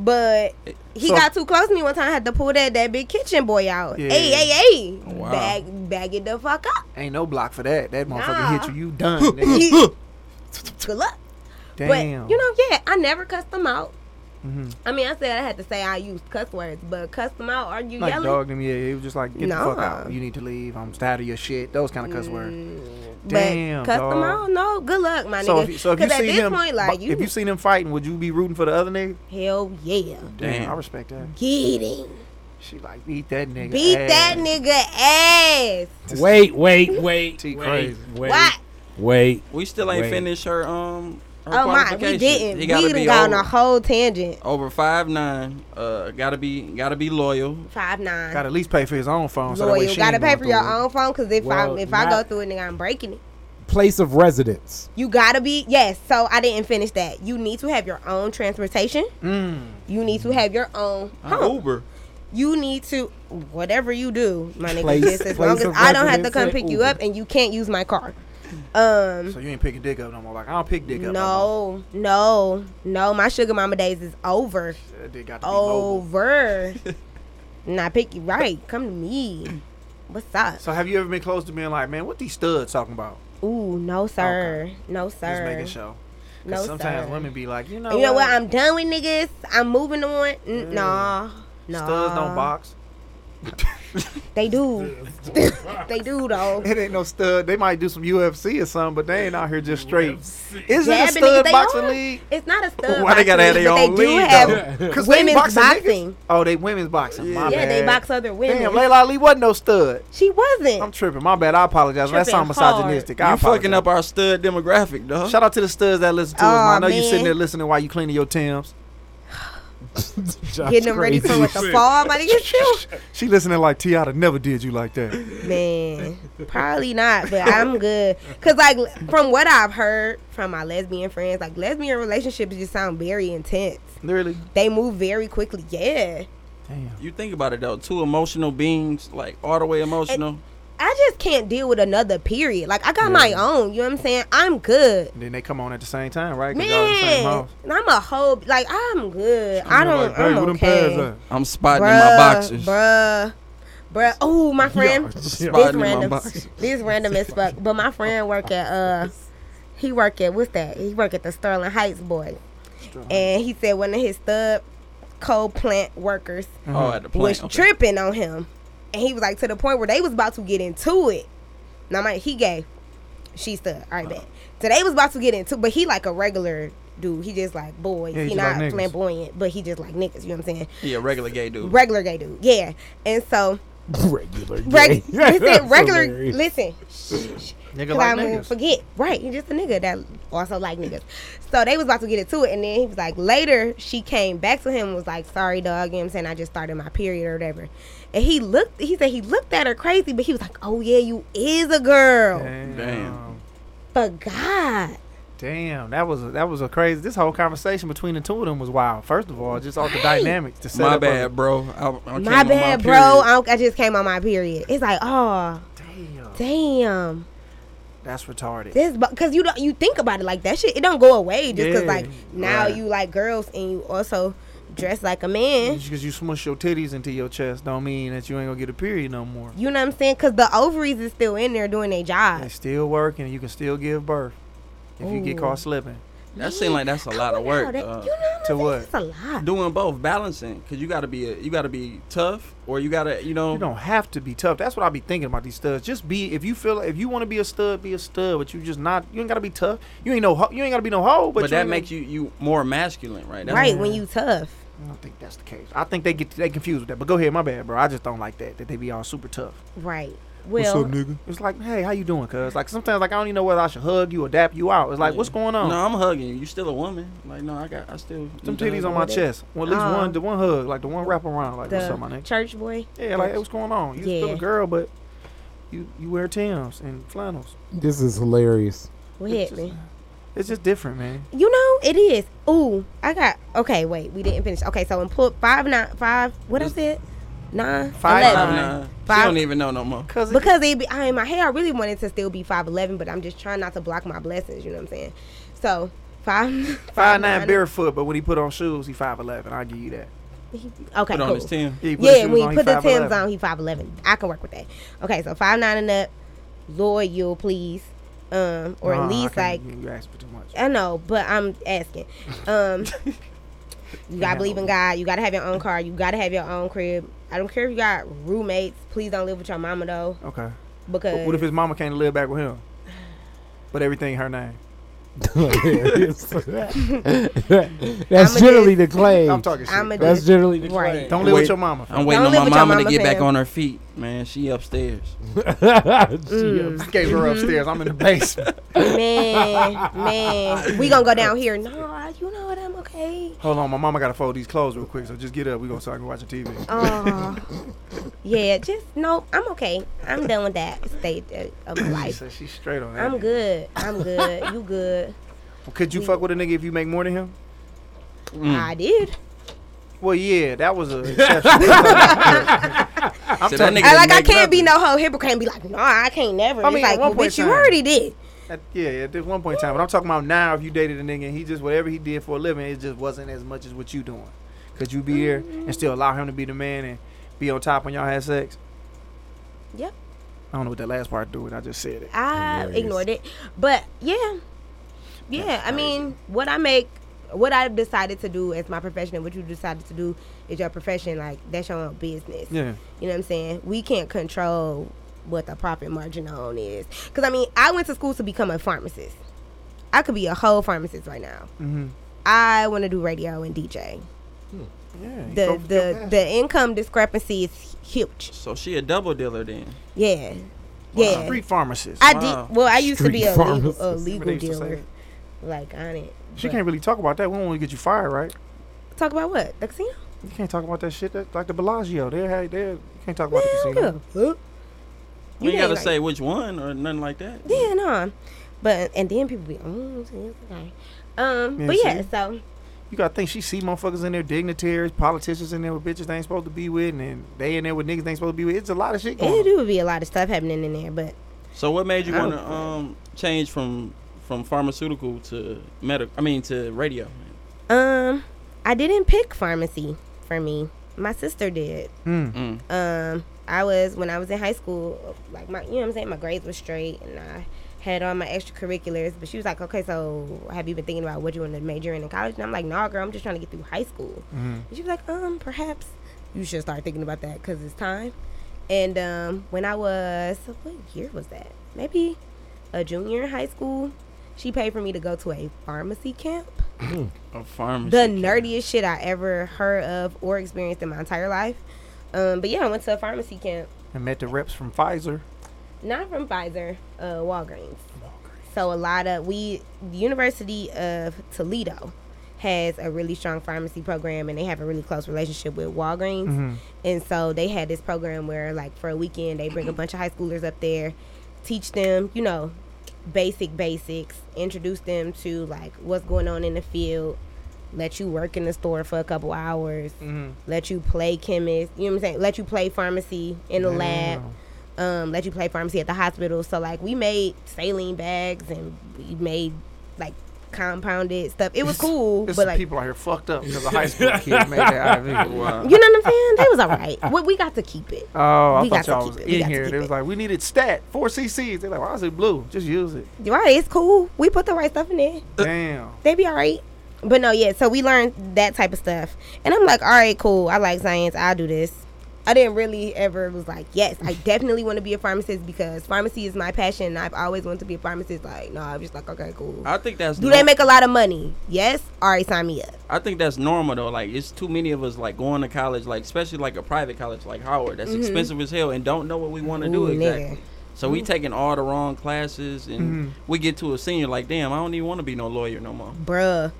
[SPEAKER 5] But he
[SPEAKER 2] So-
[SPEAKER 5] got too close to me one time. I had to pull that, that big kitchen boy out.
[SPEAKER 2] Yeah.
[SPEAKER 5] Hey, hey, hey.
[SPEAKER 3] Wow.
[SPEAKER 5] Bag, bag it the fuck up.
[SPEAKER 2] Ain't no block for that. That motherfucker
[SPEAKER 5] Nah.
[SPEAKER 2] hit you. You done. nigga.
[SPEAKER 5] Good luck.
[SPEAKER 2] Damn.
[SPEAKER 5] But, you know, yeah, I never cussed them out.
[SPEAKER 2] Mhm.
[SPEAKER 5] I mean, I said I had to say I used cuss words, but cuss them out, are you
[SPEAKER 2] like
[SPEAKER 5] yelling?
[SPEAKER 2] dog them. Yeah, it was just like get the fuck
[SPEAKER 5] Nah.
[SPEAKER 2] out. You need to leave. I'm tired of your shit. Those kind of cuss words.
[SPEAKER 5] Mm,
[SPEAKER 2] Damn,
[SPEAKER 5] but cuss
[SPEAKER 2] dog.
[SPEAKER 5] them out? No, good luck, my
[SPEAKER 2] So
[SPEAKER 5] nigga.
[SPEAKER 2] if, you- so if you
[SPEAKER 5] at
[SPEAKER 2] see
[SPEAKER 5] this
[SPEAKER 2] him,
[SPEAKER 5] point, like,
[SPEAKER 2] bu-
[SPEAKER 5] you,
[SPEAKER 2] if you seen him fighting, would you be rooting for the other nigga?
[SPEAKER 5] hell yeah.
[SPEAKER 3] Damn.
[SPEAKER 2] I respect that.
[SPEAKER 5] Get him.
[SPEAKER 2] She like beat that nigga.
[SPEAKER 5] Beat
[SPEAKER 2] ass.
[SPEAKER 5] that nigga ass.
[SPEAKER 4] Wait, wait, wait.
[SPEAKER 2] She
[SPEAKER 4] wait,
[SPEAKER 2] crazy.
[SPEAKER 4] Wait,
[SPEAKER 5] What?
[SPEAKER 4] Wait.
[SPEAKER 3] We still ain't
[SPEAKER 4] Wait.
[SPEAKER 3] finished her um. Her
[SPEAKER 5] Oh my, we
[SPEAKER 3] qualifications.
[SPEAKER 5] didn't.
[SPEAKER 3] He
[SPEAKER 5] We
[SPEAKER 3] gotta
[SPEAKER 5] done
[SPEAKER 3] be
[SPEAKER 5] got on
[SPEAKER 3] over,
[SPEAKER 5] a whole tangent.
[SPEAKER 3] over five nine. Uh, gotta be gotta be loyal.
[SPEAKER 5] Five nine.
[SPEAKER 2] Got to at least pay for his own phone. So that way
[SPEAKER 5] Loyal.
[SPEAKER 2] she
[SPEAKER 5] Gotta
[SPEAKER 2] ain't
[SPEAKER 5] pay
[SPEAKER 2] going
[SPEAKER 5] for your
[SPEAKER 2] through it.
[SPEAKER 5] own phone because if
[SPEAKER 4] Well,
[SPEAKER 5] I if I go
[SPEAKER 4] not-
[SPEAKER 5] through it, nigga, I'm breaking it.
[SPEAKER 4] Place of residence.
[SPEAKER 5] You gotta be yes. So I didn't finish that. You need to have your own transportation.
[SPEAKER 2] Mm. Oh,
[SPEAKER 5] You need to have your own
[SPEAKER 3] Uh,
[SPEAKER 5] home.
[SPEAKER 3] Uber.
[SPEAKER 5] You need to whatever you do, my nigga.
[SPEAKER 4] Place-
[SPEAKER 5] just as long
[SPEAKER 4] place
[SPEAKER 5] as
[SPEAKER 4] of
[SPEAKER 5] I don't have to
[SPEAKER 4] residence
[SPEAKER 5] come
[SPEAKER 4] at
[SPEAKER 5] pick you
[SPEAKER 4] Uber.
[SPEAKER 5] up and you can't use my car. Um.
[SPEAKER 2] So you ain't picking dick up no more. Like I don't pick dick up. No.
[SPEAKER 5] No, no, no. My sugar mama days is over.
[SPEAKER 2] more. That dick got to be
[SPEAKER 5] Oh.
[SPEAKER 2] mobile.
[SPEAKER 5] Over. Not picky, right? Come to me. What's up?
[SPEAKER 2] So have you ever been close to being like, man, what these studs talking about?
[SPEAKER 5] Ooh, no sir, no
[SPEAKER 2] Just
[SPEAKER 5] sir,
[SPEAKER 2] making sure. 'Cause
[SPEAKER 5] no
[SPEAKER 2] sometimes
[SPEAKER 5] sir.
[SPEAKER 2] women be like, you know,
[SPEAKER 5] And you know what? I'm done with niggas. I'm moving on. Mm, Nah, nah.
[SPEAKER 2] Studs don't box.
[SPEAKER 5] They do. they do though.
[SPEAKER 2] It ain't no stud. They might do some UFC or something, but they ain't out here just straight. Is
[SPEAKER 5] Yeah,
[SPEAKER 2] it a
[SPEAKER 5] but
[SPEAKER 2] stud
[SPEAKER 5] niggas, they
[SPEAKER 2] boxing
[SPEAKER 5] are.
[SPEAKER 2] league?
[SPEAKER 5] It's not a stud.
[SPEAKER 2] Why they gotta have
[SPEAKER 5] boxing
[SPEAKER 2] their
[SPEAKER 5] league,
[SPEAKER 2] own
[SPEAKER 5] but they do
[SPEAKER 2] league,
[SPEAKER 5] have,
[SPEAKER 2] though?
[SPEAKER 4] Yeah.
[SPEAKER 2] 'Cause they
[SPEAKER 5] Women's
[SPEAKER 2] boxing niggas?
[SPEAKER 5] boxing.
[SPEAKER 2] Oh, they women's boxing. My
[SPEAKER 5] Yeah, they
[SPEAKER 2] bad.
[SPEAKER 5] box other women.
[SPEAKER 2] Damn, Layla Ali wasn't no stud.
[SPEAKER 5] she wasn't.
[SPEAKER 2] I'm tripping. My bad. I apologize. That
[SPEAKER 5] Tripping
[SPEAKER 2] sound misogynistic. I
[SPEAKER 3] you
[SPEAKER 2] apologize.
[SPEAKER 3] fucking up our stud demographic, dog.
[SPEAKER 2] Shout out to the studs that listen to us.
[SPEAKER 5] Aw,
[SPEAKER 2] man. I know you
[SPEAKER 5] man.
[SPEAKER 2] sitting there listening while you cleaning your Tim's.
[SPEAKER 4] Josh
[SPEAKER 5] Getting them ready
[SPEAKER 4] crazy.
[SPEAKER 5] for what the fall, my nigga.
[SPEAKER 2] She listening like Tiana never did you like that.
[SPEAKER 5] Man, probably not, but I'm good. Cause like from what I've heard from my lesbian friends, like lesbian relationships just sound very intense.
[SPEAKER 2] Really?
[SPEAKER 5] They move very quickly. Yeah.
[SPEAKER 2] Damn.
[SPEAKER 3] You think about it though. Two emotional beings, like all the way emotional.
[SPEAKER 5] I just can't deal with another period. Like I got my own, you know what I'm saying? I'm good.
[SPEAKER 2] And then they come on at the same time, right? 'Cause y'all in the same
[SPEAKER 5] Man,
[SPEAKER 2] house.
[SPEAKER 5] I'm a whole like I'm good. I
[SPEAKER 2] You're
[SPEAKER 5] don't
[SPEAKER 2] like,
[SPEAKER 5] I'm
[SPEAKER 2] "Hey, where them
[SPEAKER 5] okay.
[SPEAKER 2] pads at?"
[SPEAKER 3] I'm spotting in my boxes.
[SPEAKER 5] Bruh. Bruh. Oh, my friend.
[SPEAKER 4] yeah.
[SPEAKER 5] This
[SPEAKER 3] Spotting in my
[SPEAKER 5] random,
[SPEAKER 3] boxes.
[SPEAKER 5] this random as fuck. But my friend work at uh, he work at what's that? He work at the Sterling Heights boy, and he said one of his stud coal plant workers
[SPEAKER 3] Oh, at the
[SPEAKER 5] was
[SPEAKER 3] plant. Okay.
[SPEAKER 5] tripping on him, and he was like to the point where they was about to get into it. Now my he gay, she stud. All right, bet. So they was about to get into, but he like a regular dude. He just like boys.
[SPEAKER 2] Yeah, he
[SPEAKER 5] he
[SPEAKER 2] just like
[SPEAKER 5] not
[SPEAKER 2] niggas.
[SPEAKER 5] flamboyant, but he just like niggas. You know what I'm saying?
[SPEAKER 3] Yeah, regular gay dude.
[SPEAKER 5] Regular gay dude. Yeah. And so
[SPEAKER 4] regular. gay.
[SPEAKER 5] Reg-
[SPEAKER 4] That's
[SPEAKER 5] listen, regular.
[SPEAKER 4] hilarious.
[SPEAKER 5] Listen,
[SPEAKER 2] Nigga
[SPEAKER 5] because
[SPEAKER 2] like
[SPEAKER 5] I'm gonna
[SPEAKER 2] niggas.
[SPEAKER 5] forget. Right, he's just a nigga that also like niggas. So they was about to get into it, and then he was like, later she came back to him and was like, sorry, dog. You know what I'm saying? I just started my period or whatever. And he looked. He said he looked at her crazy, but he was like, oh yeah, you is a girl.
[SPEAKER 2] Damn.
[SPEAKER 3] Damn.
[SPEAKER 5] But God,
[SPEAKER 2] Damn. That was a, that was a crazy. This whole conversation between the two of them was wild. First of all, just off the
[SPEAKER 5] Right.
[SPEAKER 2] dynamics. To set
[SPEAKER 3] My
[SPEAKER 2] up a-
[SPEAKER 3] bad, bro. I, I
[SPEAKER 5] my
[SPEAKER 3] came on
[SPEAKER 5] bad, bro.
[SPEAKER 3] period.
[SPEAKER 5] I, don't- I just came on my period. It's like, oh
[SPEAKER 2] Damn.
[SPEAKER 5] damn,
[SPEAKER 2] That's retarded.
[SPEAKER 5] this because you don't you think about it like that shit. It don't go away just because
[SPEAKER 2] Yeah,
[SPEAKER 5] like now
[SPEAKER 3] right.
[SPEAKER 5] you like girls and you also dress like a man.
[SPEAKER 2] Just because you smush your titties into your chest don't mean that you ain't gonna get a period no more.
[SPEAKER 5] You know what I'm saying? Because the ovaries is still in there doing their
[SPEAKER 2] They
[SPEAKER 5] job.
[SPEAKER 2] still working. You can still give birth if you get
[SPEAKER 5] Ooh.
[SPEAKER 2] caught slipping.
[SPEAKER 3] That seems like that's a lot of
[SPEAKER 5] Wow,
[SPEAKER 3] work.
[SPEAKER 5] that-
[SPEAKER 3] uh,
[SPEAKER 5] you know what I'm
[SPEAKER 2] to
[SPEAKER 5] saying?
[SPEAKER 2] what?
[SPEAKER 5] It's a lot.
[SPEAKER 3] doing both, balancing, cause you gotta be a, you gotta be tough, or you gotta, you know,
[SPEAKER 2] You don't have to be tough. That's what I be thinking about these studs. Just be if you feel if you want to be a stud, be a stud. But you just not. You ain't gotta be tough. You ain't no. ho- You ain't gotta be no hoe. But,
[SPEAKER 3] but,
[SPEAKER 2] you
[SPEAKER 3] that
[SPEAKER 2] ain't
[SPEAKER 3] makes you you more masculine, right? That's
[SPEAKER 5] right,
[SPEAKER 2] Mm.
[SPEAKER 5] when you tough.
[SPEAKER 2] I don't think that's the case. I think they get they confused with that. But go ahead, my bad, bro. I just don't like that that they be all super tough.
[SPEAKER 5] Right. Well,
[SPEAKER 4] nigga?
[SPEAKER 2] It's like, hey, how you doing, cuz? Like sometimes, like I don't even know whether I should hug you or dap you out. It's like, what's going on?
[SPEAKER 3] No, I'm hugging you. You still a woman. Like no, I got, I still
[SPEAKER 2] Some titties on my chest. Well, at least
[SPEAKER 5] Uh-huh.
[SPEAKER 2] one, the one hug, like the one wrap around, like what's up, my
[SPEAKER 5] the
[SPEAKER 2] nigga?
[SPEAKER 5] church boy.
[SPEAKER 2] Yeah, like hey, what's going on? You still
[SPEAKER 5] Yeah.
[SPEAKER 2] a girl, but you you wear tims and flannels.
[SPEAKER 4] This is hilarious.
[SPEAKER 5] What
[SPEAKER 2] It's
[SPEAKER 5] hit
[SPEAKER 2] just-
[SPEAKER 5] me?
[SPEAKER 2] It's just different, man.
[SPEAKER 5] You know, it is. Ooh, I got. Okay, wait. We didn't finish. Okay, so employ five, nine, five. What is it? Nine?
[SPEAKER 2] Five,
[SPEAKER 5] eleven.
[SPEAKER 2] nine.
[SPEAKER 3] Nah,
[SPEAKER 5] Five-
[SPEAKER 3] she don't even know no more.
[SPEAKER 2] Cause it-
[SPEAKER 5] Because it be, I mean, my hair, I really wanted to still be 5'11, but I'm just trying not to block my blessings, you know what I'm saying? So, Five.
[SPEAKER 2] Five nine barefoot, but when he put on shoes, he five eleven. I give you that.
[SPEAKER 5] He- Okay.
[SPEAKER 3] Put on
[SPEAKER 5] cool.
[SPEAKER 3] his team.
[SPEAKER 2] Yeah, he put his
[SPEAKER 5] Yeah,
[SPEAKER 2] shoes on,
[SPEAKER 5] when you
[SPEAKER 2] he
[SPEAKER 5] put the
[SPEAKER 2] 5'11".
[SPEAKER 5] Tim's on, he 5'11. I can work with that. Okay, so 5'9 and up, loyal, please. Um, or
[SPEAKER 2] Nah, I
[SPEAKER 5] at least like,
[SPEAKER 2] can't- you you asked for too much.
[SPEAKER 5] I know, but I'm asking. Um, you gotta believe in God. You gotta have your own car. You gotta have your own crib. I don't care if you got roommates. Please don't live with your mama though,
[SPEAKER 2] Okay.
[SPEAKER 5] because
[SPEAKER 2] But what if his mama can't live back with him? But everything her name.
[SPEAKER 4] That's
[SPEAKER 5] I'ma
[SPEAKER 4] generally the
[SPEAKER 5] just-
[SPEAKER 4] claim.
[SPEAKER 2] I'm talking shit.
[SPEAKER 5] I'ma
[SPEAKER 2] That's-
[SPEAKER 4] That's generally the
[SPEAKER 5] Right.
[SPEAKER 4] claim.
[SPEAKER 2] don't live
[SPEAKER 3] Wait.
[SPEAKER 2] with your mama.
[SPEAKER 3] I'm waiting
[SPEAKER 5] Don't
[SPEAKER 3] on
[SPEAKER 5] live
[SPEAKER 3] my
[SPEAKER 5] with your
[SPEAKER 3] mama to
[SPEAKER 5] mama,
[SPEAKER 3] get back
[SPEAKER 5] fam.
[SPEAKER 3] on her feet, man. She upstairs.
[SPEAKER 2] Mm.
[SPEAKER 4] She
[SPEAKER 2] I gave her
[SPEAKER 5] Mm-hmm.
[SPEAKER 2] upstairs. I'm in the basement.
[SPEAKER 5] man, man, we gonna go down here. No, I- you know what? I'm okay.
[SPEAKER 2] Hold on, my mama gotta fold these clothes real quick. So just get up. We gonna start watching TV. Uh,
[SPEAKER 5] Oh, yeah. Just no. I'm okay. I'm done with that state uh, of my
[SPEAKER 2] She
[SPEAKER 5] life.
[SPEAKER 2] said she's straight on that.
[SPEAKER 5] I'm good. I'm good. You good?
[SPEAKER 2] Could you fuck with a nigga if you make more than him?
[SPEAKER 3] Mm.
[SPEAKER 5] I did.
[SPEAKER 2] Well, yeah, that was a exception. I'm
[SPEAKER 3] So that
[SPEAKER 2] telling
[SPEAKER 3] nigga-
[SPEAKER 2] you,
[SPEAKER 5] I, like I
[SPEAKER 3] make
[SPEAKER 5] can't be no whole hypocrite and be like, no, I can't never.
[SPEAKER 2] I mean,
[SPEAKER 5] it's
[SPEAKER 2] at
[SPEAKER 5] like,
[SPEAKER 2] one
[SPEAKER 5] well,
[SPEAKER 2] point
[SPEAKER 5] bitch, you
[SPEAKER 2] in time.
[SPEAKER 5] already did.
[SPEAKER 2] at- yeah, at this one point in time. But I'm talking about now. If you dated a nigga and he just whatever he did for a living, it just wasn't as much as what you doing. Could you be here
[SPEAKER 5] Mm-hmm.
[SPEAKER 2] and still allow him to be the man and be on top when y'all had sex?
[SPEAKER 5] Yep.
[SPEAKER 2] I don't know what that last part do, and I just said it.
[SPEAKER 5] I
[SPEAKER 4] Hilarious.
[SPEAKER 5] ignored it. But yeah, yeah. I mean, what I make, what I've decided to do as my profession, and what you decided to do is your profession. Like that's your own business.
[SPEAKER 2] Yeah.
[SPEAKER 5] You know what I'm saying? We can't control what the profit margin on is. Because, I mean, I went to school to become a pharmacist. I could be a whole pharmacist right now.
[SPEAKER 2] Mm-hmm.
[SPEAKER 5] I want to do radio and DJ.
[SPEAKER 2] Yeah. you go
[SPEAKER 5] The
[SPEAKER 2] for your
[SPEAKER 5] the
[SPEAKER 2] passion.
[SPEAKER 5] the income discrepancy is huge.
[SPEAKER 3] So she a double dealer then.
[SPEAKER 5] Yeah,
[SPEAKER 2] A
[SPEAKER 5] yeah.
[SPEAKER 2] Street pharmacist.
[SPEAKER 5] I
[SPEAKER 3] Wow.
[SPEAKER 5] did. Well, I used to
[SPEAKER 4] Street
[SPEAKER 5] be a legal,
[SPEAKER 4] pharmacist.
[SPEAKER 5] a
[SPEAKER 2] Remember they
[SPEAKER 5] legal
[SPEAKER 2] used to say
[SPEAKER 5] dealer,
[SPEAKER 2] that?
[SPEAKER 5] like on it.
[SPEAKER 2] She
[SPEAKER 5] But-
[SPEAKER 2] can't really talk about that. We don't want to get you fired, right?
[SPEAKER 5] talk about what the casino.
[SPEAKER 2] You can't talk about that shit. That, like the Bellagio. They had they you can't talk about
[SPEAKER 5] Man,
[SPEAKER 2] the
[SPEAKER 5] I don't
[SPEAKER 2] casino.
[SPEAKER 5] give a fuck.
[SPEAKER 3] You, ain't
[SPEAKER 5] can't,
[SPEAKER 3] gotta
[SPEAKER 5] like-
[SPEAKER 3] say which one or nothing like that.
[SPEAKER 5] Yeah, no. But and then people be, oh, it's okay. Um,
[SPEAKER 2] Yeah,
[SPEAKER 5] but yeah,
[SPEAKER 2] see?
[SPEAKER 5] so
[SPEAKER 2] You gotta think she see motherfuckers in there, dignitaries, politicians in there with bitches they ain't supposed to be with, and then they in there with niggas they ain't supposed to be with. It's a lot of shit
[SPEAKER 5] it
[SPEAKER 2] going. on.
[SPEAKER 5] do be a lot of stuff happening in there, but
[SPEAKER 3] So what made you
[SPEAKER 2] I
[SPEAKER 3] want to
[SPEAKER 2] don't-
[SPEAKER 3] um change from from pharmaceutical to medical? I mean to radio.
[SPEAKER 5] Um, I didn't pick pharmacy for me. My sister did.
[SPEAKER 2] Mm.
[SPEAKER 3] Mm.
[SPEAKER 5] Um, I was when I was in high school, like my you know what I'm saying, my grades were straight and I had all my extracurriculars, but she was like, Okay, so have you been thinking about what you want to major in in college? And I'm like, Nah, girl, I'm just trying to get through high school.
[SPEAKER 2] Mhm.
[SPEAKER 5] And she was like, Um, perhaps you should start thinking about that because it's time. And um, when I was, what year was that? Maybe a junior in high school, she paid for me to go to a pharmacy camp
[SPEAKER 3] A pharmacy.
[SPEAKER 5] the nerdiest shit I ever heard of or experienced in my entire life. Um, but yeah, I went to a pharmacy camp,
[SPEAKER 2] And met the reps from Pfizer.
[SPEAKER 5] not from Pfizer, uh, Walgreens. So a lot of we the University of Toledo has a really strong pharmacy program, and they have a really close relationship with Walgreens.
[SPEAKER 2] Mhm.
[SPEAKER 5] And so they had this program where, like, for a weekend, they bring a bunch of high schoolers up there, teach them, you know, basic basics, introduce them to like what's going on in the field, let you work in the store for a couple hours,
[SPEAKER 2] Mhm.
[SPEAKER 5] let you play chemist, you know what I'm saying? Let you play pharmacy in the lab, um, let you play pharmacy at the hospital. So like we made saline bags and we made like compounded stuff. It was cool,
[SPEAKER 2] There's
[SPEAKER 5] but
[SPEAKER 2] some
[SPEAKER 5] like
[SPEAKER 2] people out here fucked up because a high school kid made that IV.
[SPEAKER 5] you know what I'm saying? They was all right. we, we got to keep it.
[SPEAKER 2] Oh, I
[SPEAKER 5] We
[SPEAKER 2] thought
[SPEAKER 5] got to
[SPEAKER 2] y'all
[SPEAKER 5] keep
[SPEAKER 2] was
[SPEAKER 5] it. We
[SPEAKER 2] in
[SPEAKER 5] got to
[SPEAKER 2] here.
[SPEAKER 5] keep
[SPEAKER 2] They was
[SPEAKER 5] it.
[SPEAKER 2] like, we needed stat, four CCs. They're like, why is it blue? Just use it.
[SPEAKER 5] Right, it's cool. We put the right stuff in there.
[SPEAKER 2] Damn.
[SPEAKER 5] they be all right. But no, yeah. So we learned that type of stuff, and I'm like, all right, cool. I like science. I'll do this. I didn't really ever was like, yes, I definitely want to be a pharmacist because pharmacy is my passion. and I've always wanted to be a pharmacist. Like, no, I'm just like, okay, cool.
[SPEAKER 3] I think that's
[SPEAKER 5] Do
[SPEAKER 3] nor-
[SPEAKER 5] they make a lot of money? Yes. All right, sign me up.
[SPEAKER 3] I think that's normal though. Like it's too many of us like going to college, like especially like a private college like Howard, that's expensive as hell and don't know what we want to do
[SPEAKER 5] Mm-hmm. Ooh, nigga. Mm-hmm.
[SPEAKER 3] exactly. So we taking all the wrong classes and we get to a senior like, damn, I don't even want to be no lawyer no more.
[SPEAKER 5] bruh.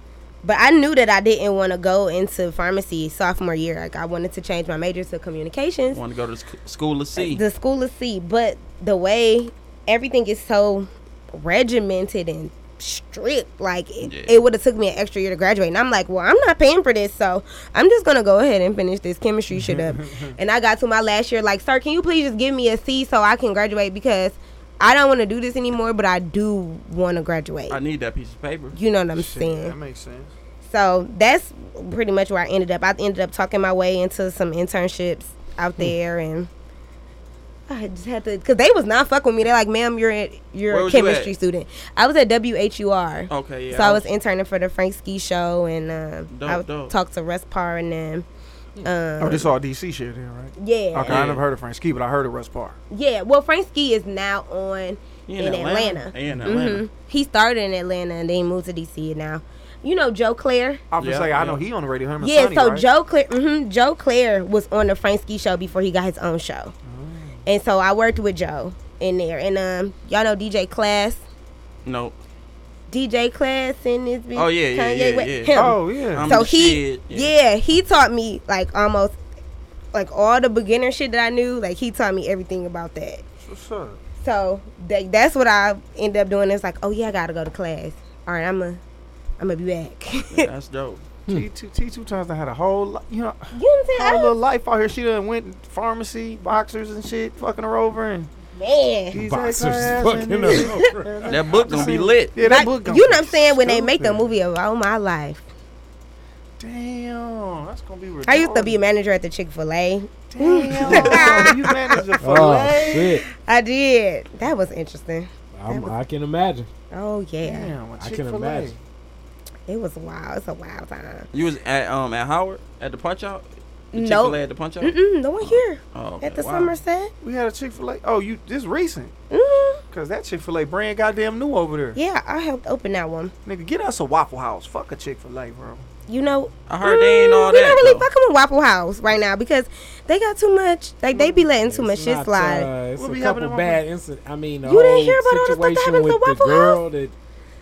[SPEAKER 5] But I knew that I didn't want to go into pharmacy sophomore year. Like I wanted to change my major to communications.
[SPEAKER 3] want to go to sc- school to see.
[SPEAKER 5] The school of C, but the way everything is so regimented and strict, like it,
[SPEAKER 3] Yeah.
[SPEAKER 5] it would have took me an extra year to graduate. And I'm like, well, I'm not paying for this, so I'm just gonna go ahead and finish this chemistry shit up. and I got to my last year, like, sir, can you please just give me a C so I can graduate because I don't want to do this anymore, but I do want to graduate.
[SPEAKER 3] I need that piece of paper.
[SPEAKER 5] You know what I'm
[SPEAKER 2] Shit,
[SPEAKER 5] saying?
[SPEAKER 2] That makes sense.
[SPEAKER 5] So that's pretty much where I ended up. I ended up talking my way into some internships out
[SPEAKER 3] Hmm.
[SPEAKER 5] there, and I just had to because they was not fucking with me. They're like, "Ma'am, you're at,
[SPEAKER 3] Where
[SPEAKER 5] you're a
[SPEAKER 3] was you
[SPEAKER 5] chemistry
[SPEAKER 3] at?
[SPEAKER 5] student." I was at WHUR,
[SPEAKER 3] Okay, yeah.
[SPEAKER 5] so I was interning for the Frank Ski Show, and um,
[SPEAKER 3] Dope,
[SPEAKER 5] I would
[SPEAKER 3] dope.
[SPEAKER 5] talk to Russ Parr and them. Um,
[SPEAKER 2] Oh, this all DC shit here, right?
[SPEAKER 5] yeah,
[SPEAKER 2] Okay, I never heard of Frank Ski, but I heard of Russ Parr.
[SPEAKER 5] yeah. Well, Frank Ski is now on
[SPEAKER 3] You
[SPEAKER 5] in Atlanta.
[SPEAKER 3] Yeah, In Atlanta.
[SPEAKER 5] hmm He started in Atlanta and then he moved to DC now. You know Joe Claire.
[SPEAKER 2] I was gonna
[SPEAKER 3] Yeah,
[SPEAKER 2] say I
[SPEAKER 3] yeah.
[SPEAKER 2] know he on the radio. Him and
[SPEAKER 5] Yeah,
[SPEAKER 2] Sonny,
[SPEAKER 5] so
[SPEAKER 2] right?
[SPEAKER 5] Joe Claire, hmm Joe Claire was on the Frank Ski show before he got his own
[SPEAKER 3] Mm.
[SPEAKER 5] show, and so I worked with Joe in there. And um, y'all know DJ Class,
[SPEAKER 3] No.
[SPEAKER 5] DJ Class in this bitch.
[SPEAKER 3] Oh, yeah, yeah, yeah,
[SPEAKER 5] West-
[SPEAKER 3] yeah.
[SPEAKER 5] Him.
[SPEAKER 2] Oh yeah.
[SPEAKER 3] I'm
[SPEAKER 5] so
[SPEAKER 3] the
[SPEAKER 5] he,
[SPEAKER 3] shit,
[SPEAKER 5] yeah.
[SPEAKER 3] yeah.
[SPEAKER 5] he taught me like almost like all the beginner shit that I knew. Like he taught me everything about that.
[SPEAKER 2] What's up?
[SPEAKER 5] So that, that's what I end up doing. It's like, oh yeah, I gotta go to class. All right, I'm gonna, I'm gonna be back.
[SPEAKER 3] Yeah, that's dope.
[SPEAKER 2] T two T two times I had a whole li- you know
[SPEAKER 5] you know what
[SPEAKER 2] whole
[SPEAKER 5] I'm
[SPEAKER 2] little
[SPEAKER 5] saying?
[SPEAKER 2] life out here. She done went pharmacy, boxers and shit, fucking her over and
[SPEAKER 5] I- man.
[SPEAKER 2] these
[SPEAKER 4] Boxers
[SPEAKER 2] ex-ass
[SPEAKER 4] fucking
[SPEAKER 2] and-
[SPEAKER 4] up.
[SPEAKER 3] That book gonna
[SPEAKER 5] Mm-hmm.
[SPEAKER 3] be lit.
[SPEAKER 2] Yeah, that
[SPEAKER 5] Like,
[SPEAKER 2] book. gonna
[SPEAKER 5] you know
[SPEAKER 2] be
[SPEAKER 5] what I'm saying? When they make the
[SPEAKER 2] stupid.
[SPEAKER 5] movie about my life,
[SPEAKER 2] Damn, that's gonna be. Retarded.
[SPEAKER 5] I used to be a manager at the Chick Fil A.
[SPEAKER 2] Damn, you managed a
[SPEAKER 4] oh
[SPEAKER 2] fillet.
[SPEAKER 4] shit!
[SPEAKER 5] I did. That was interesting.
[SPEAKER 4] I'm, I can imagine.
[SPEAKER 5] Oh yeah,
[SPEAKER 2] Damn, a
[SPEAKER 4] I can
[SPEAKER 2] Chick-fil-A.
[SPEAKER 4] imagine.
[SPEAKER 5] it was wild. It's a wild time.
[SPEAKER 3] You was at um at Howard at the punch out? The
[SPEAKER 5] Nope.
[SPEAKER 3] Chick-fil-A at the punch out?
[SPEAKER 5] Mm-mm, no one here
[SPEAKER 3] Oh, okay,
[SPEAKER 5] at the
[SPEAKER 3] wow.
[SPEAKER 5] Somerset.
[SPEAKER 2] We had a Chick Fil A. Oh, you this recent?
[SPEAKER 5] Mm,
[SPEAKER 2] Cause that Chick Fil A brand goddamn new over there.
[SPEAKER 5] yeah, I helped open that one.
[SPEAKER 2] Nigga, get us a Waffle House. Fuck a Chick Fil A, bro.
[SPEAKER 5] You know,
[SPEAKER 3] I heard they ain't all
[SPEAKER 5] we
[SPEAKER 3] that,
[SPEAKER 5] not really
[SPEAKER 3] though.
[SPEAKER 5] fucking with Waffle House right now because they got too much. Like they be letting too much
[SPEAKER 4] It's
[SPEAKER 5] shit
[SPEAKER 4] not,
[SPEAKER 5] slide.
[SPEAKER 4] Uh, it's
[SPEAKER 2] What
[SPEAKER 4] a
[SPEAKER 2] be
[SPEAKER 4] couple
[SPEAKER 2] happening over
[SPEAKER 4] bad incident. I mean, the
[SPEAKER 5] You didn't
[SPEAKER 4] whole
[SPEAKER 5] hear about all the stuff that
[SPEAKER 4] situation
[SPEAKER 5] happened
[SPEAKER 4] with
[SPEAKER 5] at
[SPEAKER 4] the
[SPEAKER 5] Waffle
[SPEAKER 4] girl that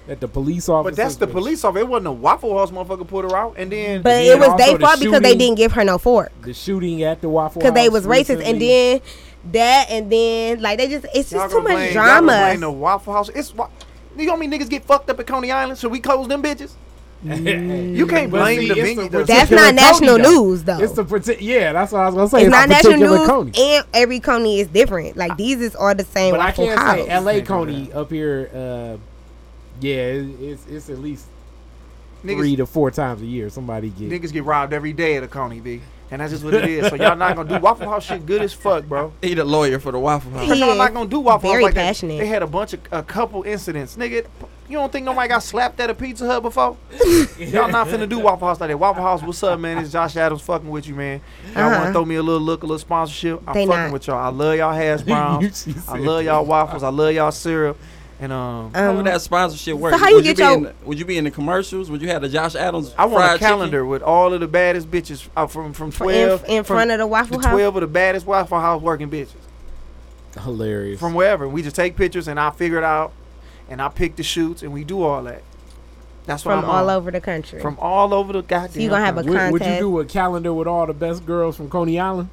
[SPEAKER 4] that the police officer.
[SPEAKER 2] But that's the police officer. It wasn't a Waffle House motherfucker put her out. And then
[SPEAKER 5] but
[SPEAKER 4] then
[SPEAKER 5] it was
[SPEAKER 4] also
[SPEAKER 5] their
[SPEAKER 4] the
[SPEAKER 5] fault because they
[SPEAKER 4] shooting-
[SPEAKER 5] didn't give her no fork
[SPEAKER 4] The shooting at the Waffle
[SPEAKER 5] because
[SPEAKER 4] House
[SPEAKER 5] they was racist and
[SPEAKER 4] recently.
[SPEAKER 5] then that and then like they just it's
[SPEAKER 2] y'all
[SPEAKER 5] just too
[SPEAKER 2] gonna
[SPEAKER 5] much
[SPEAKER 2] blame- y'all gonna blame the
[SPEAKER 5] drama.
[SPEAKER 2] Waffle House. It's wa- you know how many niggas get fucked up at Coney Island, so we close them bitches. You can't
[SPEAKER 4] But
[SPEAKER 2] blame
[SPEAKER 4] see,
[SPEAKER 2] the
[SPEAKER 4] it's
[SPEAKER 2] venue.
[SPEAKER 4] the
[SPEAKER 2] though.
[SPEAKER 5] That's
[SPEAKER 4] particular
[SPEAKER 5] not national
[SPEAKER 4] Coney, though.
[SPEAKER 5] news though.
[SPEAKER 4] It's
[SPEAKER 5] It's,
[SPEAKER 4] the parti- yeah, that's what I was gonna say.
[SPEAKER 5] not
[SPEAKER 4] a
[SPEAKER 5] national
[SPEAKER 4] particular
[SPEAKER 5] news,
[SPEAKER 4] Coney.
[SPEAKER 5] and every Coney is different. Like these is all the same.
[SPEAKER 4] But I
[SPEAKER 5] Waffle
[SPEAKER 4] can't
[SPEAKER 5] House.
[SPEAKER 4] say L.A. Coney up here. Uh, yeah, it, it's it's at least three
[SPEAKER 2] niggas,
[SPEAKER 4] to four times a year somebody get.
[SPEAKER 2] niggas get robbed every day at a Coney B, and that's just what it is. So y'all not gonna do Waffle House shit good as fuck, bro.
[SPEAKER 3] He the lawyer for the Waffle House.
[SPEAKER 2] Cause
[SPEAKER 5] He
[SPEAKER 2] y'all
[SPEAKER 5] is
[SPEAKER 2] not gonna do waffle
[SPEAKER 5] very
[SPEAKER 2] House like that.
[SPEAKER 5] passionate.
[SPEAKER 2] They had a bunch of a couple incidents, nigga. You don't think nobody got slapped at a Pizza Hut before? y'all not finna do Waffle House like that. Waffle House, what's up, man? It's Josh Adams fucking with you, man. Y'all
[SPEAKER 5] Uh-huh.
[SPEAKER 2] wanna throw me a little look, a little sponsorship? I'm
[SPEAKER 5] They
[SPEAKER 2] fucking
[SPEAKER 5] not.
[SPEAKER 2] with y'all. I love y'all hash
[SPEAKER 4] You-
[SPEAKER 2] browns.
[SPEAKER 4] she
[SPEAKER 2] I
[SPEAKER 4] said-
[SPEAKER 2] love y'all waffles. I love y'all syrup. And um,
[SPEAKER 3] How
[SPEAKER 5] Um,
[SPEAKER 3] would that sponsorship work?
[SPEAKER 5] so how you
[SPEAKER 3] would
[SPEAKER 5] get
[SPEAKER 3] be
[SPEAKER 5] your-
[SPEAKER 3] in the- would you be in the commercials? Would you have the Josh Adams?
[SPEAKER 2] I want a
[SPEAKER 3] fried chicken?
[SPEAKER 2] calendar with all of the baddest bitches uh, from from
[SPEAKER 5] fr- in,
[SPEAKER 2] twelve
[SPEAKER 5] in
[SPEAKER 2] from
[SPEAKER 5] front of the
[SPEAKER 2] the
[SPEAKER 5] Waffle House.
[SPEAKER 2] twelve of the baddest Waffle House working bitches.
[SPEAKER 4] Hilarious.
[SPEAKER 2] from wherever. We just take pictures and I figure it out, and I pick the shoots and we do all that. That's what
[SPEAKER 5] from
[SPEAKER 2] I'm
[SPEAKER 5] all
[SPEAKER 2] on.
[SPEAKER 5] over the country.
[SPEAKER 2] um, From all over the goddamn.
[SPEAKER 5] So you gonna have a
[SPEAKER 2] country.
[SPEAKER 4] would, would you
[SPEAKER 5] contest.
[SPEAKER 4] do a calendar with all the best girls from Coney Island?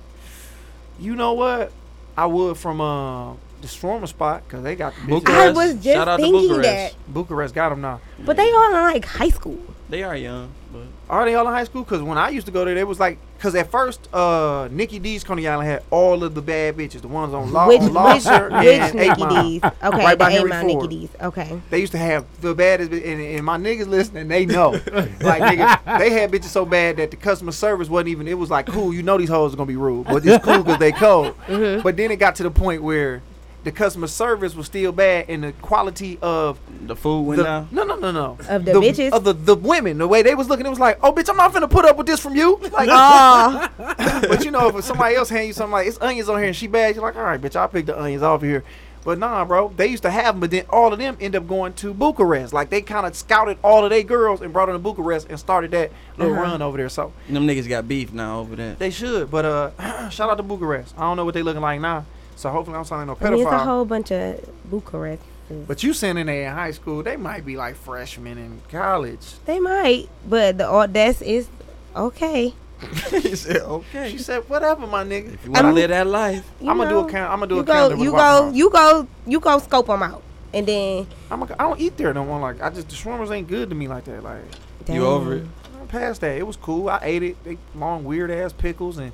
[SPEAKER 2] You know what? I would from uh, the Stormer spot because they got the bitches.
[SPEAKER 5] I
[SPEAKER 3] Bucharest.
[SPEAKER 5] was
[SPEAKER 3] Shout
[SPEAKER 5] just
[SPEAKER 3] out to
[SPEAKER 5] thinking that,
[SPEAKER 3] Bucharest.
[SPEAKER 2] Bucharest got them now.
[SPEAKER 5] but they all in like high school.
[SPEAKER 3] They are young, but
[SPEAKER 2] Are they all in high school? Because when I used to go there, they was like, because at first, uh, Nikki D's Coney Island had all of the bad bitches, the ones on Law,
[SPEAKER 5] which
[SPEAKER 2] on Law
[SPEAKER 5] which,
[SPEAKER 2] Sir,
[SPEAKER 5] which
[SPEAKER 2] and Eight
[SPEAKER 5] Nikki
[SPEAKER 2] Mile.
[SPEAKER 5] D's? Okay,
[SPEAKER 2] Right by
[SPEAKER 5] the
[SPEAKER 2] Henry
[SPEAKER 5] A Mile Nikki
[SPEAKER 2] Ford.
[SPEAKER 5] D's. Okay.
[SPEAKER 2] They used to have the baddest, bi- and, and my niggas listening, they know. like, nigga, they had bitches so bad that the customer service wasn't even, it was like, cool, you know these hoes are gonna be rude, but it's cool because they cold. But then it got to the point where the customer service was still bad, and the quality of
[SPEAKER 3] the food went
[SPEAKER 2] the,
[SPEAKER 3] down.
[SPEAKER 2] no, no, no, no.
[SPEAKER 5] Of the bitches?
[SPEAKER 2] Of the, the women, the way they was looking, it was like, oh, bitch, I'm not finna put up with this from you. Like,
[SPEAKER 5] Oh,
[SPEAKER 2] but you know, if somebody else hand you something like it's onions on here and she bad, you're like, all right, bitch, I'll pick the onions off here. But nah, bro, they used to have them, but then all of them end up going to Bucharest. Like they kind of scouted all of their girls and brought them to Bucharest and started that little
[SPEAKER 5] Uh-huh.
[SPEAKER 2] run over there. So
[SPEAKER 3] Them niggas got beef now over there.
[SPEAKER 2] they should. But uh, shout out to Bucharest. I don't know what they looking like now. So hopefully I'm signing no
[SPEAKER 5] I mean, it's a
[SPEAKER 2] pedophile.
[SPEAKER 5] whole bunch of Bucharest.
[SPEAKER 2] But you sending they in high school, they might be like freshmen in college.
[SPEAKER 5] They might, but the audacity is okay.
[SPEAKER 3] he said, "Okay,
[SPEAKER 2] She said, whatever, my nigga.
[SPEAKER 3] if you want to
[SPEAKER 5] I'm-
[SPEAKER 3] live that life,
[SPEAKER 5] You
[SPEAKER 2] I'm gonna do
[SPEAKER 5] know,
[SPEAKER 2] a count. I'm gonna do
[SPEAKER 5] You
[SPEAKER 2] a
[SPEAKER 5] go,
[SPEAKER 2] calendar. with
[SPEAKER 5] you
[SPEAKER 2] Waffle
[SPEAKER 5] go,
[SPEAKER 2] House.
[SPEAKER 5] you go, you go. Scope them out, and then
[SPEAKER 2] I'm a, I don't eat there no more. Like I just the shawarmas ain't good to me like that. Like
[SPEAKER 5] Dang.
[SPEAKER 3] you over it."
[SPEAKER 2] I'm past that. It was cool. I ate it. They long weird ass pickles and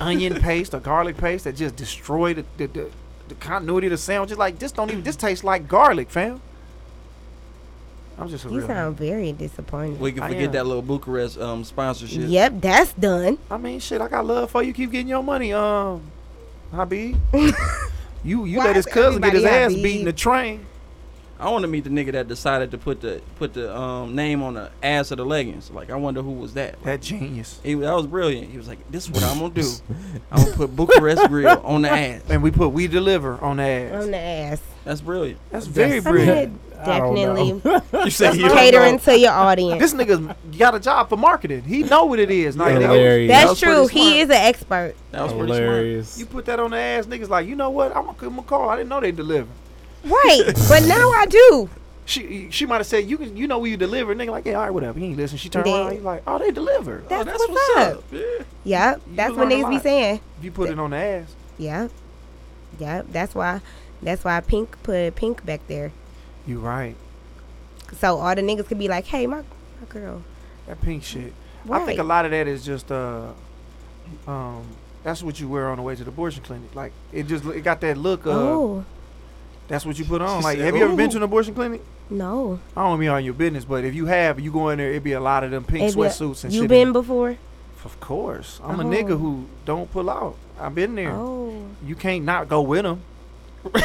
[SPEAKER 2] onion paste or garlic paste that just destroyed the, the, the the continuity of the sandwiches. Like this don't even this tastes like garlic, fam. I'm just a
[SPEAKER 5] You
[SPEAKER 2] real.
[SPEAKER 5] sound very disappointed.
[SPEAKER 3] We can
[SPEAKER 2] I
[SPEAKER 3] forget
[SPEAKER 2] am.
[SPEAKER 3] that little Bucharest um, sponsorship.
[SPEAKER 5] Yep, that's done.
[SPEAKER 2] I mean, shit, I got love for you. Keep getting your money, um, Habib. you you
[SPEAKER 5] Why
[SPEAKER 2] let his
[SPEAKER 5] is
[SPEAKER 2] cousin get his
[SPEAKER 5] everybody
[SPEAKER 2] ass
[SPEAKER 5] Habib?
[SPEAKER 2] beat in the train.
[SPEAKER 3] I want to meet the nigga that decided to put the put the um, name on the ass of the leggings. Like, I wonder who was that. Like,
[SPEAKER 2] That genius.
[SPEAKER 3] he, that was brilliant. He was like, "This is what I'm gonna do. I'm gonna put Bucharest grill on the ass."
[SPEAKER 2] And we put we deliver on the ass.
[SPEAKER 5] On the ass.
[SPEAKER 3] That's brilliant.
[SPEAKER 2] That's very
[SPEAKER 5] I
[SPEAKER 2] brilliant.
[SPEAKER 5] mean,
[SPEAKER 4] I don't know.
[SPEAKER 5] definitely
[SPEAKER 3] You say he
[SPEAKER 2] don't
[SPEAKER 5] catering
[SPEAKER 2] know.
[SPEAKER 5] to your audience.
[SPEAKER 2] This nigga got a job for marketing. He know what it is. Like, nigga,
[SPEAKER 4] Hilarious.
[SPEAKER 2] that
[SPEAKER 5] That's
[SPEAKER 2] was pretty
[SPEAKER 5] true. He is
[SPEAKER 2] smart.
[SPEAKER 5] an expert.
[SPEAKER 3] that was pretty smart.
[SPEAKER 4] Hilarious.
[SPEAKER 2] You put that on the ass, niggas. Like, you know what? I'm gonna give him a call. I didn't know they deliver.
[SPEAKER 5] Right. but now I do.
[SPEAKER 2] She she might have said you can you know where you deliver. Nigga, like, yeah, all right, whatever. He ain't listen. She turned
[SPEAKER 5] Then-
[SPEAKER 2] around. He like, oh, they deliver.
[SPEAKER 5] That's,
[SPEAKER 3] oh, that's
[SPEAKER 5] what's, up.
[SPEAKER 3] Yeah.
[SPEAKER 5] Yep.
[SPEAKER 2] You
[SPEAKER 5] That's what
[SPEAKER 2] learn a
[SPEAKER 5] niggas be
[SPEAKER 2] lot.
[SPEAKER 5] saying.
[SPEAKER 2] If you put it on the ass,
[SPEAKER 5] Yep. Yep. That's why that's why Pink put Pink back there.
[SPEAKER 2] you right.
[SPEAKER 5] So all the niggas could be like, Hey, my my girl.
[SPEAKER 2] That pink shit. I
[SPEAKER 5] Right.
[SPEAKER 2] think a lot of that is just uh, um, that's what you wear on the way to the abortion clinic. Like it just it got that look of
[SPEAKER 5] oh
[SPEAKER 2] that's what you put on.
[SPEAKER 3] She
[SPEAKER 2] Like,
[SPEAKER 3] said,
[SPEAKER 2] have you ever been
[SPEAKER 3] "Ooh."
[SPEAKER 2] to an abortion clinic?
[SPEAKER 5] no.
[SPEAKER 2] I don't be on your business, but if you have, you go in there, it'd be a lot of them pink
[SPEAKER 5] Have you-
[SPEAKER 2] sweatsuits and
[SPEAKER 5] you
[SPEAKER 2] shit.
[SPEAKER 5] been before?
[SPEAKER 2] of course, I'm a
[SPEAKER 5] Oh.
[SPEAKER 2] nigga who don't pull out. I've been there.
[SPEAKER 5] Oh.
[SPEAKER 2] You can't not go with them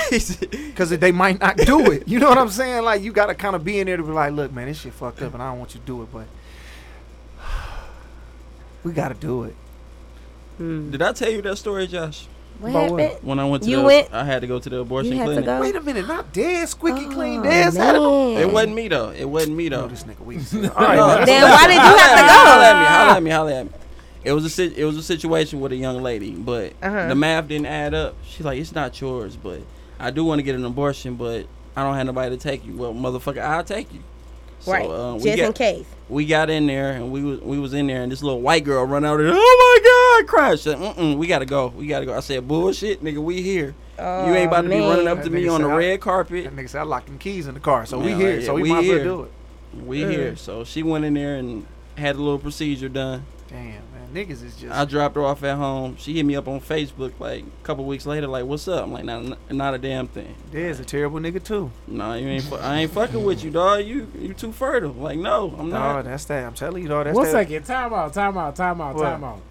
[SPEAKER 3] He said-
[SPEAKER 2] because they might not do it. You know what I'm saying? Like you gotta kind of be in there to be like, look, man, this shit fucked up, and I don't want you to do it, but we gotta do it.
[SPEAKER 5] Hmm.
[SPEAKER 3] Did I tell you that story, Josh?
[SPEAKER 5] What
[SPEAKER 2] About what?
[SPEAKER 5] happened?
[SPEAKER 3] When I went to
[SPEAKER 5] You
[SPEAKER 3] the,
[SPEAKER 5] went-
[SPEAKER 3] I had to go to the abortion
[SPEAKER 5] You had to
[SPEAKER 3] clinic.
[SPEAKER 5] go.
[SPEAKER 2] Wait a minute, not dead, squeaky clean
[SPEAKER 5] Oh,
[SPEAKER 2] dead. Adam.
[SPEAKER 5] man.
[SPEAKER 3] It wasn't me though. It wasn't me
[SPEAKER 2] No,
[SPEAKER 3] though.
[SPEAKER 2] this nigga weak. All right,
[SPEAKER 3] No,
[SPEAKER 2] man.
[SPEAKER 5] Then why did you
[SPEAKER 3] Holla at
[SPEAKER 5] have to
[SPEAKER 3] me,
[SPEAKER 5] go?
[SPEAKER 3] Holla at me, holla at me, holla at me. It was a sit- it was a situation with a young lady, but
[SPEAKER 5] Uh-huh.
[SPEAKER 3] the math didn't add up. She's like, "It's not yours, but I do want to get an abortion, but I don't have nobody to take you." Well, motherfucker, I'll take you. So,
[SPEAKER 5] Right.
[SPEAKER 3] uh, we
[SPEAKER 5] Just
[SPEAKER 3] got,
[SPEAKER 5] in case.
[SPEAKER 3] we got in there and we was, we was in there and this little white girl run out of there. Oh my god! Crash. Said, Mm-mm, we gotta go. We gotta go. I said, "Bullshit, nigga, we here. you ain't about to be
[SPEAKER 5] Oh,
[SPEAKER 3] running
[SPEAKER 5] man.
[SPEAKER 3] up to
[SPEAKER 2] That
[SPEAKER 3] me
[SPEAKER 2] nigga
[SPEAKER 3] on the
[SPEAKER 2] said, I-
[SPEAKER 3] red carpet.
[SPEAKER 2] That nigga said I locked them keys in the car, so we
[SPEAKER 3] Man,
[SPEAKER 2] here,
[SPEAKER 3] like,
[SPEAKER 2] so we,
[SPEAKER 3] we
[SPEAKER 2] might as
[SPEAKER 3] here.
[SPEAKER 2] well do it.
[SPEAKER 3] We here." So she went in there and had a little procedure done.
[SPEAKER 2] Damn, man, niggas is just.
[SPEAKER 3] I dropped her off at home. She hit me up on Facebook like a couple weeks later, like, "What's up?" I'm like, "Not, not a damn thing.
[SPEAKER 2] There's a terrible nigga too.
[SPEAKER 3] No, you ain't. Fu- I ain't fucking with you, dog. You, you too fertile. Like, no, I'm
[SPEAKER 2] Nah,
[SPEAKER 3] not.
[SPEAKER 2] that's that. I'm telling you, dog. That's
[SPEAKER 4] One
[SPEAKER 2] that.
[SPEAKER 4] second. Time out. Time out. Time out.
[SPEAKER 2] What?
[SPEAKER 4] Time out.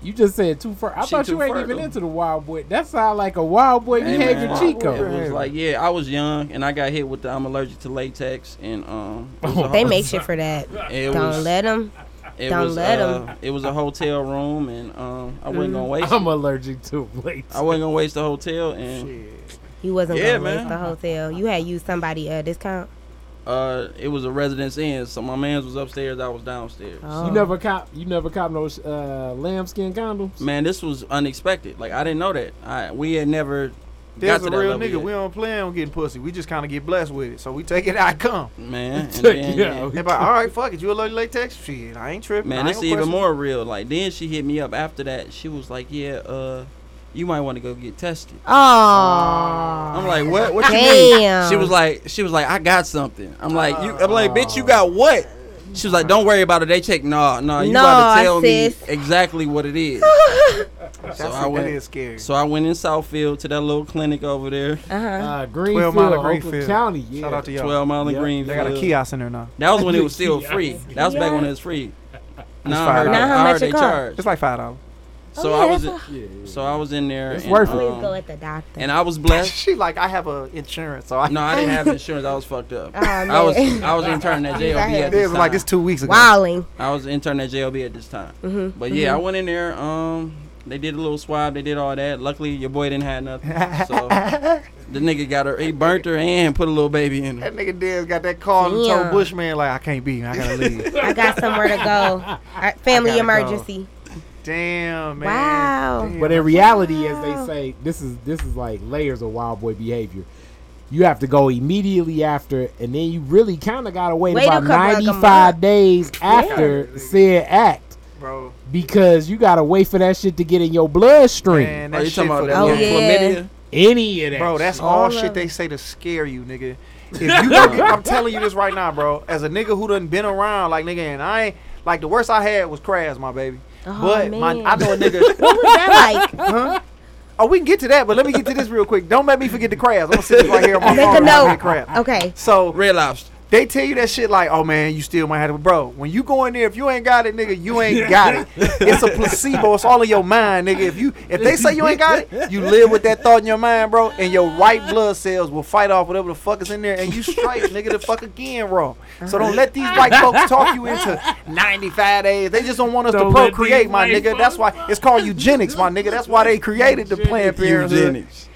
[SPEAKER 4] You just said too far. I
[SPEAKER 3] She
[SPEAKER 4] thought
[SPEAKER 3] too
[SPEAKER 4] you ain't
[SPEAKER 3] fertile.
[SPEAKER 4] even into the wild boy. That sound like a wild boy
[SPEAKER 3] Hey,
[SPEAKER 4] behavior,
[SPEAKER 3] man.
[SPEAKER 4] Chico.
[SPEAKER 3] It was like, yeah, I was young and I got hit with the I'm allergic to latex and um, it was a,
[SPEAKER 5] Oh, They make shit for that.
[SPEAKER 3] it
[SPEAKER 5] Don't
[SPEAKER 3] was,
[SPEAKER 5] let them.
[SPEAKER 3] it
[SPEAKER 5] don't
[SPEAKER 3] was,
[SPEAKER 5] let Mm. 'em.
[SPEAKER 3] uh, It was a hotel room and um, I wasn't gonna waste.
[SPEAKER 4] I'm
[SPEAKER 3] it.
[SPEAKER 4] allergic to late.
[SPEAKER 3] I wasn't gonna waste the hotel and
[SPEAKER 2] Shit.
[SPEAKER 5] You wasn't
[SPEAKER 3] Yeah,
[SPEAKER 5] gonna waste
[SPEAKER 3] man.
[SPEAKER 5] the hotel. You had used somebody a discount.
[SPEAKER 3] uh, it was a residence inn, so my man's was upstairs, I was downstairs.
[SPEAKER 5] Oh.
[SPEAKER 4] You never cop. You never cop no uh, lambskin condoms.
[SPEAKER 3] Man, this was unexpected. Like I didn't know that. I we had never got
[SPEAKER 2] There's
[SPEAKER 3] to
[SPEAKER 2] a
[SPEAKER 3] that
[SPEAKER 2] real
[SPEAKER 3] level
[SPEAKER 2] nigga.
[SPEAKER 3] yet.
[SPEAKER 2] We don't plan on getting pussy. We just kind of get blessed with it, so we take it. I come.
[SPEAKER 3] man. and
[SPEAKER 4] Check
[SPEAKER 3] then,
[SPEAKER 4] it out.
[SPEAKER 2] They be like, all right, fuck it. You allergic to latex? Shit, I ain't tripping.
[SPEAKER 3] Man,
[SPEAKER 2] I
[SPEAKER 3] this
[SPEAKER 2] ain't
[SPEAKER 3] is
[SPEAKER 2] gonna
[SPEAKER 3] even
[SPEAKER 2] question
[SPEAKER 3] more real. Like then she hit me up after that. She was like, "Yeah, uh, you might want to go get tested."
[SPEAKER 5] Oh.
[SPEAKER 3] I'm like, "What? What you
[SPEAKER 5] Damn.
[SPEAKER 3] mean?" She was like, "She was like, I got something." I'm like, "You?" I'm like, "Bitch, you got what?" She was like, "Don't worry about it. They check. No, no, you
[SPEAKER 5] No,
[SPEAKER 3] about to tell
[SPEAKER 5] sis.
[SPEAKER 3] me exactly what it
[SPEAKER 2] it.
[SPEAKER 3] is." so
[SPEAKER 2] That's
[SPEAKER 3] I
[SPEAKER 2] that
[SPEAKER 3] went.
[SPEAKER 2] is scary.
[SPEAKER 3] So I went in Southfield to that little clinic over there,
[SPEAKER 5] Uh-huh.
[SPEAKER 4] Uh,
[SPEAKER 2] Twelve
[SPEAKER 4] Greenfield,
[SPEAKER 2] mile of
[SPEAKER 4] Oakland
[SPEAKER 2] Greenfield.
[SPEAKER 4] County. Yeah.
[SPEAKER 2] Shout out to y'all.
[SPEAKER 3] 12 mile in
[SPEAKER 4] Yeah.
[SPEAKER 3] Greenfield.
[SPEAKER 2] They got a kiosk in there now.
[SPEAKER 3] That was when it was still
[SPEAKER 4] Yeah.
[SPEAKER 3] free. That was back when it was free. Now I
[SPEAKER 2] fine.
[SPEAKER 3] heard,
[SPEAKER 2] Now
[SPEAKER 3] I
[SPEAKER 5] how
[SPEAKER 3] heard
[SPEAKER 5] much it
[SPEAKER 3] they
[SPEAKER 5] cost? Oh,
[SPEAKER 3] charge.
[SPEAKER 2] It's like five dollars.
[SPEAKER 3] So
[SPEAKER 5] yeah,
[SPEAKER 3] I was,
[SPEAKER 5] that's
[SPEAKER 4] Yeah.
[SPEAKER 3] in- so I was in there.
[SPEAKER 4] It's
[SPEAKER 3] and,
[SPEAKER 4] worth it.
[SPEAKER 5] Always
[SPEAKER 3] um,
[SPEAKER 5] go at the doctor.
[SPEAKER 3] And I was blessed.
[SPEAKER 2] She like, I have a insurance, so I.
[SPEAKER 3] No, I didn't have insurance. I was fucked up.
[SPEAKER 5] Oh,
[SPEAKER 3] I was,
[SPEAKER 5] man.
[SPEAKER 3] I was interning at JLB at
[SPEAKER 2] It
[SPEAKER 3] this
[SPEAKER 2] was
[SPEAKER 3] time.
[SPEAKER 2] like it's two weeks ago.
[SPEAKER 5] Wilding.
[SPEAKER 3] I was interning at JLB at this time.
[SPEAKER 2] Mm-hmm.
[SPEAKER 3] But yeah, I went in there. Um, they did a little swab. They did all that. Luckily, your boy didn't have nothing. So the nigga got her. He burnt her and put a little baby in her.
[SPEAKER 2] That nigga Dez got that call and
[SPEAKER 5] Damn.
[SPEAKER 2] told Bushman like I can't be, here. I gotta leave.
[SPEAKER 5] I got somewhere to go. I,
[SPEAKER 2] I
[SPEAKER 5] family
[SPEAKER 2] gotta
[SPEAKER 5] emergency.
[SPEAKER 2] Damn man.
[SPEAKER 5] Wow.
[SPEAKER 2] Damn.
[SPEAKER 4] But in reality, as they say, this is this is like layers of wild boy behavior. You have to go immediately after, and then you really kind of got to wait,
[SPEAKER 5] Wait a
[SPEAKER 4] about
[SPEAKER 5] couple of
[SPEAKER 4] 95 days after said act
[SPEAKER 2] bro,
[SPEAKER 4] because you got to wait for that shit to get in your bloodstream.
[SPEAKER 2] man, that
[SPEAKER 3] Are you
[SPEAKER 2] shit
[SPEAKER 3] talking about
[SPEAKER 2] for
[SPEAKER 3] that
[SPEAKER 5] Oh,
[SPEAKER 2] the-
[SPEAKER 3] little
[SPEAKER 5] yeah.
[SPEAKER 3] chlamydia?
[SPEAKER 4] Any of that,
[SPEAKER 2] Bro, that's
[SPEAKER 4] shit.
[SPEAKER 2] all,
[SPEAKER 5] All of
[SPEAKER 2] shit they
[SPEAKER 5] it.
[SPEAKER 2] say to scare you, nigga. If you go get, I'm telling you this right now, bro. As a nigga who done been around, like nigga, and I ain't like the worst I had was Kraz, my baby.
[SPEAKER 5] Oh,
[SPEAKER 2] but my,
[SPEAKER 5] man.
[SPEAKER 2] I know a nigga.
[SPEAKER 5] What was that like?
[SPEAKER 2] huh? Oh, we can get to that, but let me get to this real quick. Don't let me forget the crabs. I'm gonna sit this right here on my
[SPEAKER 5] Make
[SPEAKER 2] phone.
[SPEAKER 5] a
[SPEAKER 2] and I'll
[SPEAKER 5] note.
[SPEAKER 2] get crabs.
[SPEAKER 5] Okay.
[SPEAKER 2] So
[SPEAKER 3] Red Lobster.
[SPEAKER 2] They tell you that shit like, oh man, you still might have to, bro. When you go in there, if you ain't got it, nigga, you ain't got it. It's a placebo. It's all in your mind, nigga. If you if they say you ain't got it, you live with that thought in your mind, bro, and your white blood cells will fight off whatever the fuck is in there, and you strike, nigga, the fuck again, bro. So don't let these white folks talk you into 95 days. They just don't want us
[SPEAKER 4] Don't
[SPEAKER 2] to
[SPEAKER 4] let these
[SPEAKER 2] procreate, my
[SPEAKER 4] white
[SPEAKER 2] nigga. That's why it's called eugenics, my nigga. That's why they created the Planned Parenthood.
[SPEAKER 3] Eugenics.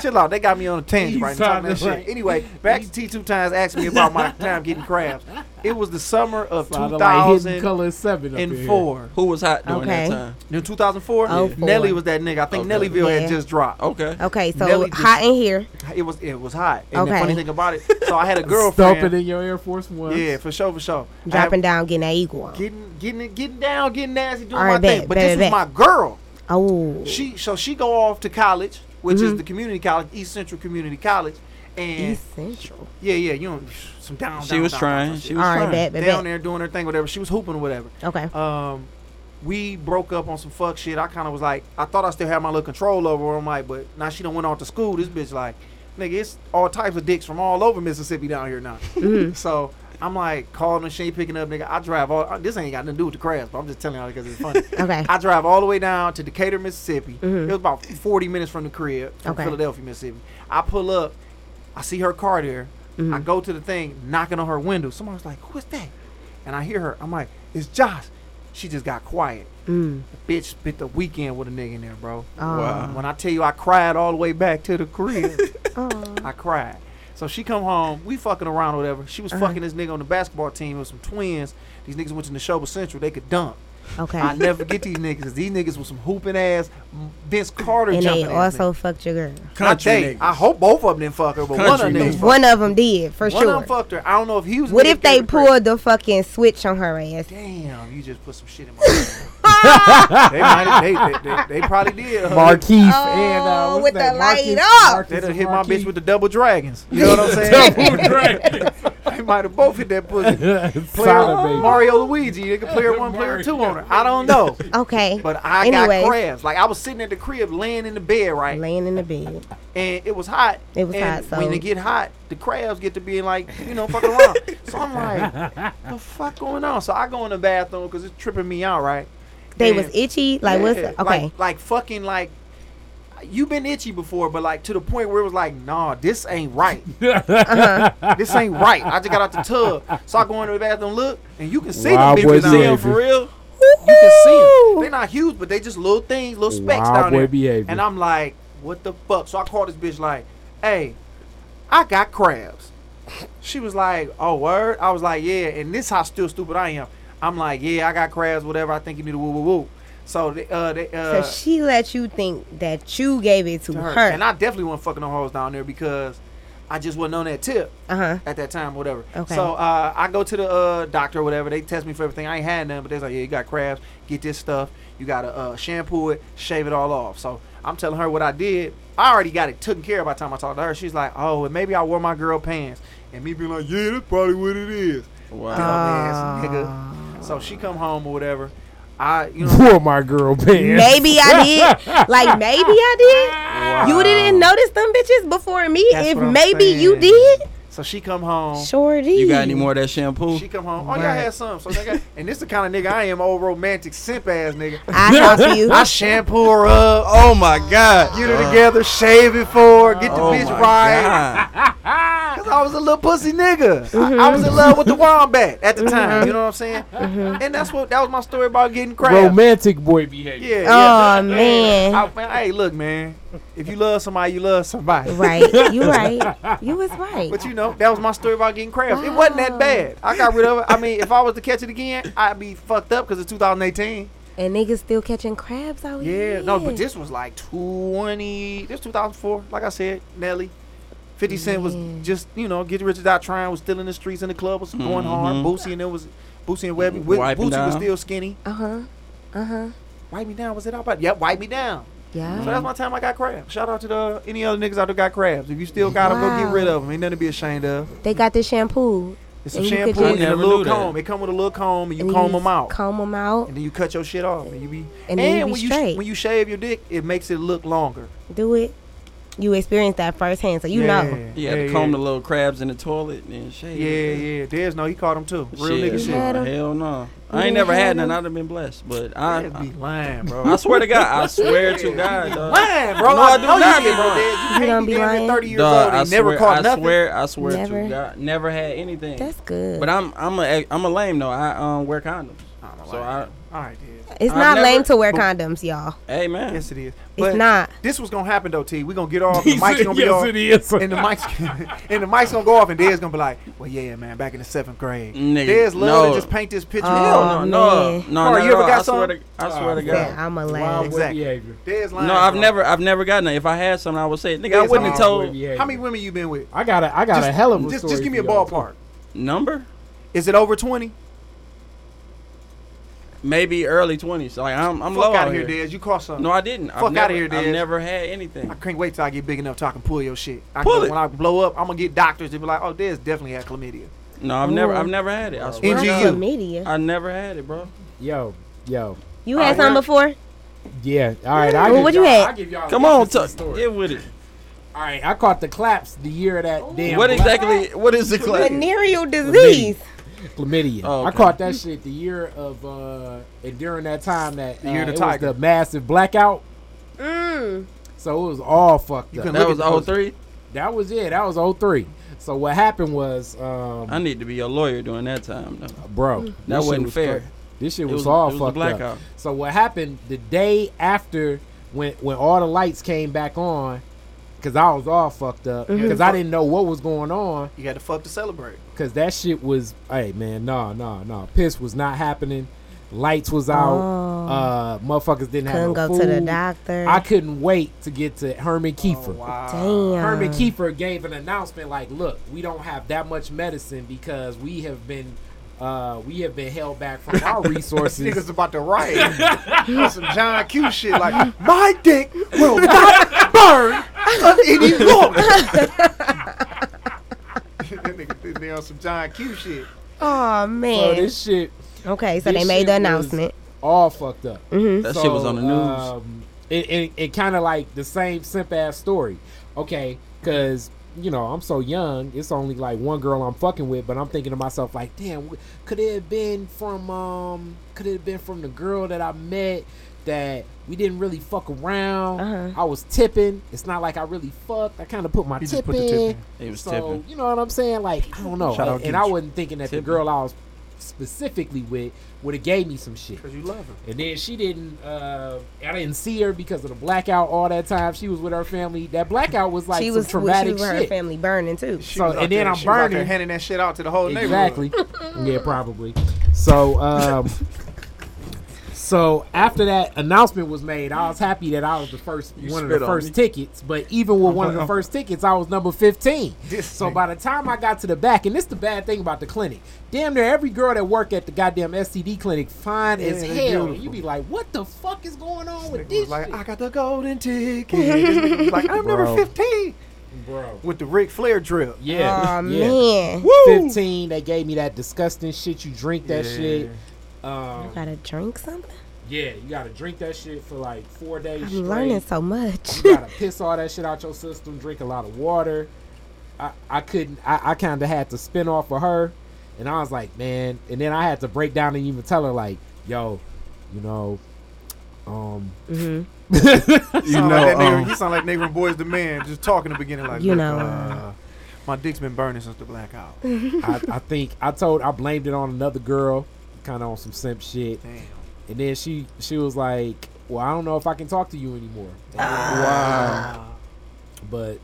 [SPEAKER 2] Chill out. They got me on a tangent
[SPEAKER 4] You
[SPEAKER 2] right now. Talking
[SPEAKER 4] sound
[SPEAKER 2] that shit.
[SPEAKER 4] right.
[SPEAKER 2] Anyway, back to T two times asked me about my time getting crabs. It was the summer of two
[SPEAKER 4] Sounded like
[SPEAKER 2] thousand
[SPEAKER 4] hidden color seven up in
[SPEAKER 2] and
[SPEAKER 4] here.
[SPEAKER 2] four.
[SPEAKER 3] Who was hot during
[SPEAKER 5] Okay.
[SPEAKER 3] that time?
[SPEAKER 2] In two thousand four,
[SPEAKER 5] Oh,
[SPEAKER 2] Nelly
[SPEAKER 5] four.
[SPEAKER 2] was that nigga. I think
[SPEAKER 3] Okay.
[SPEAKER 2] Nellyville
[SPEAKER 5] Yeah.
[SPEAKER 2] had just dropped.
[SPEAKER 3] Okay.
[SPEAKER 5] Okay, so
[SPEAKER 2] Nelly just-
[SPEAKER 5] hot in here.
[SPEAKER 2] It was it was hot. And the
[SPEAKER 5] Okay.
[SPEAKER 2] funny thing about it, so I had a
[SPEAKER 4] Stomping
[SPEAKER 2] girlfriend.
[SPEAKER 4] in your Air Force One.
[SPEAKER 2] Yeah, for sure, for sure. I had-
[SPEAKER 5] Dropping down, getting that equal.
[SPEAKER 2] getting getting it- getting down, getting nasty, doing
[SPEAKER 5] All
[SPEAKER 2] my
[SPEAKER 5] right, bet,
[SPEAKER 2] thing. But
[SPEAKER 5] bet,
[SPEAKER 2] this was
[SPEAKER 5] bet.
[SPEAKER 2] my girl.
[SPEAKER 5] Oh.
[SPEAKER 2] She so she go off to college, which is the community college, East Central Community College, and
[SPEAKER 5] Mm-hmm. East Central.
[SPEAKER 2] yeah, yeah, you know, some down.
[SPEAKER 3] She
[SPEAKER 2] down,
[SPEAKER 3] was
[SPEAKER 2] down,
[SPEAKER 3] trying.
[SPEAKER 2] down shit.
[SPEAKER 3] She
[SPEAKER 5] All
[SPEAKER 3] was
[SPEAKER 5] right,
[SPEAKER 3] trying.
[SPEAKER 5] bet, bet,
[SPEAKER 2] down
[SPEAKER 5] bet.
[SPEAKER 2] there doing her thing, whatever. She was hooping, or whatever.
[SPEAKER 5] Okay.
[SPEAKER 2] Um, we broke up on some fuck shit. I kind of was like, I thought I still had my little control over her. I'm like, but now she done went off to school. This bitch like, nigga, it's all types of dicks from all over Mississippi down here now. so I'm like calling her, she ain't picking up, nigga. I drive all. uh, This ain't got nothing to do with the crabs, but I'm just telling y'all because it's funny.
[SPEAKER 5] Okay. Mm-hmm.
[SPEAKER 2] I drive all the way down to Decatur, Mississippi. It was about 40 minutes from the crib, from
[SPEAKER 5] Okay.
[SPEAKER 2] Philadelphia, Mississippi. I pull up, I see her car there. I
[SPEAKER 5] Mm-hmm.
[SPEAKER 2] go to the thing, knocking on her window. Somebody's like, "Who is that?" And I hear her. I'm like, "It's Josh." She just got quiet.
[SPEAKER 5] Mm.
[SPEAKER 2] The bitch spent the weekend with a nigga in there, bro.
[SPEAKER 5] Oh.
[SPEAKER 3] Wow.
[SPEAKER 2] When I tell you, I cried all the way back to the crib.
[SPEAKER 5] Oh.
[SPEAKER 2] I cried. So she come home, we fucking around or whatever. She was
[SPEAKER 5] Uh-huh.
[SPEAKER 2] fucking this nigga on the basketball team with some twins. These niggas went to Neshoba Central. They could dump.
[SPEAKER 5] Okay.
[SPEAKER 2] I never get these niggas. 'cause These niggas with some hooping ass Vince Carter
[SPEAKER 5] and they
[SPEAKER 2] jumping. ass
[SPEAKER 5] also fucked your girl.
[SPEAKER 2] niggas. Not they.
[SPEAKER 3] niggas.
[SPEAKER 2] I hope both of them didn't fuck her, but one of
[SPEAKER 3] Country
[SPEAKER 2] them
[SPEAKER 3] niggas.
[SPEAKER 2] fucked.
[SPEAKER 5] One of them did, for
[SPEAKER 2] One
[SPEAKER 5] sure.
[SPEAKER 2] of them fucked her. I don't know if he was. a
[SPEAKER 5] What
[SPEAKER 2] nigga
[SPEAKER 5] if they
[SPEAKER 2] that was crazy.
[SPEAKER 5] pulled the fucking switch on her ass?
[SPEAKER 2] Damn, you just put some shit in my. they, might, they, they, they, they probably did. huh?
[SPEAKER 4] Marquise
[SPEAKER 5] Oh,
[SPEAKER 4] and uh, what's
[SPEAKER 5] with
[SPEAKER 4] that?
[SPEAKER 5] the light
[SPEAKER 4] Marquise-
[SPEAKER 5] up.
[SPEAKER 2] They
[SPEAKER 4] Marquise
[SPEAKER 2] done
[SPEAKER 4] and
[SPEAKER 2] hit my bitch
[SPEAKER 4] Marquise.
[SPEAKER 2] with the double dragons. You know what I'm saying? they might have both hit that pussy. Player
[SPEAKER 4] Sada, baby.
[SPEAKER 2] Mario Luigi, they could player one, player two on her. I don't know.
[SPEAKER 5] Okay.
[SPEAKER 2] But I
[SPEAKER 5] Anyways.
[SPEAKER 2] got crabs. Like I was sitting at the crib, laying in the bed, right?
[SPEAKER 5] Laying in the bed.
[SPEAKER 2] and it was hot.
[SPEAKER 5] It was
[SPEAKER 2] and
[SPEAKER 5] hot, so-
[SPEAKER 2] when it get hot, the crabs get to being like, you know, fucking around. so I'm like, the fuck going on? So I go in the bathroom because it's tripping me out, right?
[SPEAKER 5] They
[SPEAKER 2] And-
[SPEAKER 5] was itchy. Like what's
[SPEAKER 2] Yeah,
[SPEAKER 5] okay?
[SPEAKER 2] Like, like fucking like. you been itchy before, but like to the point where it was like, nah, this ain't right.
[SPEAKER 4] Uh-huh.
[SPEAKER 2] This ain't right. I just got out the tub, so I go into the bathroom, look, and you can see
[SPEAKER 4] Wow,
[SPEAKER 2] them
[SPEAKER 4] boy,
[SPEAKER 2] bitches down
[SPEAKER 4] see
[SPEAKER 2] there
[SPEAKER 4] them
[SPEAKER 2] for real. You can see them. They're not huge, but they just little things, little specks
[SPEAKER 4] Wild
[SPEAKER 2] down
[SPEAKER 4] boy
[SPEAKER 2] there.
[SPEAKER 4] behavior.
[SPEAKER 2] And I'm like, what the fuck? So I called this bitch like, hey, I got crabs. She was like, oh word. I was like, yeah. And this how still stupid I am. I'm like, yeah, I got crabs, whatever. I think you need to woo woo woo. So they, uh, they, uh,
[SPEAKER 5] so she let you think that you gave it to
[SPEAKER 2] to
[SPEAKER 5] her.
[SPEAKER 2] her. And I definitely wasn't fucking no hoes down there because I just wasn't on that tip
[SPEAKER 5] uh huh.
[SPEAKER 2] at that time, whatever.
[SPEAKER 5] Okay.
[SPEAKER 2] So uh, I go to the uh, doctor or whatever. They test me for everything. I ain't had none, but they're like, yeah, you got crabs. Get this stuff. You got to uh, shampoo it, shave it all off. So I'm telling her what I did. I already got it taken care of by the time I talked to her. She's like, oh, and maybe I wore my girl pants. And me being like, yeah, that's probably what it is. Dumb
[SPEAKER 3] Wow.
[SPEAKER 5] Ah.
[SPEAKER 2] ass nigga. So she come home or whatever. I, you know,
[SPEAKER 4] Poor my girl, man.
[SPEAKER 5] Maybe I did. Like maybe I did. You didn't notice them bitches before me.
[SPEAKER 2] That's
[SPEAKER 5] if
[SPEAKER 2] what I'm
[SPEAKER 5] maybe you
[SPEAKER 2] saying.
[SPEAKER 5] did,
[SPEAKER 2] so she come home.
[SPEAKER 5] sure did.
[SPEAKER 3] You got any more of that shampoo?
[SPEAKER 2] She come home. Oh, yeah, I had some. So nigga, and this the kind of nigga I am, old romantic simp ass nigga.
[SPEAKER 5] I help you.
[SPEAKER 2] I shampoo her up,
[SPEAKER 3] Oh my God.
[SPEAKER 2] get her together, shave it for her, get the
[SPEAKER 3] Oh
[SPEAKER 2] bitch
[SPEAKER 3] my
[SPEAKER 2] right.
[SPEAKER 3] God.
[SPEAKER 2] Cause I was a little pussy nigga. I, I was in love with the wombat at the time. You know what I'm saying? And that's what that was my story about getting crabs.
[SPEAKER 4] Romantic boy behavior.
[SPEAKER 2] yeah, yeah.
[SPEAKER 5] Oh man.
[SPEAKER 2] I- man, hey, look, man. If you love somebody, you love somebody.
[SPEAKER 5] right. You right. You was right.
[SPEAKER 2] But you know, that was my story about getting crabs. It wasn't that bad. I got rid of it. I mean, if I was to catch it again, I'd be fucked up because it's 2018.
[SPEAKER 5] and niggas still catching crabs out here.
[SPEAKER 2] Yeah, no, but this was like 20, this 2004. Like I said, Nelly. 50 Cent was
[SPEAKER 5] Man.
[SPEAKER 2] just, you know, Get Rich or Die Trying was still in the streets in the club, was going hard.
[SPEAKER 3] Mhm.
[SPEAKER 2] Boosie and it was, Boosie and Webby. Wi-
[SPEAKER 3] Wipe Me
[SPEAKER 2] Boosie was
[SPEAKER 3] Down.
[SPEAKER 2] still skinny.
[SPEAKER 5] Uh huh. Uh huh.
[SPEAKER 2] Wipe Me Down, was it all about? Yep, Wipe Me Down. So
[SPEAKER 5] Yeah.
[SPEAKER 3] Mm-hmm.
[SPEAKER 2] that's my time I got crabs. Shout out to the any other niggas out there got crabs. If you still got them, go
[SPEAKER 5] Wow.
[SPEAKER 2] get rid of them. Ain't nothing to be ashamed of.
[SPEAKER 5] They got the shampoo.
[SPEAKER 2] It's some
[SPEAKER 5] And you could
[SPEAKER 2] shampoo
[SPEAKER 5] just-
[SPEAKER 2] and
[SPEAKER 3] I
[SPEAKER 2] a
[SPEAKER 3] never
[SPEAKER 2] little
[SPEAKER 3] knew that.
[SPEAKER 2] comb. It come with a little comb and you
[SPEAKER 5] And
[SPEAKER 2] comb them
[SPEAKER 5] just
[SPEAKER 2] out.
[SPEAKER 5] Comb them out.
[SPEAKER 2] and then you cut your shit off and you be
[SPEAKER 5] And then you be
[SPEAKER 2] when you
[SPEAKER 5] straight.
[SPEAKER 2] sh- when you shave your dick it makes it look longer
[SPEAKER 5] Do it. You experience that firsthand, so you know.
[SPEAKER 3] You had to comb the little crabs in the toilet and shit.
[SPEAKER 2] yeah yeah there's no he caught him too real
[SPEAKER 3] Shit,
[SPEAKER 2] nigga
[SPEAKER 5] You had
[SPEAKER 2] shit
[SPEAKER 5] 'em?
[SPEAKER 3] Hell no.
[SPEAKER 5] You
[SPEAKER 3] I ain't
[SPEAKER 5] didn't
[SPEAKER 3] never
[SPEAKER 5] have
[SPEAKER 3] had none.
[SPEAKER 5] them?
[SPEAKER 3] I'd have been blessed. But I,
[SPEAKER 2] That'd be
[SPEAKER 3] I,
[SPEAKER 2] lying bro
[SPEAKER 3] I swear to God, I swear to God, dog.
[SPEAKER 2] lying bro
[SPEAKER 3] No, I
[SPEAKER 2] I,
[SPEAKER 3] do
[SPEAKER 2] know
[SPEAKER 3] not,
[SPEAKER 2] you did bro
[SPEAKER 3] bro.
[SPEAKER 2] Dad.
[SPEAKER 5] You
[SPEAKER 2] you
[SPEAKER 5] don't
[SPEAKER 2] can't
[SPEAKER 5] be
[SPEAKER 2] be damn
[SPEAKER 5] lying.
[SPEAKER 2] near 30 years
[SPEAKER 3] Dog,
[SPEAKER 2] old
[SPEAKER 3] I
[SPEAKER 2] and never
[SPEAKER 3] swear-
[SPEAKER 2] caught
[SPEAKER 3] I
[SPEAKER 2] nothing
[SPEAKER 3] swear, I swear
[SPEAKER 5] Never.
[SPEAKER 3] to God, never had anything.
[SPEAKER 5] That's good.
[SPEAKER 3] but I'm, I'm a, I'm a lame though. I um wear condoms.
[SPEAKER 2] I'm a
[SPEAKER 3] So I,
[SPEAKER 2] liar. all right dude
[SPEAKER 5] it's
[SPEAKER 3] I've
[SPEAKER 5] not
[SPEAKER 3] never-
[SPEAKER 5] lame to wear
[SPEAKER 2] But-
[SPEAKER 5] condoms, y'all.
[SPEAKER 3] hey man,
[SPEAKER 2] yes it is
[SPEAKER 5] It's
[SPEAKER 2] but
[SPEAKER 5] not.
[SPEAKER 2] this was gonna happen though T we gonna get off the mic's gonna be
[SPEAKER 4] yes,
[SPEAKER 2] off
[SPEAKER 4] it is.
[SPEAKER 2] and the mic's and the mic's gonna go off and Dad's gonna be like well yeah man back in the seventh grade
[SPEAKER 3] Nigga,
[SPEAKER 2] Dad's love
[SPEAKER 3] no.
[SPEAKER 2] to just paint this picture
[SPEAKER 5] Oh.
[SPEAKER 3] hell no, no,
[SPEAKER 5] man.
[SPEAKER 3] no,
[SPEAKER 2] Carl,
[SPEAKER 3] no,
[SPEAKER 2] you
[SPEAKER 3] no,
[SPEAKER 2] ever
[SPEAKER 3] I
[SPEAKER 2] got some?
[SPEAKER 3] swear to, I swear to
[SPEAKER 4] Oh,
[SPEAKER 3] God.
[SPEAKER 5] Said I'm a
[SPEAKER 4] Wild
[SPEAKER 5] lame.
[SPEAKER 4] boy
[SPEAKER 2] Exactly.
[SPEAKER 4] behavior.
[SPEAKER 2] Dad's lying
[SPEAKER 3] No, I've
[SPEAKER 2] bro.
[SPEAKER 3] never, I've never gotten it. If I had something, I would say, it. nigga, I
[SPEAKER 2] Yes,
[SPEAKER 3] wouldn't have
[SPEAKER 2] no,
[SPEAKER 4] Wild boy
[SPEAKER 3] told
[SPEAKER 4] behavior.
[SPEAKER 2] How many women you been with?
[SPEAKER 4] I got a I got a hell of a
[SPEAKER 2] just,
[SPEAKER 4] story.
[SPEAKER 2] just give me a
[SPEAKER 4] for y'all.
[SPEAKER 2] ballpark.
[SPEAKER 3] number.
[SPEAKER 2] Is it over twenty?
[SPEAKER 3] Maybe early twenties. Like I'm, I'm
[SPEAKER 2] Fuck
[SPEAKER 3] low
[SPEAKER 2] out
[SPEAKER 3] out
[SPEAKER 2] of here,
[SPEAKER 3] here.
[SPEAKER 2] Dez. You caught something.
[SPEAKER 3] No, I didn't. I've
[SPEAKER 2] Fuck
[SPEAKER 3] never,
[SPEAKER 2] outta here,
[SPEAKER 3] I've
[SPEAKER 2] Dez.
[SPEAKER 3] never had anything.
[SPEAKER 2] I can't wait till I get big enough so I can pull your shit. I
[SPEAKER 3] Pull
[SPEAKER 2] can,
[SPEAKER 3] it.
[SPEAKER 2] When I blow up, I'm gonna get doctors to be like, "Oh, Dez definitely had chlamydia."
[SPEAKER 3] No, I've never,
[SPEAKER 5] Ooh.
[SPEAKER 3] I've never had it. I swear.
[SPEAKER 5] Not
[SPEAKER 3] to
[SPEAKER 2] NGU.
[SPEAKER 3] God.
[SPEAKER 5] chlamydia.
[SPEAKER 3] I never had it, bro.
[SPEAKER 4] Yo, yo,
[SPEAKER 5] You
[SPEAKER 3] I
[SPEAKER 5] had some
[SPEAKER 3] work-
[SPEAKER 5] before?
[SPEAKER 4] yeah. All right.
[SPEAKER 5] Well,
[SPEAKER 4] I
[SPEAKER 5] what
[SPEAKER 4] what
[SPEAKER 5] you had?
[SPEAKER 4] I give y'all.
[SPEAKER 3] Come on,
[SPEAKER 4] interesting
[SPEAKER 3] tuck.
[SPEAKER 4] story.
[SPEAKER 3] Get with it.
[SPEAKER 4] All right. I caught the claps the year of
[SPEAKER 2] Oh.
[SPEAKER 4] that damn.
[SPEAKER 3] what
[SPEAKER 4] black
[SPEAKER 3] exactly? What is the class?
[SPEAKER 5] Venereal disease.
[SPEAKER 4] Chlamydia.
[SPEAKER 3] Oh,
[SPEAKER 4] I
[SPEAKER 3] okay.
[SPEAKER 4] caught that shit the year of uh and during that time that
[SPEAKER 2] The
[SPEAKER 4] uh,
[SPEAKER 2] year of the
[SPEAKER 4] it
[SPEAKER 2] tiger.
[SPEAKER 4] was the massive blackout.
[SPEAKER 5] Mm.
[SPEAKER 4] So it was all fucked
[SPEAKER 2] You
[SPEAKER 4] up.
[SPEAKER 2] couldn't
[SPEAKER 3] That
[SPEAKER 2] Look at
[SPEAKER 3] was
[SPEAKER 2] the
[SPEAKER 3] all
[SPEAKER 2] poster.
[SPEAKER 3] three.
[SPEAKER 4] That was it. That was 03. So what happened was, um,
[SPEAKER 3] I need to be a lawyer during that time. Though.
[SPEAKER 4] bro,
[SPEAKER 3] That
[SPEAKER 4] this shit
[SPEAKER 3] wasn't
[SPEAKER 4] was
[SPEAKER 3] fair.
[SPEAKER 4] fuck- This shit
[SPEAKER 3] It
[SPEAKER 4] was,
[SPEAKER 3] was-
[SPEAKER 4] all
[SPEAKER 3] it was a
[SPEAKER 4] fucked up.
[SPEAKER 3] blackout.
[SPEAKER 4] So what happened the day after when when all the lights came back on, because I was all fucked up
[SPEAKER 5] Mhm.
[SPEAKER 4] because I didn't know what was going on
[SPEAKER 2] You had to fuck to celebrate.
[SPEAKER 4] because that shit was hey man no no no piss was not happening, lights was out,
[SPEAKER 5] Oh.
[SPEAKER 4] uh motherfuckers didn't
[SPEAKER 5] Couldn't
[SPEAKER 4] have no
[SPEAKER 5] go to the
[SPEAKER 4] food.
[SPEAKER 5] doctor.
[SPEAKER 4] I couldn't wait to get to Herman Kiefer.
[SPEAKER 2] Oh, wow.
[SPEAKER 5] Damn.
[SPEAKER 4] Herman Kiefer gave an announcement like, "Look, we don't have that much medicine because we have been, uh, we have been held back from our
[SPEAKER 2] This nigga's
[SPEAKER 4] resources."
[SPEAKER 2] about to write That's some John Q shit. Like my dick will not burn any longer. that nigga this nigga on some John Q shit.
[SPEAKER 5] Oh
[SPEAKER 4] so
[SPEAKER 5] man.
[SPEAKER 4] this shit
[SPEAKER 5] okay, so
[SPEAKER 4] this
[SPEAKER 5] they made
[SPEAKER 4] shit
[SPEAKER 5] the
[SPEAKER 4] was-
[SPEAKER 5] announcement. Mm-hmm.
[SPEAKER 4] all fucked up.
[SPEAKER 3] That shit was on the news.
[SPEAKER 4] Um, it it, it kind of like the same simp ass story. Okay, because you know I'm so young. It's only like one girl I'm fucking with, but I'm thinking to myself like, damn, w- could it have been from um, could it have been from the girl that I met that we didn't really fuck around.
[SPEAKER 5] Uh-huh.
[SPEAKER 4] I was tipping. It's not like I really fucked. I kind of put my
[SPEAKER 2] He
[SPEAKER 4] tip
[SPEAKER 2] just put the
[SPEAKER 4] in.
[SPEAKER 2] tip in.
[SPEAKER 3] It was
[SPEAKER 4] so
[SPEAKER 3] tipping.
[SPEAKER 4] you know what I'm saying? Like I don't know.
[SPEAKER 2] Shout out
[SPEAKER 4] and I
[SPEAKER 2] Geech.
[SPEAKER 4] wasn't thinking that
[SPEAKER 3] Tipping.
[SPEAKER 4] the girl I was specifically with would have gave me some shit.
[SPEAKER 2] Cause you love him.
[SPEAKER 4] And then she didn't. Uh, I didn't see her because of the blackout. All that time she was with her family. That blackout was like
[SPEAKER 5] she
[SPEAKER 4] some
[SPEAKER 5] was she was
[SPEAKER 4] traumatic
[SPEAKER 5] with her
[SPEAKER 4] shit.
[SPEAKER 5] family burning too.
[SPEAKER 2] She
[SPEAKER 4] So-
[SPEAKER 2] was out
[SPEAKER 4] and then
[SPEAKER 2] there-
[SPEAKER 4] I'm
[SPEAKER 2] she was out there
[SPEAKER 4] burning.
[SPEAKER 2] handing that shit out to the whole
[SPEAKER 4] Exactly.
[SPEAKER 2] neighborhood.
[SPEAKER 4] yeah, probably. So, um, so after that announcement was made, I was happy that I was the first
[SPEAKER 2] You
[SPEAKER 4] one of
[SPEAKER 2] spit
[SPEAKER 4] the
[SPEAKER 2] on
[SPEAKER 4] first
[SPEAKER 2] me.
[SPEAKER 4] tickets. But even with one of the
[SPEAKER 2] I'm-
[SPEAKER 4] first tickets, I was number fifteen.
[SPEAKER 2] This
[SPEAKER 4] So
[SPEAKER 2] nigga.
[SPEAKER 4] by the time I got to the back, and this the bad thing about the clinic, damn near every girl that work at the goddamn STD clinic fine
[SPEAKER 2] Yeah,
[SPEAKER 4] as
[SPEAKER 2] they
[SPEAKER 4] hell.
[SPEAKER 2] beautiful.
[SPEAKER 4] You be like, what the fuck is going on with
[SPEAKER 2] Nigga
[SPEAKER 4] this?
[SPEAKER 2] was like,
[SPEAKER 4] shit?
[SPEAKER 2] I got the golden ticket. This nigga was like, I'm
[SPEAKER 4] Bro.
[SPEAKER 2] number 15.
[SPEAKER 4] bro.
[SPEAKER 2] With the Ric Flair drip.
[SPEAKER 4] Yeah.
[SPEAKER 5] Oh
[SPEAKER 4] yeah.
[SPEAKER 5] man.
[SPEAKER 2] Woo!
[SPEAKER 4] 15, they gave me that disgusting shit. You drink that
[SPEAKER 2] Yeah.
[SPEAKER 4] shit. Um,
[SPEAKER 5] Gotta drink something.
[SPEAKER 4] yeah, you gotta drink that shit for like four days
[SPEAKER 5] I'm
[SPEAKER 4] straight.
[SPEAKER 5] learning so much.
[SPEAKER 4] You gotta piss all that shit out your system, drink a lot of water. I, I couldn't, I, I kind of had to spin off of her. And I was like, man. And then I had to break down and even tell her, like, yo, you know, um,
[SPEAKER 5] Mhm.
[SPEAKER 2] You sound like that
[SPEAKER 3] um,
[SPEAKER 2] nigga, he sound like neighboring boys the man, just talking in the beginning like,
[SPEAKER 5] um, You
[SPEAKER 2] "Look,
[SPEAKER 5] know, Mm.
[SPEAKER 2] uh, my dick's been burning since the blackout.
[SPEAKER 4] I, I think I told, I blamed it on another girl, kind of on some simp shit.
[SPEAKER 2] Damn.
[SPEAKER 4] And then she she was like, "Well, I don't know if I can talk to you anymore."
[SPEAKER 2] Wow.
[SPEAKER 4] But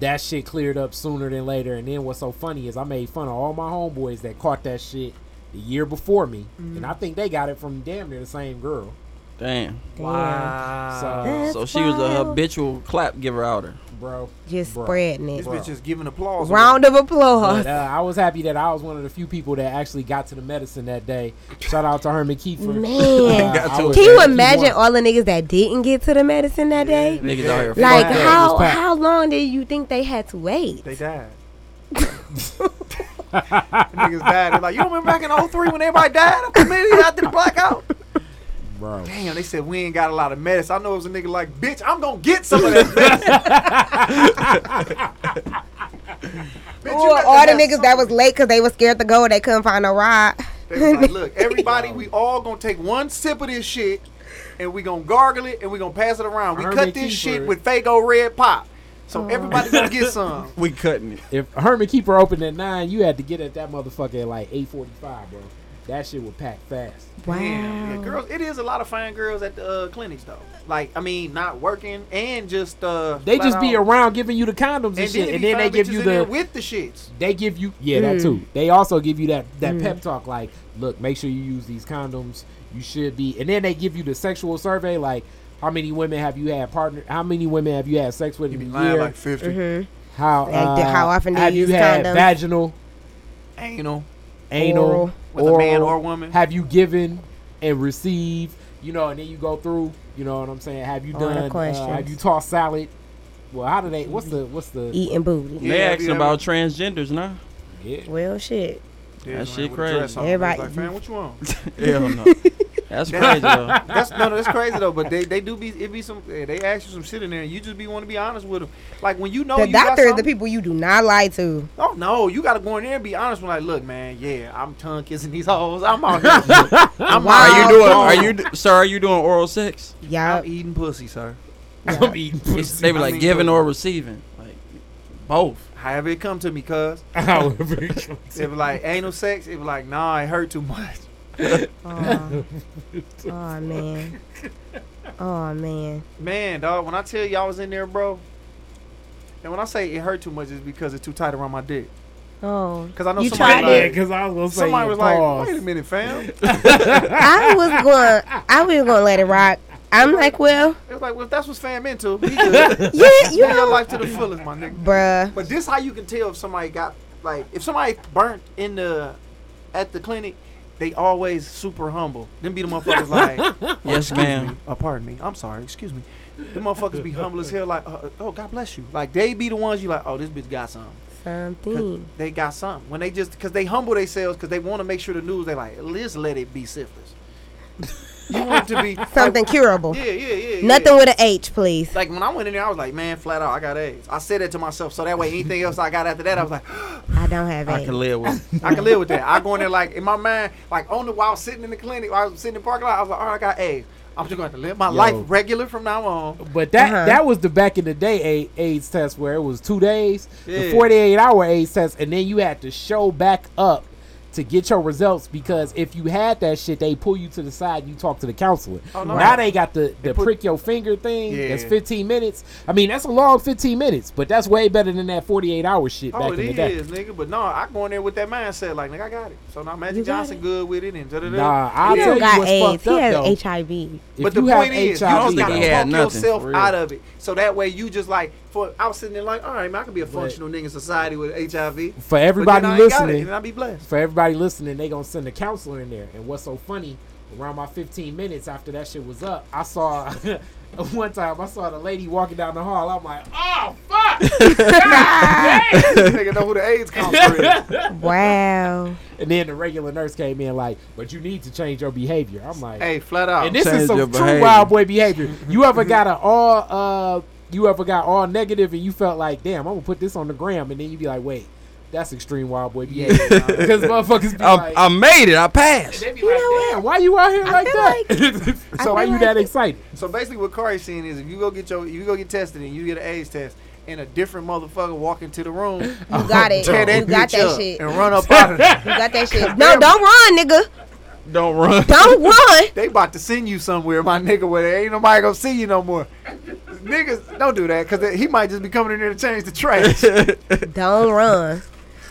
[SPEAKER 4] that shit cleared up sooner than later. And then what's so funny is I made fun of all my homeboys that caught that shit the year before me, and I think they got it from damn near the same girl.
[SPEAKER 3] Damn.
[SPEAKER 5] Damn.
[SPEAKER 4] So,
[SPEAKER 5] That's
[SPEAKER 3] Uh, so she was a
[SPEAKER 5] wild.
[SPEAKER 3] habitual clap giver outer.
[SPEAKER 4] bro,
[SPEAKER 5] Just
[SPEAKER 4] Bruh.
[SPEAKER 5] spreading
[SPEAKER 2] This
[SPEAKER 5] it.
[SPEAKER 2] bitch is giving applause.
[SPEAKER 5] Round of applause.
[SPEAKER 4] but, uh, I was happy that I was one of the few people that actually got to the medicine that day. Shout out to Herman Kiefer.
[SPEAKER 5] Man.
[SPEAKER 4] Uh, I
[SPEAKER 3] Can
[SPEAKER 4] was
[SPEAKER 5] Can you
[SPEAKER 4] happy he
[SPEAKER 5] imagine
[SPEAKER 4] won.
[SPEAKER 5] all the niggas that didn't get to the medicine that day?
[SPEAKER 3] Niggas out here.
[SPEAKER 5] Like
[SPEAKER 4] Yeah, it was
[SPEAKER 5] how
[SPEAKER 4] packed.
[SPEAKER 5] how long did you think they had to wait?
[SPEAKER 2] They died. Niggas died. They're like, you remember back in 03 when everybody died of chlamydia after the blackout?
[SPEAKER 4] bro.
[SPEAKER 2] Damn, they said we ain't got a lot of medicine. I know it was a nigga like, bitch, I'm gonna get some of that medicine. Bitch, you
[SPEAKER 5] Ooh,
[SPEAKER 2] let
[SPEAKER 5] all the
[SPEAKER 2] them have
[SPEAKER 5] niggas that was late because they was scared to go, they couldn't find a ride.
[SPEAKER 2] They was like, look, everybody, we all gonna take one sip of this shit, and we gonna gargle it, and we gonna pass it around. We
[SPEAKER 4] Herman
[SPEAKER 2] cut this
[SPEAKER 4] Keeper.
[SPEAKER 2] shit with Fago Red Pop,
[SPEAKER 5] Oh.
[SPEAKER 2] so everybody gonna get some.
[SPEAKER 3] We cutting it.
[SPEAKER 4] If Herman Keeper opened at nine, you had to get at that motherfucker at like eight forty five, bro. That shit would pack fast.
[SPEAKER 5] Wow.
[SPEAKER 2] Damn. Yeah, girls, it is a lot of fine girls at the uh, clinics though. Like, I mean, not working and just uh,
[SPEAKER 4] They
[SPEAKER 2] flat
[SPEAKER 4] just be
[SPEAKER 2] out-
[SPEAKER 4] around giving you the condoms and,
[SPEAKER 2] and
[SPEAKER 4] shit,
[SPEAKER 2] then,
[SPEAKER 4] and then they give you the
[SPEAKER 2] with the shits.
[SPEAKER 4] they give you yeah that
[SPEAKER 5] Mm.
[SPEAKER 4] too. They also give you that that pep talk like, look, make sure you use these condoms. You should be, and then they give you the sexual survey like, how many women have you had partner? How many women have you had sex with
[SPEAKER 2] You
[SPEAKER 4] in
[SPEAKER 2] be
[SPEAKER 4] a
[SPEAKER 2] lying
[SPEAKER 4] year?
[SPEAKER 2] like 50
[SPEAKER 4] Uh-huh.
[SPEAKER 5] Mm-hmm.
[SPEAKER 4] how
[SPEAKER 5] Like,
[SPEAKER 4] uh,
[SPEAKER 5] how often do you
[SPEAKER 4] have you
[SPEAKER 5] use
[SPEAKER 4] had
[SPEAKER 5] condoms?
[SPEAKER 4] vaginal,
[SPEAKER 2] anal
[SPEAKER 4] anal,
[SPEAKER 5] Oral.
[SPEAKER 2] with a man or a woman.
[SPEAKER 4] have you given and received you know and then you go through you know what i'm saying have you
[SPEAKER 5] All the
[SPEAKER 4] done uh,
[SPEAKER 5] questions.
[SPEAKER 4] have you tossed salad well how do they what's the what's the
[SPEAKER 5] Eating booty.
[SPEAKER 2] Yeah,
[SPEAKER 3] they
[SPEAKER 2] have
[SPEAKER 3] asking
[SPEAKER 2] you ever-
[SPEAKER 3] about transgenders now.
[SPEAKER 4] yeah.
[SPEAKER 5] Well, shit.
[SPEAKER 2] Yeah,
[SPEAKER 3] That
[SPEAKER 2] man,
[SPEAKER 3] shit
[SPEAKER 2] with a dress
[SPEAKER 3] crazy.
[SPEAKER 2] on. It's
[SPEAKER 5] Everybody-
[SPEAKER 2] like, man, what you want?
[SPEAKER 3] Hell no. That's crazy though.
[SPEAKER 2] That's no, no, that's crazy though. But they, they do be it be some eh, they ask you some shit in there, and you just be want to be honest with them. Like when you
[SPEAKER 4] Oh,
[SPEAKER 2] know
[SPEAKER 5] The
[SPEAKER 2] you got
[SPEAKER 5] doctor is the
[SPEAKER 2] something-
[SPEAKER 5] people you do not lie to.
[SPEAKER 2] Oh no, you got to go in there and be honest. With like, look, man, yeah, I'm tongue kissing these hoes. I'm out here. I'm
[SPEAKER 5] Wow.
[SPEAKER 2] out
[SPEAKER 3] Are you
[SPEAKER 2] here.
[SPEAKER 3] doing? Are you, d- sir? Are you doing oral sex?
[SPEAKER 5] Y'all,
[SPEAKER 2] I'm eating pussy, sir.
[SPEAKER 4] i'm eating
[SPEAKER 3] It's, they be
[SPEAKER 2] I
[SPEAKER 3] like
[SPEAKER 2] mean,
[SPEAKER 3] giving
[SPEAKER 2] but-
[SPEAKER 3] or receiving, like both.
[SPEAKER 2] However it come to me, cuz
[SPEAKER 4] however
[SPEAKER 2] it was like anal sex. It was like, nah, it hurt too much.
[SPEAKER 5] oh, oh man, oh man.
[SPEAKER 2] Man, dog, when I tell you I was in there, bro, and when I say it hurt too much, it's because it's too tight around my dick.
[SPEAKER 5] Oh,
[SPEAKER 2] Cause I know
[SPEAKER 5] You
[SPEAKER 2] somebody
[SPEAKER 5] tried it.
[SPEAKER 2] like,
[SPEAKER 4] because i was gonna say
[SPEAKER 2] somebody was like,
[SPEAKER 4] pause.
[SPEAKER 2] wait a minute, fam. It
[SPEAKER 5] I was going, I was gonna let it rock. I'm like, well,
[SPEAKER 2] was like, well, if that's what's fam into, he good.
[SPEAKER 5] yeah, you
[SPEAKER 2] Live your
[SPEAKER 5] know,
[SPEAKER 2] life to the fullest, my nigga.
[SPEAKER 5] bruh.
[SPEAKER 2] But this how you can tell if somebody got like if somebody burnt in the at the clinic, they always super humble. Them be the motherfuckers like,
[SPEAKER 3] Yes, ma'am.
[SPEAKER 2] oh, pardon me, I'm sorry, excuse me. The motherfuckers be humble as hell, like, uh, oh God bless you. Like they be the ones you like, oh this bitch got something. 'Cause
[SPEAKER 5] Something.
[SPEAKER 2] They got something. When they just cause they humble themselves cause they want to make sure the news they like, let's let it be syphilis. you want it to be like,
[SPEAKER 5] Something curable.
[SPEAKER 2] yeah, yeah, yeah. yeah.
[SPEAKER 5] Nothing with an H, please.
[SPEAKER 2] Like when I went in there, I was like, man, flat out, I got AIDS. I said that to myself, so that way anything else I got after that, I was like,
[SPEAKER 5] I don't have
[SPEAKER 3] I can
[SPEAKER 5] H.
[SPEAKER 3] live with. it.
[SPEAKER 2] I can live with that. I go in there like in my mind, like on the while I was sitting in the clinic, while I was sitting in the parking lot, I was like, all right, I got AIDS. I'm just gonna have to live my
[SPEAKER 4] Yo.
[SPEAKER 2] life regular from now on.
[SPEAKER 4] But that
[SPEAKER 5] Uh-huh.
[SPEAKER 4] that was the back in the day A- AIDS test where it was two days, the
[SPEAKER 2] Yeah.
[SPEAKER 4] 48 hour AIDS test, and then you had to show back up to get your results because if you had that shit, they pull you to the side and you talk to the counselor.
[SPEAKER 2] Oh, no.
[SPEAKER 4] Now they got the, the
[SPEAKER 2] put-
[SPEAKER 4] prick your finger thing. That's
[SPEAKER 2] Yeah.
[SPEAKER 4] 15 minutes. I mean, that's a long 15 minutes, but that's way better than that 48 hour shit
[SPEAKER 2] Oh, it
[SPEAKER 4] back in the
[SPEAKER 2] is,
[SPEAKER 4] day.
[SPEAKER 2] nigga. But no, I go in there with that mindset, like nigga, I got it. So now Magic
[SPEAKER 5] You got
[SPEAKER 2] Johnson
[SPEAKER 5] it.
[SPEAKER 2] good with it and da da da.
[SPEAKER 4] Nah, I'll
[SPEAKER 5] He
[SPEAKER 4] tell
[SPEAKER 5] don't
[SPEAKER 4] you
[SPEAKER 5] got
[SPEAKER 4] what's
[SPEAKER 5] AIDS.
[SPEAKER 4] fucked
[SPEAKER 5] He
[SPEAKER 4] up
[SPEAKER 5] has
[SPEAKER 4] though.
[SPEAKER 5] HIV.
[SPEAKER 4] If
[SPEAKER 2] but the
[SPEAKER 4] you have
[SPEAKER 2] point is,
[SPEAKER 4] HIV,
[SPEAKER 2] you
[SPEAKER 3] don't
[SPEAKER 2] just
[SPEAKER 3] think he
[SPEAKER 2] gotta
[SPEAKER 3] had
[SPEAKER 2] talk
[SPEAKER 3] nothing,
[SPEAKER 2] yourself
[SPEAKER 3] for real.
[SPEAKER 2] out of it. So that way, you just like for I was sitting there like, all right, man, I could be a functional nigga in society with HIV.
[SPEAKER 4] for
[SPEAKER 2] Everybody
[SPEAKER 4] everybody
[SPEAKER 2] but then I ain't got it,
[SPEAKER 4] listening,
[SPEAKER 2] and I be blessed.
[SPEAKER 4] for everybody listening, they gonna send a counselor in there. And what's so funny? Around my 15 minutes after that shit was up, I saw one time I saw the lady walking down the hall. I'm like, oh fuck! God damn!
[SPEAKER 2] nigga know who the AIDS comes from.
[SPEAKER 5] Wow.
[SPEAKER 4] and then the regular nurse came in like, but you need to change your behavior. I'm like,
[SPEAKER 2] Hey, flat out.
[SPEAKER 4] and this
[SPEAKER 3] change
[SPEAKER 4] is some
[SPEAKER 3] your
[SPEAKER 4] true
[SPEAKER 3] behavior.
[SPEAKER 4] wild boy behavior. You ever got an all uh, you ever got all negative and you felt like, damn, I'm gonna put this on the gram, and then you be like, wait, that's extreme wild boy
[SPEAKER 2] yeah,
[SPEAKER 4] behavior.
[SPEAKER 2] nah.
[SPEAKER 4] Because motherfuckers be
[SPEAKER 3] I,
[SPEAKER 4] like,
[SPEAKER 3] I made it. I passed.
[SPEAKER 4] They be like, damn, why you out here like that?
[SPEAKER 5] I
[SPEAKER 4] so why
[SPEAKER 5] feel
[SPEAKER 4] you that
[SPEAKER 5] like-
[SPEAKER 4] excited?
[SPEAKER 2] So basically, what Kari's saying is, if you go get your, you go get tested and you get an AIDS test, and a different motherfucker walk into the room,
[SPEAKER 5] You got it.
[SPEAKER 2] tear that
[SPEAKER 5] You got
[SPEAKER 2] bitch
[SPEAKER 5] that
[SPEAKER 2] up
[SPEAKER 5] shit. You
[SPEAKER 2] and run up out of there.
[SPEAKER 5] got that shit. No, don't run, nigga.
[SPEAKER 3] Don't run.
[SPEAKER 5] Don't run.
[SPEAKER 2] They about to send you somewhere, my nigga, where there ain't nobody gonna see you no more. Niggas, don't do that, cause he might just be coming in there to change the trash.
[SPEAKER 5] Don't run.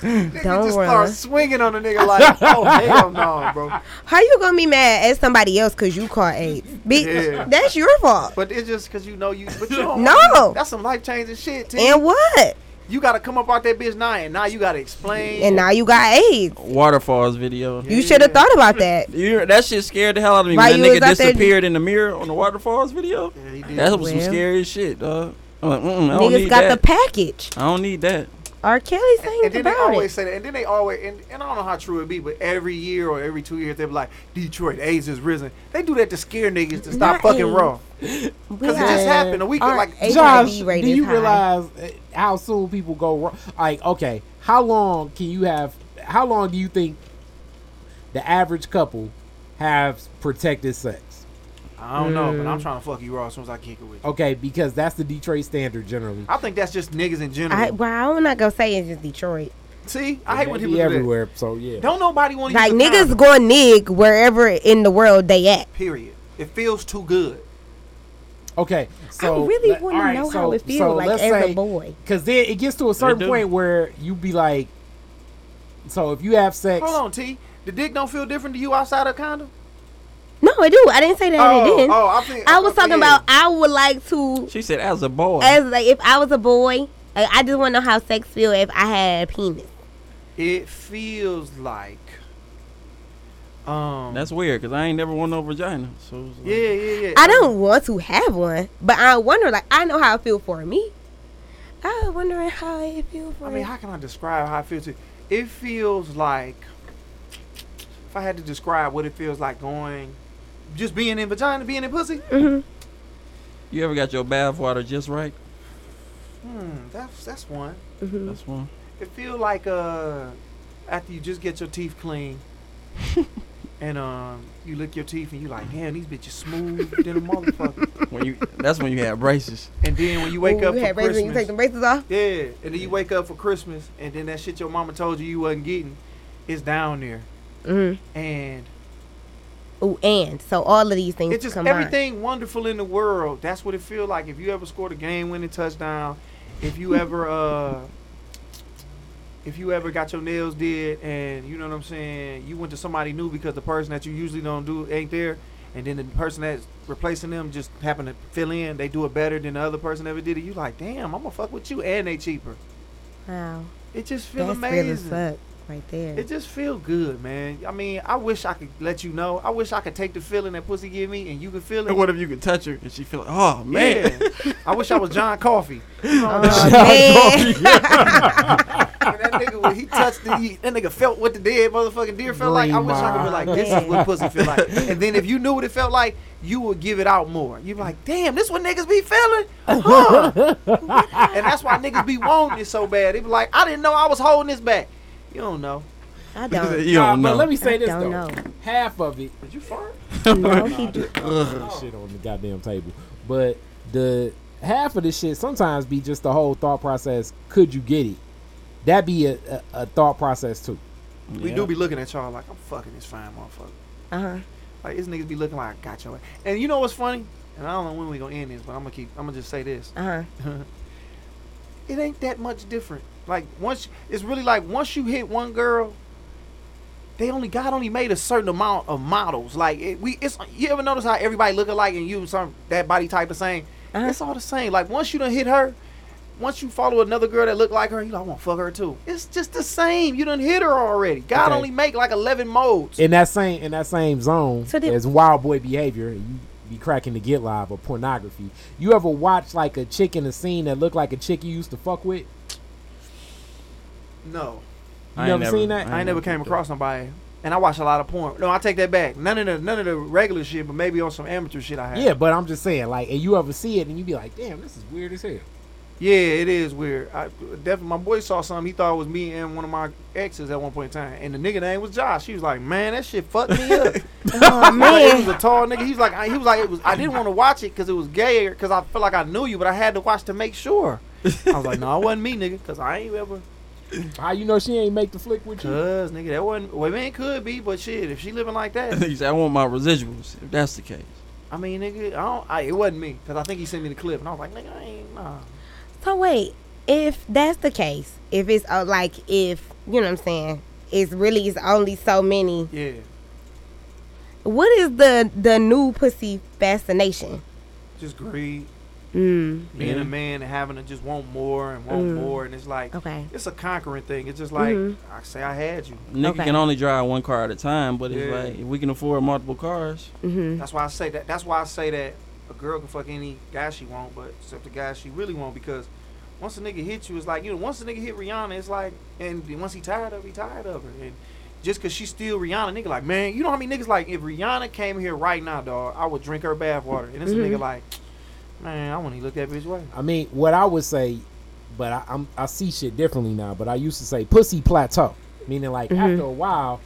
[SPEAKER 2] Nigga
[SPEAKER 5] Don't
[SPEAKER 2] just
[SPEAKER 5] run.
[SPEAKER 2] start swinging on the nigga like, oh hell no, bro.
[SPEAKER 5] How you gonna be mad at somebody else because you caught AIDS? Bitch,
[SPEAKER 2] Yeah.
[SPEAKER 5] that's your fault.
[SPEAKER 2] But it's just cause you know you, but you don't.
[SPEAKER 5] No.
[SPEAKER 2] that's some life changing shit. T.
[SPEAKER 5] And what?
[SPEAKER 2] you gotta come up out that bitch now, and now you gotta explain.
[SPEAKER 5] And now you got AIDS.
[SPEAKER 3] Waterfalls video.
[SPEAKER 5] You should have thought about that.
[SPEAKER 3] You, that shit scared the hell out of me.
[SPEAKER 5] Why
[SPEAKER 3] when
[SPEAKER 5] you
[SPEAKER 3] that
[SPEAKER 5] was
[SPEAKER 3] nigga
[SPEAKER 5] out there-
[SPEAKER 3] disappeared in the mirror on the waterfalls video.
[SPEAKER 2] yeah, he did.
[SPEAKER 3] That was
[SPEAKER 5] Well.
[SPEAKER 3] some scary shit, dog. I'm like, mm, I don't
[SPEAKER 5] Niggas
[SPEAKER 3] need
[SPEAKER 5] got
[SPEAKER 3] that.
[SPEAKER 5] the package.
[SPEAKER 3] I don't need that.
[SPEAKER 5] R. Kelly sang
[SPEAKER 2] And then they
[SPEAKER 5] about
[SPEAKER 2] always
[SPEAKER 5] it.
[SPEAKER 2] say that. And then they always, and, and I don't know how true it be, but every year or every two years, they be like, Detroit AIDS has risen. They do that to scare niggas to stop
[SPEAKER 5] Not
[SPEAKER 2] fucking
[SPEAKER 5] AIDS.
[SPEAKER 2] raw. Because it just
[SPEAKER 4] Yeah.
[SPEAKER 2] happened a week
[SPEAKER 5] Our
[SPEAKER 2] like
[SPEAKER 5] AIDS-
[SPEAKER 4] Josh,
[SPEAKER 5] HIV rate
[SPEAKER 4] do
[SPEAKER 5] is
[SPEAKER 4] you
[SPEAKER 5] high.
[SPEAKER 4] realize uh, how soon people go wrong? Like, okay, how long can you have? How long do you think the average couple have protected sex?
[SPEAKER 2] I don't know, but I'm trying to fuck you raw as soon as I kick it with you.
[SPEAKER 4] Okay, because that's the Detroit standard generally.
[SPEAKER 2] I think that's just niggas in general.
[SPEAKER 5] I, well, I'm not gonna say it's just Detroit.
[SPEAKER 2] See, I hate when
[SPEAKER 4] They
[SPEAKER 2] people
[SPEAKER 4] be
[SPEAKER 2] everywhere.
[SPEAKER 4] everywhere. So yeah,
[SPEAKER 2] Don't nobody want to
[SPEAKER 5] Like
[SPEAKER 2] use the condom,
[SPEAKER 5] niggas go nig wherever in the world they at.
[SPEAKER 2] Period. It feels too good.
[SPEAKER 4] Okay, so
[SPEAKER 5] I really
[SPEAKER 4] let-
[SPEAKER 5] want to
[SPEAKER 4] alright,
[SPEAKER 5] know
[SPEAKER 4] so-
[SPEAKER 5] how it feels
[SPEAKER 4] so
[SPEAKER 5] like
[SPEAKER 4] let's
[SPEAKER 5] as
[SPEAKER 4] say-
[SPEAKER 5] a boy.
[SPEAKER 4] Cause then it gets to a certain
[SPEAKER 3] do.
[SPEAKER 4] point where you be like, so if you have sex,
[SPEAKER 2] Hold on, T. The dick don't feel different to you outside of condom.
[SPEAKER 5] No, I do. I didn't say that. I
[SPEAKER 2] oh,
[SPEAKER 5] didn't.
[SPEAKER 2] oh, I, think,
[SPEAKER 5] I was
[SPEAKER 2] thought-
[SPEAKER 5] talking
[SPEAKER 2] yeah.
[SPEAKER 5] about I would like to
[SPEAKER 3] She said, as a boy.
[SPEAKER 5] as like if I was a boy. Like, I just want to know how sex feel if I had a penis.
[SPEAKER 2] It feels like. Um.
[SPEAKER 3] that's weird because I ain't never won no vagina. So it's like-
[SPEAKER 2] yeah, yeah, yeah.
[SPEAKER 5] I don't want to have one, but I wonder. Like I know how it feel for me. I was wondering how it feel for
[SPEAKER 2] I mean,
[SPEAKER 5] me.
[SPEAKER 2] how can I describe how I feel? To it feels like if I had to describe what it feels like going, just being in vagina, being in pussy.
[SPEAKER 5] Mm-hmm.
[SPEAKER 3] You ever got your bath water just right?
[SPEAKER 2] Hmm, that's that's one.
[SPEAKER 5] Mhm.
[SPEAKER 3] That's one.
[SPEAKER 2] It feel like uh, after you just get your teeth clean, and um, you lick your teeth and you like, damn, these bitches smooth than a motherfucker.
[SPEAKER 3] When you that's when you had braces.
[SPEAKER 2] And then when you wake
[SPEAKER 5] Ooh,
[SPEAKER 2] up
[SPEAKER 5] you
[SPEAKER 2] for
[SPEAKER 5] had braces,
[SPEAKER 2] Christmas,
[SPEAKER 5] you take the braces off.
[SPEAKER 2] yeah, and then you wake up for Christmas, and then that shit your mama told you you wasn't getting, is down there,
[SPEAKER 5] Mm.
[SPEAKER 2] and
[SPEAKER 5] Ooh, and so all of these things.
[SPEAKER 2] It's just
[SPEAKER 5] combined.
[SPEAKER 2] everything wonderful in the world. That's what it feel like. If you ever scored a game winning touchdown, if you ever uh if you ever got your nails did and you know what I'm saying, you went to somebody new because the person that you usually don't do ain't there and then the person that's replacing them just happened to fill in, they do it better than the other person ever did it, you like, damn, I'm gonna fuck with you and they cheaper.
[SPEAKER 5] Wow,
[SPEAKER 2] It just feel
[SPEAKER 5] that's real as
[SPEAKER 2] amazing.
[SPEAKER 5] fuck right there.
[SPEAKER 2] It just feel good, man. I mean, I wish I could let you know. I wish I could take the feeling that pussy give me and you could feel it.
[SPEAKER 3] What if you could touch her and she feel like, oh man,
[SPEAKER 2] Man, I wish I was John Coffey. You know,
[SPEAKER 5] Oh,
[SPEAKER 2] that-
[SPEAKER 5] man.
[SPEAKER 2] when that nigga when he touched the he, that nigga felt what the dead motherfucking deer felt like. I wish I could be like, this is what pussy feel like. And then if you knew what it felt like, you would give it out more. You'd be like, damn, this what niggas be feeling. Huh. and that's why niggas be wanting it so bad. They be like, I didn't know I was holding this back. You don't know.
[SPEAKER 5] I
[SPEAKER 3] He said,
[SPEAKER 5] don't.
[SPEAKER 3] you
[SPEAKER 4] Nah,
[SPEAKER 3] don't
[SPEAKER 4] but
[SPEAKER 3] know.
[SPEAKER 4] let me say
[SPEAKER 5] I
[SPEAKER 4] this
[SPEAKER 5] don't
[SPEAKER 4] though.
[SPEAKER 5] know.
[SPEAKER 4] Half of it
[SPEAKER 2] Did you fart?
[SPEAKER 5] No, he do.
[SPEAKER 4] shit on the goddamn table, but the half of the shit sometimes be just the whole thought process. Could you get it? That be a, a, a thought process too.
[SPEAKER 2] We
[SPEAKER 3] Yeah.
[SPEAKER 2] do be looking at y'all like, I'm fucking this fine motherfucker.
[SPEAKER 5] Uh huh.
[SPEAKER 2] Like this niggas be looking like I got your ass. And you know what's funny? And I don't know when we gonna end this, but I'm gonna keep I'm gonna just say this.
[SPEAKER 5] Uh huh.
[SPEAKER 2] it ain't that much different. Like once it's really like once you hit one girl, they only God only made a certain amount of models. Like it, we, it's you ever notice how everybody look alike and you some that body type the same.
[SPEAKER 5] Uh-huh.
[SPEAKER 2] It's all the same. Like once you done hit her, once you follow another girl that look like her, you like, I want to fuck her too. It's just the same. You done hit her already. God
[SPEAKER 4] Okay.
[SPEAKER 2] only make like eleven molds.
[SPEAKER 4] In that same in that same zone
[SPEAKER 5] So did-
[SPEAKER 4] as wild boy behavior, you be cracking the get live or pornography. You ever watch like a chick in a scene that looked like a chick you used to fuck with?
[SPEAKER 2] no,
[SPEAKER 4] You
[SPEAKER 3] I ain't
[SPEAKER 4] never seen that?
[SPEAKER 2] I ain't never came
[SPEAKER 3] did that.
[SPEAKER 2] across nobody. And I watch a lot of porn. No, I take that back. None of the none of the regular shit, but maybe on some amateur shit I have.
[SPEAKER 4] Yeah, but I'm just saying, like, and you ever see it and you be like, damn, this is weird as hell.
[SPEAKER 2] Yeah, it is weird. I definitely my boy saw something he thought was me and one of my exes at one point in time, and the nigga name was Josh. He was like, "Man, that shit fucked me up."
[SPEAKER 5] Oh
[SPEAKER 2] Like, he
[SPEAKER 5] man.
[SPEAKER 2] was a tall nigga. He was like, I, he was like, it was. I didn't want to watch it because it was gay, because I felt like I knew you, but I had to watch to make sure. I was like, "No, it wasn't me, nigga, because I ain't ever."
[SPEAKER 4] How you know she ain't make the flick with you?
[SPEAKER 2] Cause nigga, that wasn't. Well, man, it could be, but shit, if she living like that,
[SPEAKER 3] He said, I want my residuals. If that's the case,
[SPEAKER 2] I mean, nigga, I don't. I, it wasn't me, because I think he sent me the clip, and I was like, "Nigga, I ain't nah."
[SPEAKER 5] So wait, if that's the case, if it's uh, like if you know what I'm saying, it's really it's only so many.
[SPEAKER 2] Yeah,
[SPEAKER 5] What is the the new pussy fascination?
[SPEAKER 2] just greed,
[SPEAKER 5] Mm.
[SPEAKER 2] being
[SPEAKER 3] Yeah.
[SPEAKER 2] a man, and having to just want more and want
[SPEAKER 5] Mm.
[SPEAKER 2] more, and it's like.
[SPEAKER 5] Okay.
[SPEAKER 2] it's a conquering thing. It's just like
[SPEAKER 5] Mhm.
[SPEAKER 2] I say, I had you.
[SPEAKER 3] nigga
[SPEAKER 5] Okay.
[SPEAKER 3] can only drive one car at a time. But it's
[SPEAKER 2] Yeah.
[SPEAKER 3] like if we can afford multiple cars,
[SPEAKER 5] Mm-hmm.
[SPEAKER 2] That's why I say that. That's why I say that a girl can fuck any guy she want, but except the guy she really want because once a nigga hit you, it's like you know. Once a nigga hit Rihanna, it's like, and then once he tired of, her, he tired of her. And just cause she's still Rihanna, nigga, like man, you know how many niggas like if Rihanna came here right now, dog, I would drink her bathwater. And this a
[SPEAKER 5] Mm-hmm.
[SPEAKER 2] nigga like, man, I want to look that bitch way.
[SPEAKER 4] I mean, what I would say, but I, I'm I see shit differently now. But I used to say pussy plateau, meaning like after a while,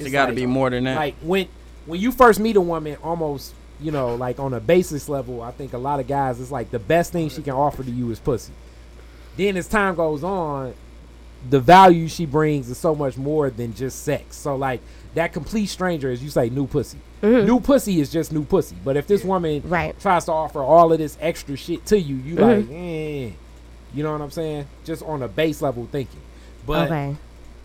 [SPEAKER 3] It got to be more than that.
[SPEAKER 4] like when when you first meet a woman, almost you know like on a basis level, I think a lot of guys it's like the best thing she can offer to you is pussy. Then as time goes on, the value she brings is so much more than just sex. So like that complete stranger, as you say, new pussy.
[SPEAKER 5] Hmm.
[SPEAKER 4] New pussy is just new pussy. But if this woman
[SPEAKER 5] Mm-hmm. Right.
[SPEAKER 4] tries to offer all of this extra shit to you, you like, eh.
[SPEAKER 2] Mm-hmm.
[SPEAKER 4] You know what I'm saying? Just on a base level thinking. But
[SPEAKER 5] okay.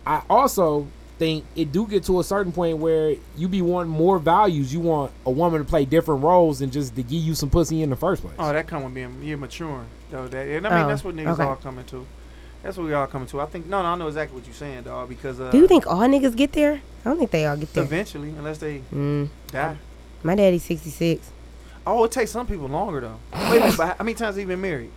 [SPEAKER 4] I also think it do get to a certain point where you be wanting more values. You want a woman to play different roles than just to give you some pussy in the first place.
[SPEAKER 2] Oh, that come with being you're maturing though. That and I mean
[SPEAKER 5] Oh,
[SPEAKER 2] that's what niggas
[SPEAKER 5] okay.
[SPEAKER 2] all coming to. That's what we all coming to. I think no, no, I know exactly what you're saying, dog. Because uh,
[SPEAKER 5] Do you think all niggas get there? I don't think they all get there.
[SPEAKER 2] eventually, unless they
[SPEAKER 5] Mm,
[SPEAKER 2] die.
[SPEAKER 5] my daddy's 66.
[SPEAKER 2] Oh, it takes some people longer though. Wait a minute, but how many times have you been married?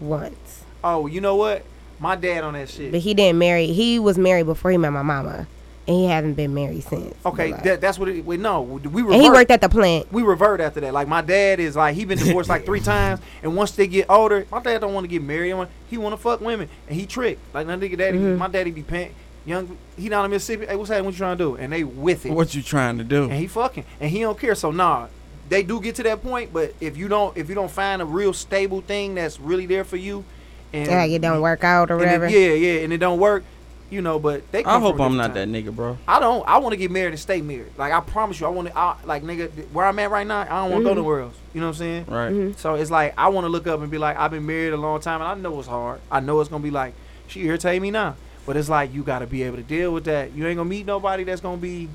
[SPEAKER 5] Once.
[SPEAKER 2] Oh, you know what? My dad on that
[SPEAKER 5] But
[SPEAKER 2] shit.
[SPEAKER 5] he didn't marry. He was married before he met my mama. And he hasn't been married since.
[SPEAKER 2] Okay,
[SPEAKER 5] But, like-
[SPEAKER 2] that, that's what it. Wait, no, we
[SPEAKER 5] and he
[SPEAKER 2] revert.
[SPEAKER 5] worked at the plant.
[SPEAKER 2] We revert after that. Like my dad is like he been divorced like three times, and once they get older, my dad don't want to get married. He wanna- He want to fuck women, and he trick. Like none nigga daddy,
[SPEAKER 3] Mm-hmm.
[SPEAKER 2] my daddy be pant young. He down in Mississippi. Hey, what's happening? What you trying to do? And they with it.
[SPEAKER 3] What you trying to do?
[SPEAKER 2] and he fucking and he don't care. So nah, they do get to that point, but if you don't if you don't find a real stable thing that's really there for you, and
[SPEAKER 5] Like it don't work out or
[SPEAKER 2] and it-
[SPEAKER 5] whatever.
[SPEAKER 2] yeah, yeah, and it don't work, you know. But they.
[SPEAKER 3] I
[SPEAKER 2] come
[SPEAKER 3] hope
[SPEAKER 2] from a
[SPEAKER 3] I'm
[SPEAKER 2] different
[SPEAKER 3] not
[SPEAKER 2] time.
[SPEAKER 3] that nigga, bro.
[SPEAKER 2] I don't. I want to get married and stay married. Like I promise you, I want to. I, like nigga, th- where I'm at right now, I don't want to go nowhere else. You know what I'm saying?
[SPEAKER 3] Right.
[SPEAKER 2] So it's like I want to look up and be like, I've been married a long time, and I know it's hard. I know it's gonna be like she irritate me now, but it's like you gotta be able to deal with that. You ain't gonna meet nobody that's gonna be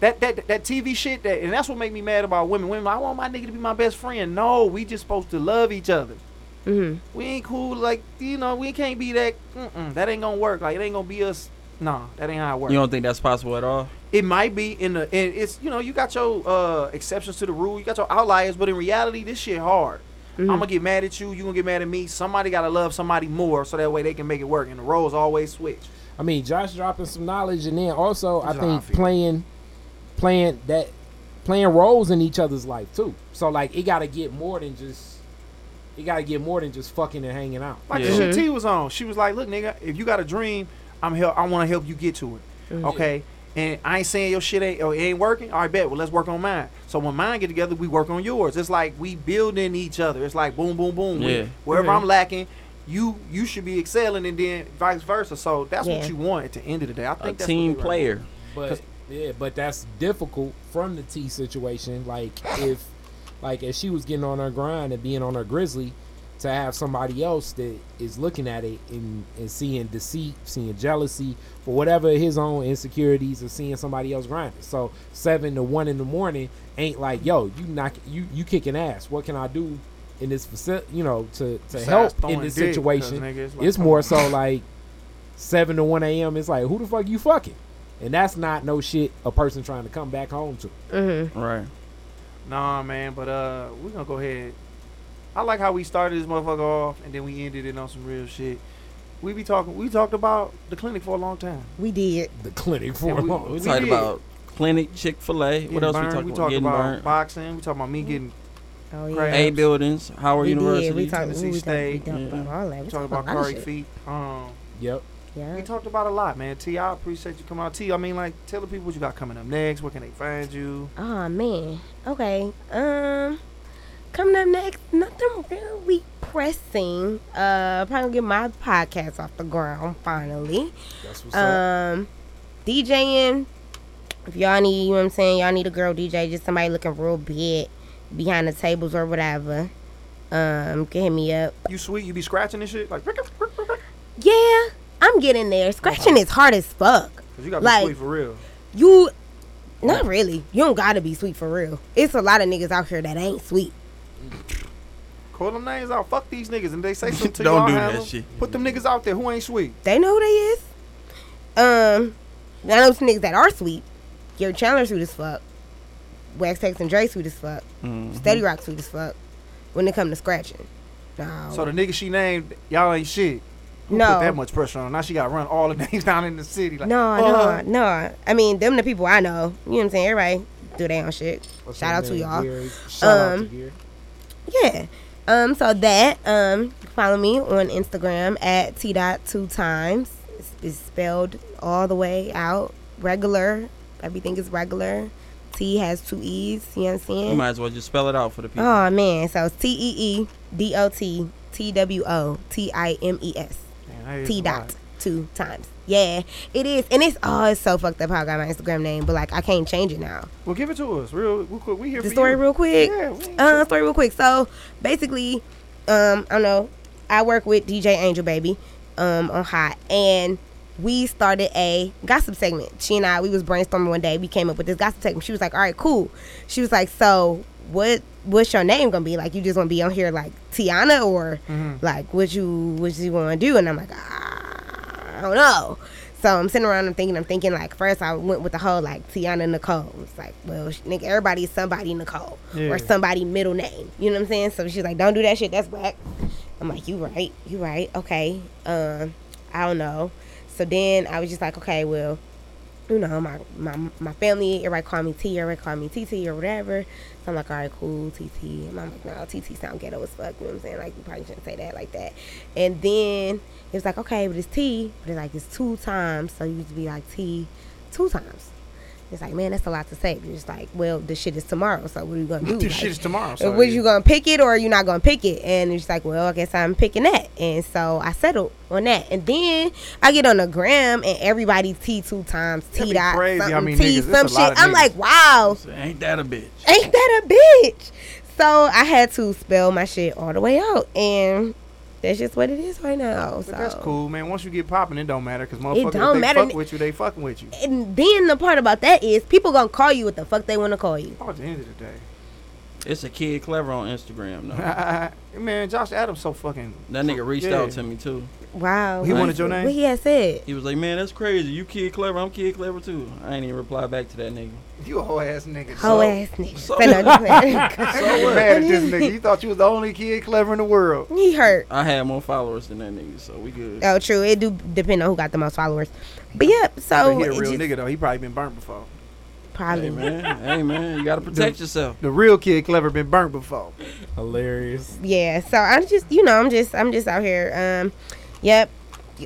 [SPEAKER 2] that that that TV shit. That and that's what make me mad about women. Women, I want my nigga to be my best friend. No, we just supposed to love each other.
[SPEAKER 5] hmm
[SPEAKER 2] We ain't cool. Like you know, we can't be that. Mm-mm, that ain't gonna work. Like it ain't gonna be us. Nah, that ain't how it works.
[SPEAKER 3] You don't think that's possible at all?
[SPEAKER 2] It might be in the and it's you know you got your uh exceptions to the rule, you got your outliers, but in reality this shit hard. I'm gonna get mad at you, you gonna get mad at me. Somebody gotta love somebody more so that way they can make it work. And the roles always switch.
[SPEAKER 4] I mean, Josh dropping some knowledge, and then also I
[SPEAKER 2] That's how I
[SPEAKER 4] think
[SPEAKER 2] feel.
[SPEAKER 4] playing, playing that, playing roles in each other's life too. So like, it gotta get more than just, it gotta get more than just fucking and hanging out.
[SPEAKER 2] Like
[SPEAKER 3] Yeah.
[SPEAKER 2] the shit T was on. She was like, "Look, nigga, if you got a dream, I'm help. I want to help you get to it. Okay." And I ain't saying your shit ain't or it ain't working. All right, bet. Well, let's work on mine. So when mine get together, we work on yours. It's like we building each other. It's like boom, boom, boom. We-
[SPEAKER 3] Yeah.
[SPEAKER 2] Wherever I'm lacking, you you should be excelling, and then vice versa. So that's
[SPEAKER 5] Yeah.
[SPEAKER 2] what you want at the end of the day. I
[SPEAKER 3] A
[SPEAKER 2] think that's what
[SPEAKER 3] team
[SPEAKER 2] they-
[SPEAKER 3] player.
[SPEAKER 4] But yeah, but that's difficult from the T situation. Like if, like if she was getting on her grind and being on her grizzly, to have somebody else that is looking at it and, and seeing deceit, seeing jealousy for whatever his own insecurities, or seeing somebody else grinding. So seven to one in the morning ain't like yo, you knock you you kicking ass. What can I do in this facility? You know, to to
[SPEAKER 2] Besides
[SPEAKER 4] help in
[SPEAKER 2] throwing
[SPEAKER 4] this
[SPEAKER 2] dick, 'cause,
[SPEAKER 4] situation.
[SPEAKER 2] nigga, it's like,
[SPEAKER 4] It's
[SPEAKER 2] come
[SPEAKER 4] more
[SPEAKER 2] on.
[SPEAKER 4] so like seven to one a.m. It's like who the fuck you fucking, and that's not no shit a person trying to come back home to.
[SPEAKER 3] Right.
[SPEAKER 2] Nah, man, but uh, we're gonna go ahead. I like how we started this motherfucker off, and then we ended it on some real shit. We be talking. We talked about the clinic for a long time.
[SPEAKER 5] We did.
[SPEAKER 4] The clinic for
[SPEAKER 2] And
[SPEAKER 4] a
[SPEAKER 2] we-
[SPEAKER 4] long.
[SPEAKER 3] We,
[SPEAKER 2] We
[SPEAKER 3] talked
[SPEAKER 2] did.
[SPEAKER 3] about clinic, Chick Fil A. What
[SPEAKER 2] Getting
[SPEAKER 3] else we
[SPEAKER 2] burned,
[SPEAKER 3] talked
[SPEAKER 2] we
[SPEAKER 3] about?
[SPEAKER 2] talked
[SPEAKER 3] Getting
[SPEAKER 2] about
[SPEAKER 3] burned.
[SPEAKER 2] boxing. We talked about
[SPEAKER 5] Mm,
[SPEAKER 2] me getting.
[SPEAKER 5] Oh yeah.
[SPEAKER 2] Crabs.
[SPEAKER 3] A buildings. Howard
[SPEAKER 5] we
[SPEAKER 3] University.
[SPEAKER 5] Did. We talked,
[SPEAKER 2] Tennessee
[SPEAKER 5] ooh, we talked, we
[SPEAKER 2] State.
[SPEAKER 5] talked
[SPEAKER 3] Yeah.
[SPEAKER 5] about all that. We
[SPEAKER 2] We talked
[SPEAKER 5] talked
[SPEAKER 2] about
[SPEAKER 5] a lot of
[SPEAKER 2] curry
[SPEAKER 5] shit.
[SPEAKER 2] feet. Um,
[SPEAKER 4] Yep.
[SPEAKER 2] we
[SPEAKER 5] Yeah.
[SPEAKER 2] talked about a lot, man. T, I appreciate you coming out. T, I mean, like, tell the people what you got coming up next. Where can they find you?
[SPEAKER 5] Oh man. Okay. Um coming up next, nothing really pressing. Uh probably gonna get my podcast off the ground finally.
[SPEAKER 4] That's what's up.
[SPEAKER 5] Um DJing. If y'all need, you know what I'm saying, y'all need a girl DJ, just somebody looking real big behind the tables or whatever. Um, can hit me up.
[SPEAKER 2] You sweet? You be scratching and shit like? Because
[SPEAKER 5] Yeah, I'm getting there. Scratching is hard as fuck.
[SPEAKER 2] you got to be
[SPEAKER 5] Like-
[SPEAKER 2] sweet for real.
[SPEAKER 5] You not really. You don't gotta be sweet for real. It's a lot of niggas out here that ain't sweet.
[SPEAKER 2] Call them names out. Fuck these niggas, and they say something to you.
[SPEAKER 3] Don't
[SPEAKER 2] I'll
[SPEAKER 3] do
[SPEAKER 2] have
[SPEAKER 3] that
[SPEAKER 2] them.
[SPEAKER 3] shit.
[SPEAKER 2] Put them niggas out there who ain't sweet.
[SPEAKER 5] They know who they is. Um, I know some niggas that are sweet. Gary Chandler sweet as fuck. Wax Tex and Dre sweet as fuck.
[SPEAKER 3] Mm.
[SPEAKER 5] Steady Rock sweet as fuck. When it come to scratching, No.
[SPEAKER 2] So the nigga she named, y'all ain't shit. Who
[SPEAKER 5] Oh, No.
[SPEAKER 2] put that much pressure on? her? Now she got to run all the names down in the city. Like,
[SPEAKER 5] no,
[SPEAKER 2] uh,
[SPEAKER 5] no, no. I mean, them the people I know. You know what I'm saying? Everybody do their own shit.
[SPEAKER 4] What's
[SPEAKER 5] Shout
[SPEAKER 4] her
[SPEAKER 5] out to
[SPEAKER 4] name?
[SPEAKER 5] y'all.
[SPEAKER 4] Gary. Shout out
[SPEAKER 5] Um,
[SPEAKER 4] to Gary.
[SPEAKER 5] Yeah. Um, so that, um, follow me on Instagram at T dot two times. It's, it's spelled all the way out. Regular. Everything is regular. T has two E's, you know what I'm
[SPEAKER 3] You
[SPEAKER 5] saying?
[SPEAKER 3] might as well just spell it out for the people.
[SPEAKER 5] Oh man, so it's T E E D O T T W O T I M E S.
[SPEAKER 2] man, that is
[SPEAKER 5] T
[SPEAKER 2] a
[SPEAKER 5] dot
[SPEAKER 2] lot.
[SPEAKER 5] two times. Yeah, it is, and it's oh, it's so fucked up how I got my Instagram name, but like I can't change it now.
[SPEAKER 2] Well, give it to us real, real quick. We here
[SPEAKER 5] The
[SPEAKER 2] for
[SPEAKER 5] story
[SPEAKER 2] you.
[SPEAKER 5] real quick.
[SPEAKER 2] Yeah, we ain't
[SPEAKER 5] Uh, story real quick. So basically, um, I don't know. I work with DJ Angel Baby, um, on Hot, and we started a gossip segment. She and I, we was brainstorming one day. We came up with this gossip segment. She was like, "All right, cool." She was like, "So what? What's your name gonna be? Like, you just gonna be on here like Tiana, or like what you what you gonna do?" And I'm like, ah, "I don't know." So I'm sitting around. I'm thinking. I'm thinking. Like first, I went with the whole like Tiana Nicole. It's like, well, sh- nigga, everybody's somebody Nicole
[SPEAKER 2] Yeah.
[SPEAKER 5] or somebody middle name. You know what I'm saying? So she's like, "Don't do that shit. That's whack." I'm like, "You right. You right. Okay. Um, I don't know." So then I was just like, "Okay, well, you know, my my my family, everybody call me T, everybody call me TT or whatever." So I'm like, "All right, cool, TT." And I'm like, "No, TT sound ghetto as fuck." You know what I'm saying? Like, you probably shouldn't say that like that. And then it was like, "Okay, but it's T, but it's like it's two times, so you used to be like T, two times." It's like, man, that's a lot to say. You're just like, well, the shit is tomorrow, so what are you gonna do?
[SPEAKER 2] This
[SPEAKER 5] Like,
[SPEAKER 2] shit is tomorrow.
[SPEAKER 5] was
[SPEAKER 2] So
[SPEAKER 5] you gonna pick it or you not gonna pick it? And it's like, well, I guess I'm picking that. And so I settled on that. And then I get on the gram and everybody T two times
[SPEAKER 2] That'd
[SPEAKER 5] T
[SPEAKER 2] be
[SPEAKER 5] dot
[SPEAKER 2] crazy how
[SPEAKER 5] something
[SPEAKER 2] many
[SPEAKER 5] T
[SPEAKER 2] niggas-
[SPEAKER 5] some
[SPEAKER 2] that's a lot
[SPEAKER 5] shit.
[SPEAKER 2] of
[SPEAKER 5] I'm like,
[SPEAKER 2] niggas.
[SPEAKER 5] wow,
[SPEAKER 3] So ain't that a bitch?
[SPEAKER 5] ain't that a bitch? So I had to spell my shit all the way out, and that's just what it is right now. So
[SPEAKER 2] But that's cool, man. Once you get popping, it don't matter because
[SPEAKER 5] don't
[SPEAKER 2] motherfuckers, if they
[SPEAKER 5] matter.
[SPEAKER 2] fuck with you, they fucking with you.
[SPEAKER 5] And then the part about that is people gonna call you what the fuck they wanna call you.
[SPEAKER 2] Oh, at the end of the day,
[SPEAKER 3] It's a kid clever on Instagram though.
[SPEAKER 2] man, Josh Adams so fucking.
[SPEAKER 3] That nigga reached
[SPEAKER 2] Yeah.
[SPEAKER 3] out to me too.
[SPEAKER 5] Wow.
[SPEAKER 2] He
[SPEAKER 5] what-
[SPEAKER 2] wanted your name?
[SPEAKER 5] What he had said.
[SPEAKER 3] He was like, "Man, that's crazy. You kid clever. I'm kid clever too." I ain't even reply back to that nigga.
[SPEAKER 2] You a whole ass nigga. so,
[SPEAKER 5] Hoe ass nigga.
[SPEAKER 3] so-
[SPEAKER 5] So, no, just playing.
[SPEAKER 2] So mad at this nigga. You thought you was the only kid clever in the world.
[SPEAKER 5] he hurt.
[SPEAKER 3] I had more followers than that nigga, so we good.
[SPEAKER 5] Oh, true. It do depend on who got the most followers. But yep. So
[SPEAKER 2] But he a
[SPEAKER 5] it
[SPEAKER 2] real
[SPEAKER 5] just-
[SPEAKER 2] nigga though. He probably been burnt before.
[SPEAKER 3] Hey
[SPEAKER 5] Probably.
[SPEAKER 3] man, hey man, you gotta protect yourself.
[SPEAKER 2] The real kid clever been burnt before.
[SPEAKER 4] Hilarious.
[SPEAKER 5] Yeah. So I'm just, you know, I'm just, I'm just out here. Um, yep.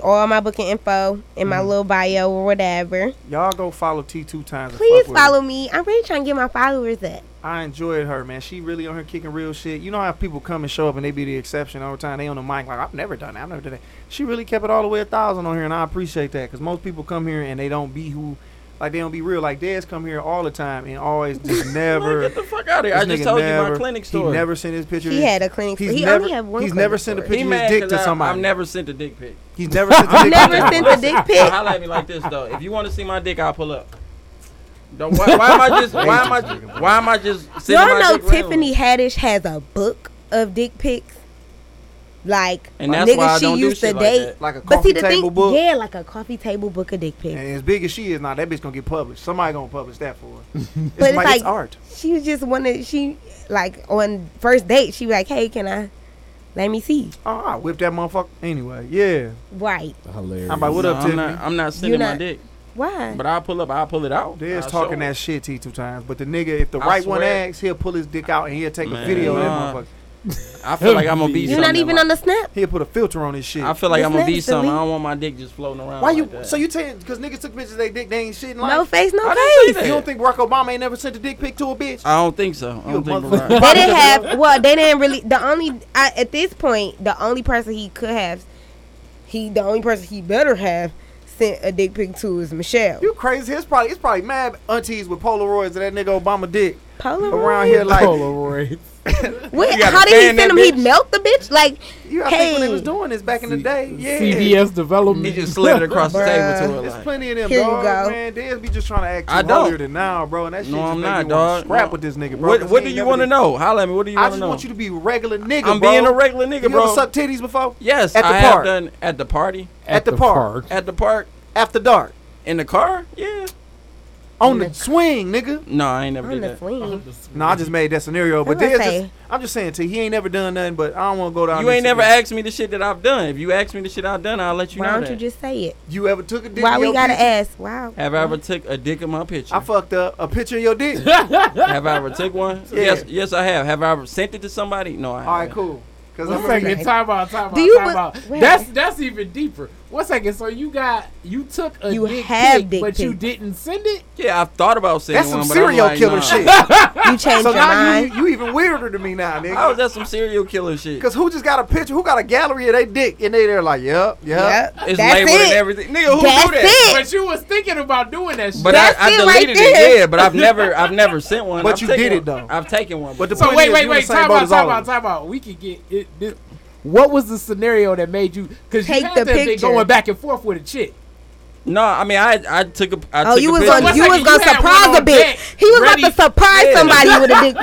[SPEAKER 5] All my booking info in
[SPEAKER 2] Mm.
[SPEAKER 5] my little bio or whatever.
[SPEAKER 2] Y'all go follow T two times. and
[SPEAKER 5] Please
[SPEAKER 2] fuck with her.
[SPEAKER 5] follow me. I'm really trying to get my followers up.
[SPEAKER 2] I enjoyed her, man. She really on her kicking real shit. You know how people come and show up and they be the exception all the time. They on the mic like I've never done that. I've never done that. She really kept it all the way a thousand on here, and I appreciate that because most people come here and they don't be who, like they don't be real. Like Dez come here all the time and always just never.
[SPEAKER 3] Like, get the fuck out of here! I
[SPEAKER 2] this
[SPEAKER 3] just
[SPEAKER 2] nigga
[SPEAKER 3] told you
[SPEAKER 2] never-
[SPEAKER 3] my clinic
[SPEAKER 2] He
[SPEAKER 3] story.
[SPEAKER 2] never sent his picture.
[SPEAKER 5] He had a clinic.
[SPEAKER 2] He's
[SPEAKER 5] he
[SPEAKER 2] never-
[SPEAKER 5] only had one.
[SPEAKER 2] he's
[SPEAKER 5] clinic
[SPEAKER 2] never sent a
[SPEAKER 5] store.
[SPEAKER 2] picture.
[SPEAKER 3] He
[SPEAKER 2] his
[SPEAKER 3] mad
[SPEAKER 2] dick
[SPEAKER 3] 'cause
[SPEAKER 2] to
[SPEAKER 3] I-
[SPEAKER 2] somebody.
[SPEAKER 3] I've never sent a dick pic.
[SPEAKER 2] He's never sent the dick
[SPEAKER 5] Never
[SPEAKER 2] pic.
[SPEAKER 5] sent a dick
[SPEAKER 3] So
[SPEAKER 5] pic.
[SPEAKER 3] holla at me like this though. If you want to see my dick, I'll pull up. Don't, why, why am I just? Why am I? Why am I just? sending
[SPEAKER 5] Y'all
[SPEAKER 3] my
[SPEAKER 5] know
[SPEAKER 3] dick round?
[SPEAKER 5] Tiffany Haddish has a book of dick pics. Like
[SPEAKER 3] And that's
[SPEAKER 5] niggas
[SPEAKER 3] why I
[SPEAKER 5] she
[SPEAKER 3] don't do
[SPEAKER 5] used to
[SPEAKER 3] shit like
[SPEAKER 5] date.
[SPEAKER 3] that.
[SPEAKER 2] Like a
[SPEAKER 5] But
[SPEAKER 2] coffee
[SPEAKER 5] see the
[SPEAKER 2] table
[SPEAKER 5] thing,
[SPEAKER 2] book.
[SPEAKER 5] yeah, like a coffee table book of dick pics.
[SPEAKER 2] And as big as she is now, that bitch gonna get published. Somebody gonna publish that for her. it's,
[SPEAKER 5] But it's
[SPEAKER 2] like,
[SPEAKER 5] like-
[SPEAKER 2] it's art.
[SPEAKER 5] She just wanted she like on first date she was like, hey, can I let me see?
[SPEAKER 2] Oh, I whip that motherfucker. Anyway, yeah.
[SPEAKER 5] Right?
[SPEAKER 4] Hilarious.
[SPEAKER 2] I'm like, what
[SPEAKER 3] No,
[SPEAKER 2] up,
[SPEAKER 3] I'm
[SPEAKER 2] Tiffany?
[SPEAKER 3] not, I'm not sending my
[SPEAKER 5] not-
[SPEAKER 3] dick,
[SPEAKER 5] Why?
[SPEAKER 3] but I'll pull up. I'll pull it out.
[SPEAKER 2] There's
[SPEAKER 3] I'll
[SPEAKER 2] talking
[SPEAKER 3] show
[SPEAKER 2] that
[SPEAKER 3] it.
[SPEAKER 2] shit T two times, but the nigga, if the
[SPEAKER 3] I
[SPEAKER 2] right one
[SPEAKER 3] swear.
[SPEAKER 2] asks, he'll pull his dick out and he'll take a
[SPEAKER 3] Man,
[SPEAKER 2] video of
[SPEAKER 3] nah.
[SPEAKER 2] that motherfucker.
[SPEAKER 3] I feel like I'm gonna be.
[SPEAKER 5] You're not
[SPEAKER 3] something
[SPEAKER 5] even
[SPEAKER 3] like-
[SPEAKER 5] on the snap.
[SPEAKER 2] He'll put a filter on his shit.
[SPEAKER 3] I feel like
[SPEAKER 5] This
[SPEAKER 3] I'm gonna be
[SPEAKER 5] nigga's
[SPEAKER 3] something.
[SPEAKER 5] elite.
[SPEAKER 3] I don't want my dick just floating around.
[SPEAKER 2] Why
[SPEAKER 3] like
[SPEAKER 2] you?
[SPEAKER 3] That.
[SPEAKER 2] So you tell because niggas took pictures of they dick, they ain't shit in life.
[SPEAKER 5] No face, no
[SPEAKER 3] I didn't
[SPEAKER 5] face.
[SPEAKER 3] say that.
[SPEAKER 2] You don't think Barack Obama ain't never sent a dick pic to a bitch?
[SPEAKER 3] I don't think so. I
[SPEAKER 2] You a
[SPEAKER 3] don't think
[SPEAKER 2] motherfucker.
[SPEAKER 3] Barack-
[SPEAKER 5] They didn't have. Well, they didn't really. The only I, at this point, the only person he could have, he the only person he better have sent a dick pic to is Michelle.
[SPEAKER 2] You crazy? It's probably it's probably mad aunties with Polaroids of that nigga Obama dick
[SPEAKER 5] Polaroid.
[SPEAKER 2] around here like.
[SPEAKER 4] Polaroid.
[SPEAKER 5] What,
[SPEAKER 3] You gotta
[SPEAKER 5] how did
[SPEAKER 3] fan that
[SPEAKER 5] he send him? He'd
[SPEAKER 3] bitch.
[SPEAKER 5] melt the bitch. Like,
[SPEAKER 2] You gotta think when they was
[SPEAKER 5] hey,
[SPEAKER 2] doing this back in the day. Yeah.
[SPEAKER 4] CBS development.
[SPEAKER 3] He just slid it across the
[SPEAKER 5] Bruh.
[SPEAKER 3] table to
[SPEAKER 2] There's
[SPEAKER 3] her. Like,
[SPEAKER 2] plenty of them,
[SPEAKER 5] Here you
[SPEAKER 2] dog.
[SPEAKER 5] go.
[SPEAKER 2] Man, they be just trying to act
[SPEAKER 3] I
[SPEAKER 2] too
[SPEAKER 3] don't.
[SPEAKER 2] holier than now, bro. And that shit
[SPEAKER 3] no,
[SPEAKER 2] just
[SPEAKER 3] I'm
[SPEAKER 2] make
[SPEAKER 3] not,
[SPEAKER 2] me wanna
[SPEAKER 3] dog.
[SPEAKER 2] Scrap
[SPEAKER 3] No.
[SPEAKER 2] with this nigga, bro.
[SPEAKER 3] What,
[SPEAKER 2] 'cause
[SPEAKER 3] what
[SPEAKER 2] he
[SPEAKER 3] do
[SPEAKER 2] ain't
[SPEAKER 3] you
[SPEAKER 2] never
[SPEAKER 3] want to
[SPEAKER 2] did-
[SPEAKER 3] know? Holla at me. What do you
[SPEAKER 2] I
[SPEAKER 3] want to
[SPEAKER 2] just
[SPEAKER 3] know?
[SPEAKER 2] want you to be a regular nigga,
[SPEAKER 3] I'm
[SPEAKER 2] bro.
[SPEAKER 3] being a regular nigga,
[SPEAKER 2] You
[SPEAKER 3] bro.
[SPEAKER 2] ever suck titties before?
[SPEAKER 3] Yes,
[SPEAKER 2] At the
[SPEAKER 3] I
[SPEAKER 2] park.
[SPEAKER 3] have done at the party,
[SPEAKER 2] at the park.
[SPEAKER 3] at the park,
[SPEAKER 2] After dark.
[SPEAKER 3] in the car. Yeah,
[SPEAKER 2] On the swing, nigga.
[SPEAKER 3] No, I ain't never
[SPEAKER 5] On
[SPEAKER 3] did
[SPEAKER 5] the
[SPEAKER 3] that.
[SPEAKER 5] swing.
[SPEAKER 2] No, I just made that scenario, but
[SPEAKER 5] gonna
[SPEAKER 2] there's
[SPEAKER 5] say-
[SPEAKER 2] just, I'm just saying, T, he ain't never done nothing, but I don't want to go down.
[SPEAKER 3] You
[SPEAKER 2] this
[SPEAKER 3] ain't never
[SPEAKER 2] again.
[SPEAKER 3] asked me the shit that I've done. If you ask me the shit I've done, I'll let you
[SPEAKER 5] Why
[SPEAKER 3] know
[SPEAKER 5] don't
[SPEAKER 3] that.
[SPEAKER 5] you just say it?
[SPEAKER 2] You ever took a dick?
[SPEAKER 5] Why
[SPEAKER 2] in
[SPEAKER 5] we
[SPEAKER 2] your
[SPEAKER 5] gotta
[SPEAKER 2] picture?
[SPEAKER 5] ask? Wow.
[SPEAKER 3] Have I ever took a dick in my picture?
[SPEAKER 2] I fucked up a picture of your dick.
[SPEAKER 3] have I ever took one?
[SPEAKER 2] Yeah.
[SPEAKER 3] Yes, yes, I have. Have I ever sent it to somebody? No, I haven't.
[SPEAKER 2] All right, cool. Because
[SPEAKER 4] One
[SPEAKER 2] I'm
[SPEAKER 4] second,
[SPEAKER 5] Okay.
[SPEAKER 4] time out, time
[SPEAKER 5] Do
[SPEAKER 4] out,
[SPEAKER 5] you
[SPEAKER 4] time
[SPEAKER 5] be-
[SPEAKER 4] out.
[SPEAKER 5] Wait.
[SPEAKER 4] That's that's even deeper. One second, so you got you took a
[SPEAKER 5] You
[SPEAKER 4] dick
[SPEAKER 5] have
[SPEAKER 4] pic,
[SPEAKER 5] dick
[SPEAKER 4] but you
[SPEAKER 5] pics.
[SPEAKER 4] didn't send it.
[SPEAKER 3] Yeah, I've thought about sending
[SPEAKER 2] That's some
[SPEAKER 3] one, but
[SPEAKER 2] serial
[SPEAKER 3] I'm like,
[SPEAKER 2] killer
[SPEAKER 3] nah.
[SPEAKER 2] shit.
[SPEAKER 5] You changed
[SPEAKER 2] so
[SPEAKER 5] your
[SPEAKER 2] now you,
[SPEAKER 5] mind.
[SPEAKER 2] you even weirder to me now,
[SPEAKER 3] How is
[SPEAKER 2] nigga.
[SPEAKER 3] that some serial killer shit?
[SPEAKER 2] Because who just got a picture? Who got a gallery of they dick? And they there like, yep, yep.
[SPEAKER 5] Yep.
[SPEAKER 3] It's
[SPEAKER 5] That's
[SPEAKER 3] labeled and
[SPEAKER 5] it.
[SPEAKER 3] everything. Nigga, who
[SPEAKER 5] That's
[SPEAKER 3] do that?
[SPEAKER 5] it.
[SPEAKER 4] But you was thinking about doing that shit.
[SPEAKER 3] But
[SPEAKER 5] That's
[SPEAKER 3] I, I
[SPEAKER 5] it right
[SPEAKER 3] deleted it,
[SPEAKER 5] there.
[SPEAKER 3] yeah. But I've never, I've never sent one.
[SPEAKER 2] But
[SPEAKER 3] I've
[SPEAKER 2] you
[SPEAKER 3] taken
[SPEAKER 2] did it,
[SPEAKER 3] one.
[SPEAKER 2] though.
[SPEAKER 3] I've taken one.
[SPEAKER 2] But the
[SPEAKER 4] so
[SPEAKER 2] point
[SPEAKER 4] wait,
[SPEAKER 2] is,
[SPEAKER 4] wait,
[SPEAKER 2] you in
[SPEAKER 4] wait,
[SPEAKER 2] the same
[SPEAKER 4] time
[SPEAKER 2] boat
[SPEAKER 4] out,
[SPEAKER 2] as all
[SPEAKER 4] time
[SPEAKER 2] of
[SPEAKER 4] out,
[SPEAKER 2] them.
[SPEAKER 4] time out. We could get it. This, what was the scenario that made you? Because you
[SPEAKER 5] Take
[SPEAKER 4] had
[SPEAKER 5] the
[SPEAKER 4] that thing
[SPEAKER 5] picture.
[SPEAKER 4] going back and forth with a chick.
[SPEAKER 3] no, I mean, I, I took a. I
[SPEAKER 5] oh,
[SPEAKER 3] took
[SPEAKER 5] you
[SPEAKER 3] a
[SPEAKER 5] was
[SPEAKER 3] picture.
[SPEAKER 5] on,
[SPEAKER 4] One
[SPEAKER 5] you
[SPEAKER 4] second, you
[SPEAKER 5] was gonna
[SPEAKER 4] had one
[SPEAKER 5] surprise a
[SPEAKER 4] on deck,
[SPEAKER 5] bitch. He was
[SPEAKER 4] ready-
[SPEAKER 5] about to surprise
[SPEAKER 3] Yeah.
[SPEAKER 5] somebody with a dick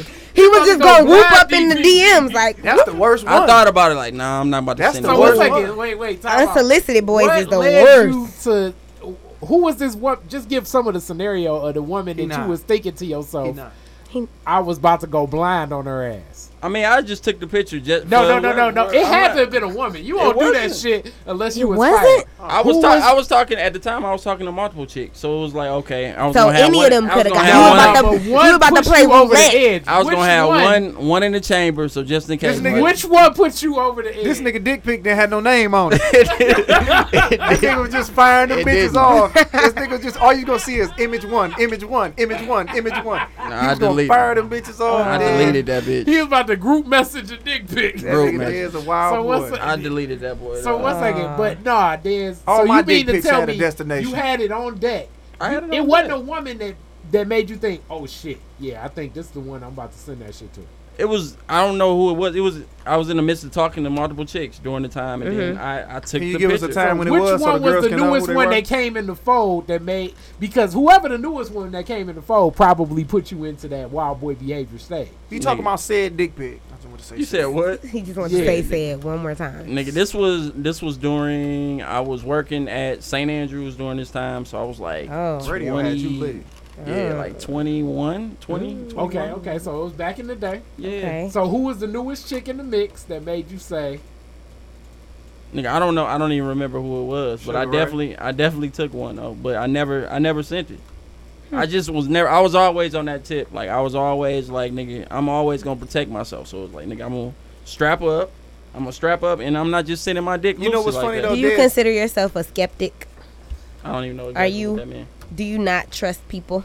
[SPEAKER 5] pic. He was just
[SPEAKER 4] gonna
[SPEAKER 5] gonna whoop
[SPEAKER 4] ride
[SPEAKER 5] up in the
[SPEAKER 4] these bitches.
[SPEAKER 5] DMs like
[SPEAKER 2] That's the worst one.
[SPEAKER 3] I thought about it. Like, nah, I'm not about to
[SPEAKER 2] That's
[SPEAKER 3] send
[SPEAKER 2] the
[SPEAKER 3] it.
[SPEAKER 4] So
[SPEAKER 2] worst
[SPEAKER 4] one
[SPEAKER 2] one.
[SPEAKER 4] second, wait, wait, time out.
[SPEAKER 5] unsolicited boys
[SPEAKER 4] What
[SPEAKER 5] is the
[SPEAKER 4] led
[SPEAKER 5] worst.
[SPEAKER 4] You to who was this? What? Just give some of the scenario of the woman
[SPEAKER 2] He
[SPEAKER 4] that
[SPEAKER 2] not.
[SPEAKER 4] you was thinking to
[SPEAKER 2] He
[SPEAKER 4] yourself.
[SPEAKER 2] not.
[SPEAKER 4] I was about to go blind on her ass.
[SPEAKER 3] I mean, I just took the picture. Just
[SPEAKER 4] No,
[SPEAKER 3] for
[SPEAKER 4] no, no, no,
[SPEAKER 3] work,
[SPEAKER 4] no.
[SPEAKER 3] work.
[SPEAKER 4] It
[SPEAKER 3] I'm
[SPEAKER 4] had
[SPEAKER 3] not-
[SPEAKER 4] to have been a woman. You won't do that
[SPEAKER 3] wasn't.
[SPEAKER 4] shit unless you
[SPEAKER 5] It
[SPEAKER 4] was
[SPEAKER 5] wasn't?
[SPEAKER 4] fired.
[SPEAKER 3] I was,
[SPEAKER 4] Who
[SPEAKER 3] talk-
[SPEAKER 4] was-
[SPEAKER 3] I was talking at the time. I was talking to multiple chicks, so it was like okay. I was
[SPEAKER 5] So
[SPEAKER 3] gonna have
[SPEAKER 5] any
[SPEAKER 3] one,
[SPEAKER 5] of them
[SPEAKER 3] I was
[SPEAKER 5] coulda
[SPEAKER 3] gonna
[SPEAKER 5] got-
[SPEAKER 3] have
[SPEAKER 5] you
[SPEAKER 3] one-
[SPEAKER 5] about to-
[SPEAKER 4] But
[SPEAKER 5] you
[SPEAKER 4] one
[SPEAKER 5] about to
[SPEAKER 4] pushed
[SPEAKER 5] play
[SPEAKER 4] you over the
[SPEAKER 5] roulette.
[SPEAKER 4] edge.
[SPEAKER 3] I was
[SPEAKER 4] Which
[SPEAKER 3] gonna have one? one, in the chamber, so just in
[SPEAKER 2] This
[SPEAKER 3] case.
[SPEAKER 2] nigga-
[SPEAKER 4] Which one put you over the edge?
[SPEAKER 2] This nigga dick pic didn't had no name on it. This
[SPEAKER 3] nigga,
[SPEAKER 2] nigga was just firing the
[SPEAKER 3] It
[SPEAKER 2] bitches
[SPEAKER 3] didn't.
[SPEAKER 2] off. This nigga just all you gonna see is image one, image one, image one, image one. he
[SPEAKER 3] I
[SPEAKER 2] was gonna
[SPEAKER 3] deleted-
[SPEAKER 2] fire them bitches off.
[SPEAKER 3] I
[SPEAKER 2] man.
[SPEAKER 3] deleted that bitch.
[SPEAKER 4] He was about to group message a dick pic.
[SPEAKER 2] That
[SPEAKER 3] Bro,
[SPEAKER 2] nigga
[SPEAKER 3] man.
[SPEAKER 2] is a wild
[SPEAKER 4] So what's
[SPEAKER 2] boy.
[SPEAKER 4] the-
[SPEAKER 3] I deleted that boy.
[SPEAKER 4] So one second,
[SPEAKER 5] Ah.
[SPEAKER 4] but nah, Dez.
[SPEAKER 2] all
[SPEAKER 4] so
[SPEAKER 2] my
[SPEAKER 4] you mean
[SPEAKER 2] dick
[SPEAKER 4] to
[SPEAKER 2] pics
[SPEAKER 4] tell
[SPEAKER 2] had a
[SPEAKER 4] me
[SPEAKER 2] destination.
[SPEAKER 4] you had it on deck?
[SPEAKER 3] I had it
[SPEAKER 4] It
[SPEAKER 3] on
[SPEAKER 4] wasn't
[SPEAKER 3] deck.
[SPEAKER 4] a woman that that made you think, oh shit, yeah, I think this is the one I'm about to send that shit to.
[SPEAKER 3] it was I don't know who it was. It was I was in the midst of talking to multiple chicks during the time, and then I, I took
[SPEAKER 2] Mm-hmm. Can you
[SPEAKER 3] the
[SPEAKER 2] give us
[SPEAKER 3] picture.
[SPEAKER 2] a time when it
[SPEAKER 4] Which
[SPEAKER 2] was so the
[SPEAKER 4] one
[SPEAKER 2] girls
[SPEAKER 4] was the
[SPEAKER 2] can know who
[SPEAKER 4] newest
[SPEAKER 2] they
[SPEAKER 4] one
[SPEAKER 2] were?
[SPEAKER 4] that came in the fold that made because whoever the newest one that came in the fold probably put you into that wild boy behavior stage.
[SPEAKER 2] You talking
[SPEAKER 3] Nigga.
[SPEAKER 2] about said dick pic? I just want to say
[SPEAKER 3] You
[SPEAKER 2] shit.
[SPEAKER 3] said what,
[SPEAKER 5] He just wants
[SPEAKER 4] Yeah.
[SPEAKER 5] to say said one more time.
[SPEAKER 3] nigga? This was this was during I was working at St. Andrews during this time, so I was like
[SPEAKER 5] Oh.
[SPEAKER 2] Radio had you lit.
[SPEAKER 3] yeah,
[SPEAKER 5] Oh.
[SPEAKER 3] like 21, 20,
[SPEAKER 2] Oh.
[SPEAKER 4] Okay,
[SPEAKER 3] 21.
[SPEAKER 4] okay, so it was back in the day.
[SPEAKER 3] yeah.
[SPEAKER 5] Okay.
[SPEAKER 4] So who was the newest chick in the mix that made you say,
[SPEAKER 3] Nigga, I don't know. I don't even remember who it was, but I
[SPEAKER 2] Sugar Ray?
[SPEAKER 3] definitely, I definitely took one though. But I never, I never sent it.
[SPEAKER 2] Hmm.
[SPEAKER 3] I just was never. I was always on that tip. Like I was always like, nigga, I'm always gonna protect myself. So it's like, nigga, I'm gonna strap up. I'm gonna strap up, and I'm not just sending my dick.
[SPEAKER 2] You know
[SPEAKER 3] loosely
[SPEAKER 2] what's
[SPEAKER 3] like
[SPEAKER 2] funny,
[SPEAKER 3] that.
[SPEAKER 2] though?
[SPEAKER 5] Do you
[SPEAKER 2] Dez-
[SPEAKER 5] consider yourself a skeptic?
[SPEAKER 3] I don't even know. Exactly
[SPEAKER 5] you-
[SPEAKER 3] What that mean.
[SPEAKER 5] Do you not trust people?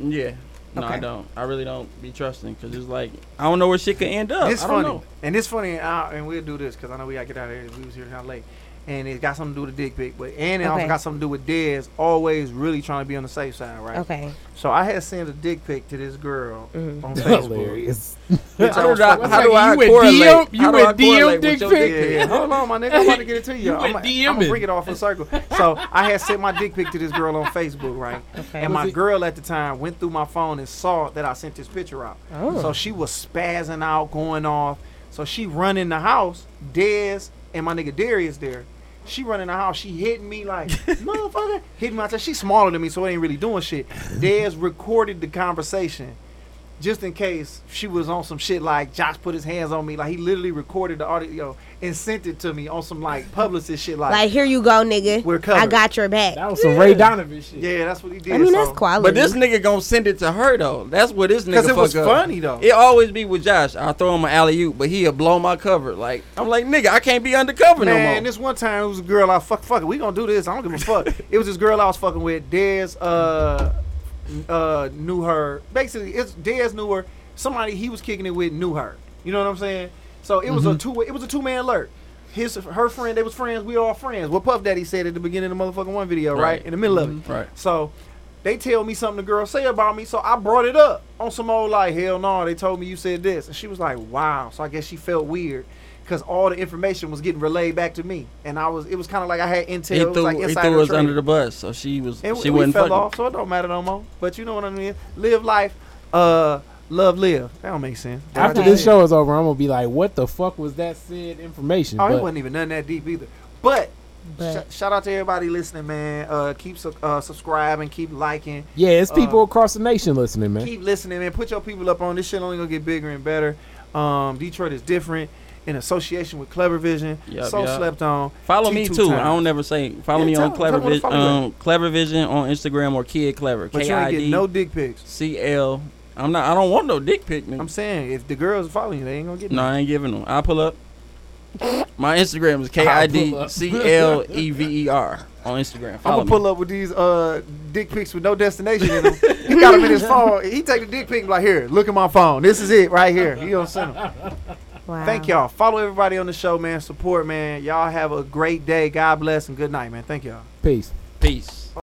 [SPEAKER 3] Yeah. No, I
[SPEAKER 5] Okay.
[SPEAKER 3] don't. I really don't be trusting because it's like I don't know where shit could end up.
[SPEAKER 2] It's
[SPEAKER 3] I don't
[SPEAKER 2] funny,
[SPEAKER 3] know.
[SPEAKER 2] and it's funny, and, I, and we'll do this because I know we gotta get out of here. We was here kind of late, and it got something to do with the dick pic, but and it also
[SPEAKER 5] Okay.
[SPEAKER 2] got something to do with Dez always really trying to be on the safe side, right?
[SPEAKER 5] Okay.
[SPEAKER 2] So I had sent a dick pic to this girl
[SPEAKER 5] Mhm.
[SPEAKER 2] on Facebook.
[SPEAKER 4] hilarious?
[SPEAKER 2] Bitch, I
[SPEAKER 3] How
[SPEAKER 2] was
[SPEAKER 3] do I,
[SPEAKER 2] fucking-
[SPEAKER 3] how do
[SPEAKER 4] You
[SPEAKER 3] I
[SPEAKER 4] went
[SPEAKER 3] correlate?
[SPEAKER 4] DM?
[SPEAKER 3] how do
[SPEAKER 4] You
[SPEAKER 3] I
[SPEAKER 4] went DM
[SPEAKER 3] correlate
[SPEAKER 4] dick
[SPEAKER 3] with your
[SPEAKER 4] pic?
[SPEAKER 2] Yeah, yeah. Hold on, my nigga. I'm about to get it to you. I'm,
[SPEAKER 4] went
[SPEAKER 2] I'm gonna
[SPEAKER 4] DMing.
[SPEAKER 2] bring it off in circle. So I had sent my dick pic to this girl on Facebook, right?
[SPEAKER 5] Okay.
[SPEAKER 2] And my
[SPEAKER 4] Was it-
[SPEAKER 2] girl at the time went through my phone and saw that I sent this picture out.
[SPEAKER 5] Oh.
[SPEAKER 2] So she was spazzing out, going off. So she run in the house, Dez and my nigga Darius there. She run in the house. She hitting me like, motherfucker, hitting me. I said she's smaller than me, so it ain't really doing shit. Dez recorded the conversation just in case she was on some shit like Josh put his hands on me. Like he literally recorded the audio and sent it to me on some like publicist shit. Like,
[SPEAKER 5] Like here you go, nigga.
[SPEAKER 2] We're covered.
[SPEAKER 5] I got your back.
[SPEAKER 4] That was some Ray Donovan shit.
[SPEAKER 2] yeah, that's what he did.
[SPEAKER 5] I mean, that's
[SPEAKER 2] so-
[SPEAKER 5] quality.
[SPEAKER 3] But this nigga gonna send it to her though. That's what this nigga.
[SPEAKER 2] Cause it was
[SPEAKER 3] fuck up.
[SPEAKER 2] funny though.
[SPEAKER 3] It always be with Josh. I throw him an alley oop, but he'll blow my cover. Like I'm like nigga, I can't be undercover no more.
[SPEAKER 2] Man, this one time it was a girl I fuck fuck it. We gonna do this. I don't give a fuck. it was this girl I was fucking with. Dez uh uh knew her. Basically, it's Dez knew her. Somebody he was kicking it with knew her. You know what I'm saying? So it was a two it was a two man alert. His her friend, they was friends, we all friends. What Puff Daddy said at the beginning of the motherfucking one video, right?
[SPEAKER 3] Right.
[SPEAKER 2] In the middle of it.
[SPEAKER 3] Mm-hmm. right.
[SPEAKER 2] So they tell me something the girl say about me, so I brought it up on some old like hell no. They told me you said this, and she was like, wow. So I guess she felt weird because all the information was getting relayed back to me, and I was it was kind of like I had intel,
[SPEAKER 3] He
[SPEAKER 2] it was
[SPEAKER 3] threw,
[SPEAKER 2] like
[SPEAKER 3] he
[SPEAKER 2] insider
[SPEAKER 3] threw us
[SPEAKER 2] trading.
[SPEAKER 3] under the bus, so she was
[SPEAKER 2] and
[SPEAKER 3] she
[SPEAKER 2] we, we
[SPEAKER 3] wasn't
[SPEAKER 2] fell
[SPEAKER 3] fucking.
[SPEAKER 2] off, so it don't matter no more. But you know what I mean? Live life, uh, love live. That don't make sense. But I
[SPEAKER 4] After
[SPEAKER 2] just
[SPEAKER 4] this
[SPEAKER 2] said-
[SPEAKER 4] show is over, I'm gonna be like, "What the fuck was that said information?"
[SPEAKER 2] oh, it
[SPEAKER 4] But-
[SPEAKER 2] wasn't even nothing that deep either. But
[SPEAKER 5] But
[SPEAKER 2] Sh- shout out to everybody listening, man. Uh, keep su- uh, subscribing, keep liking,
[SPEAKER 4] Yeah, it's
[SPEAKER 2] Uh,
[SPEAKER 4] people across the nation listening, man.
[SPEAKER 2] keep listening, man. Put your people up on this shit. Only gonna get bigger and better. Um, Detroit is different in association with Clever Vision.
[SPEAKER 3] Yup,
[SPEAKER 2] so
[SPEAKER 3] yup.
[SPEAKER 2] slept on.
[SPEAKER 3] Follow me
[SPEAKER 2] T2
[SPEAKER 3] too.
[SPEAKER 2] time.
[SPEAKER 3] I don't never say. Follow
[SPEAKER 2] Yeah,
[SPEAKER 3] me
[SPEAKER 2] tell
[SPEAKER 3] on
[SPEAKER 2] them-
[SPEAKER 3] Clever
[SPEAKER 2] tell them to
[SPEAKER 3] Vision,
[SPEAKER 2] follow you.
[SPEAKER 3] um, Clever Vision on Instagram or Kid Clever.
[SPEAKER 2] But
[SPEAKER 3] K
[SPEAKER 2] you
[SPEAKER 3] I
[SPEAKER 2] ain't
[SPEAKER 3] D
[SPEAKER 2] getting no dick pics.
[SPEAKER 3] C L. I'm not. I don't want no dick pic. Nigga.
[SPEAKER 2] I'm saying if the girls follow you, they ain't gonna get
[SPEAKER 3] No,
[SPEAKER 2] none.
[SPEAKER 3] I ain't giving them. I pull up. My Instagram is K I D C L E V E R on Instagram.
[SPEAKER 2] I'm
[SPEAKER 3] Follow
[SPEAKER 2] gonna pull up with these uh, dick pics with no destination in them. he got them in his phone. He take the dick pic and be like, here, look at my phone. This is it right here. He gonna send them.
[SPEAKER 5] wow.
[SPEAKER 2] Thank y'all. Follow everybody on the show, man. Support, man. Y'all have a great day. God bless and good night, man. Thank y'all.
[SPEAKER 4] Peace.
[SPEAKER 3] me. Peace.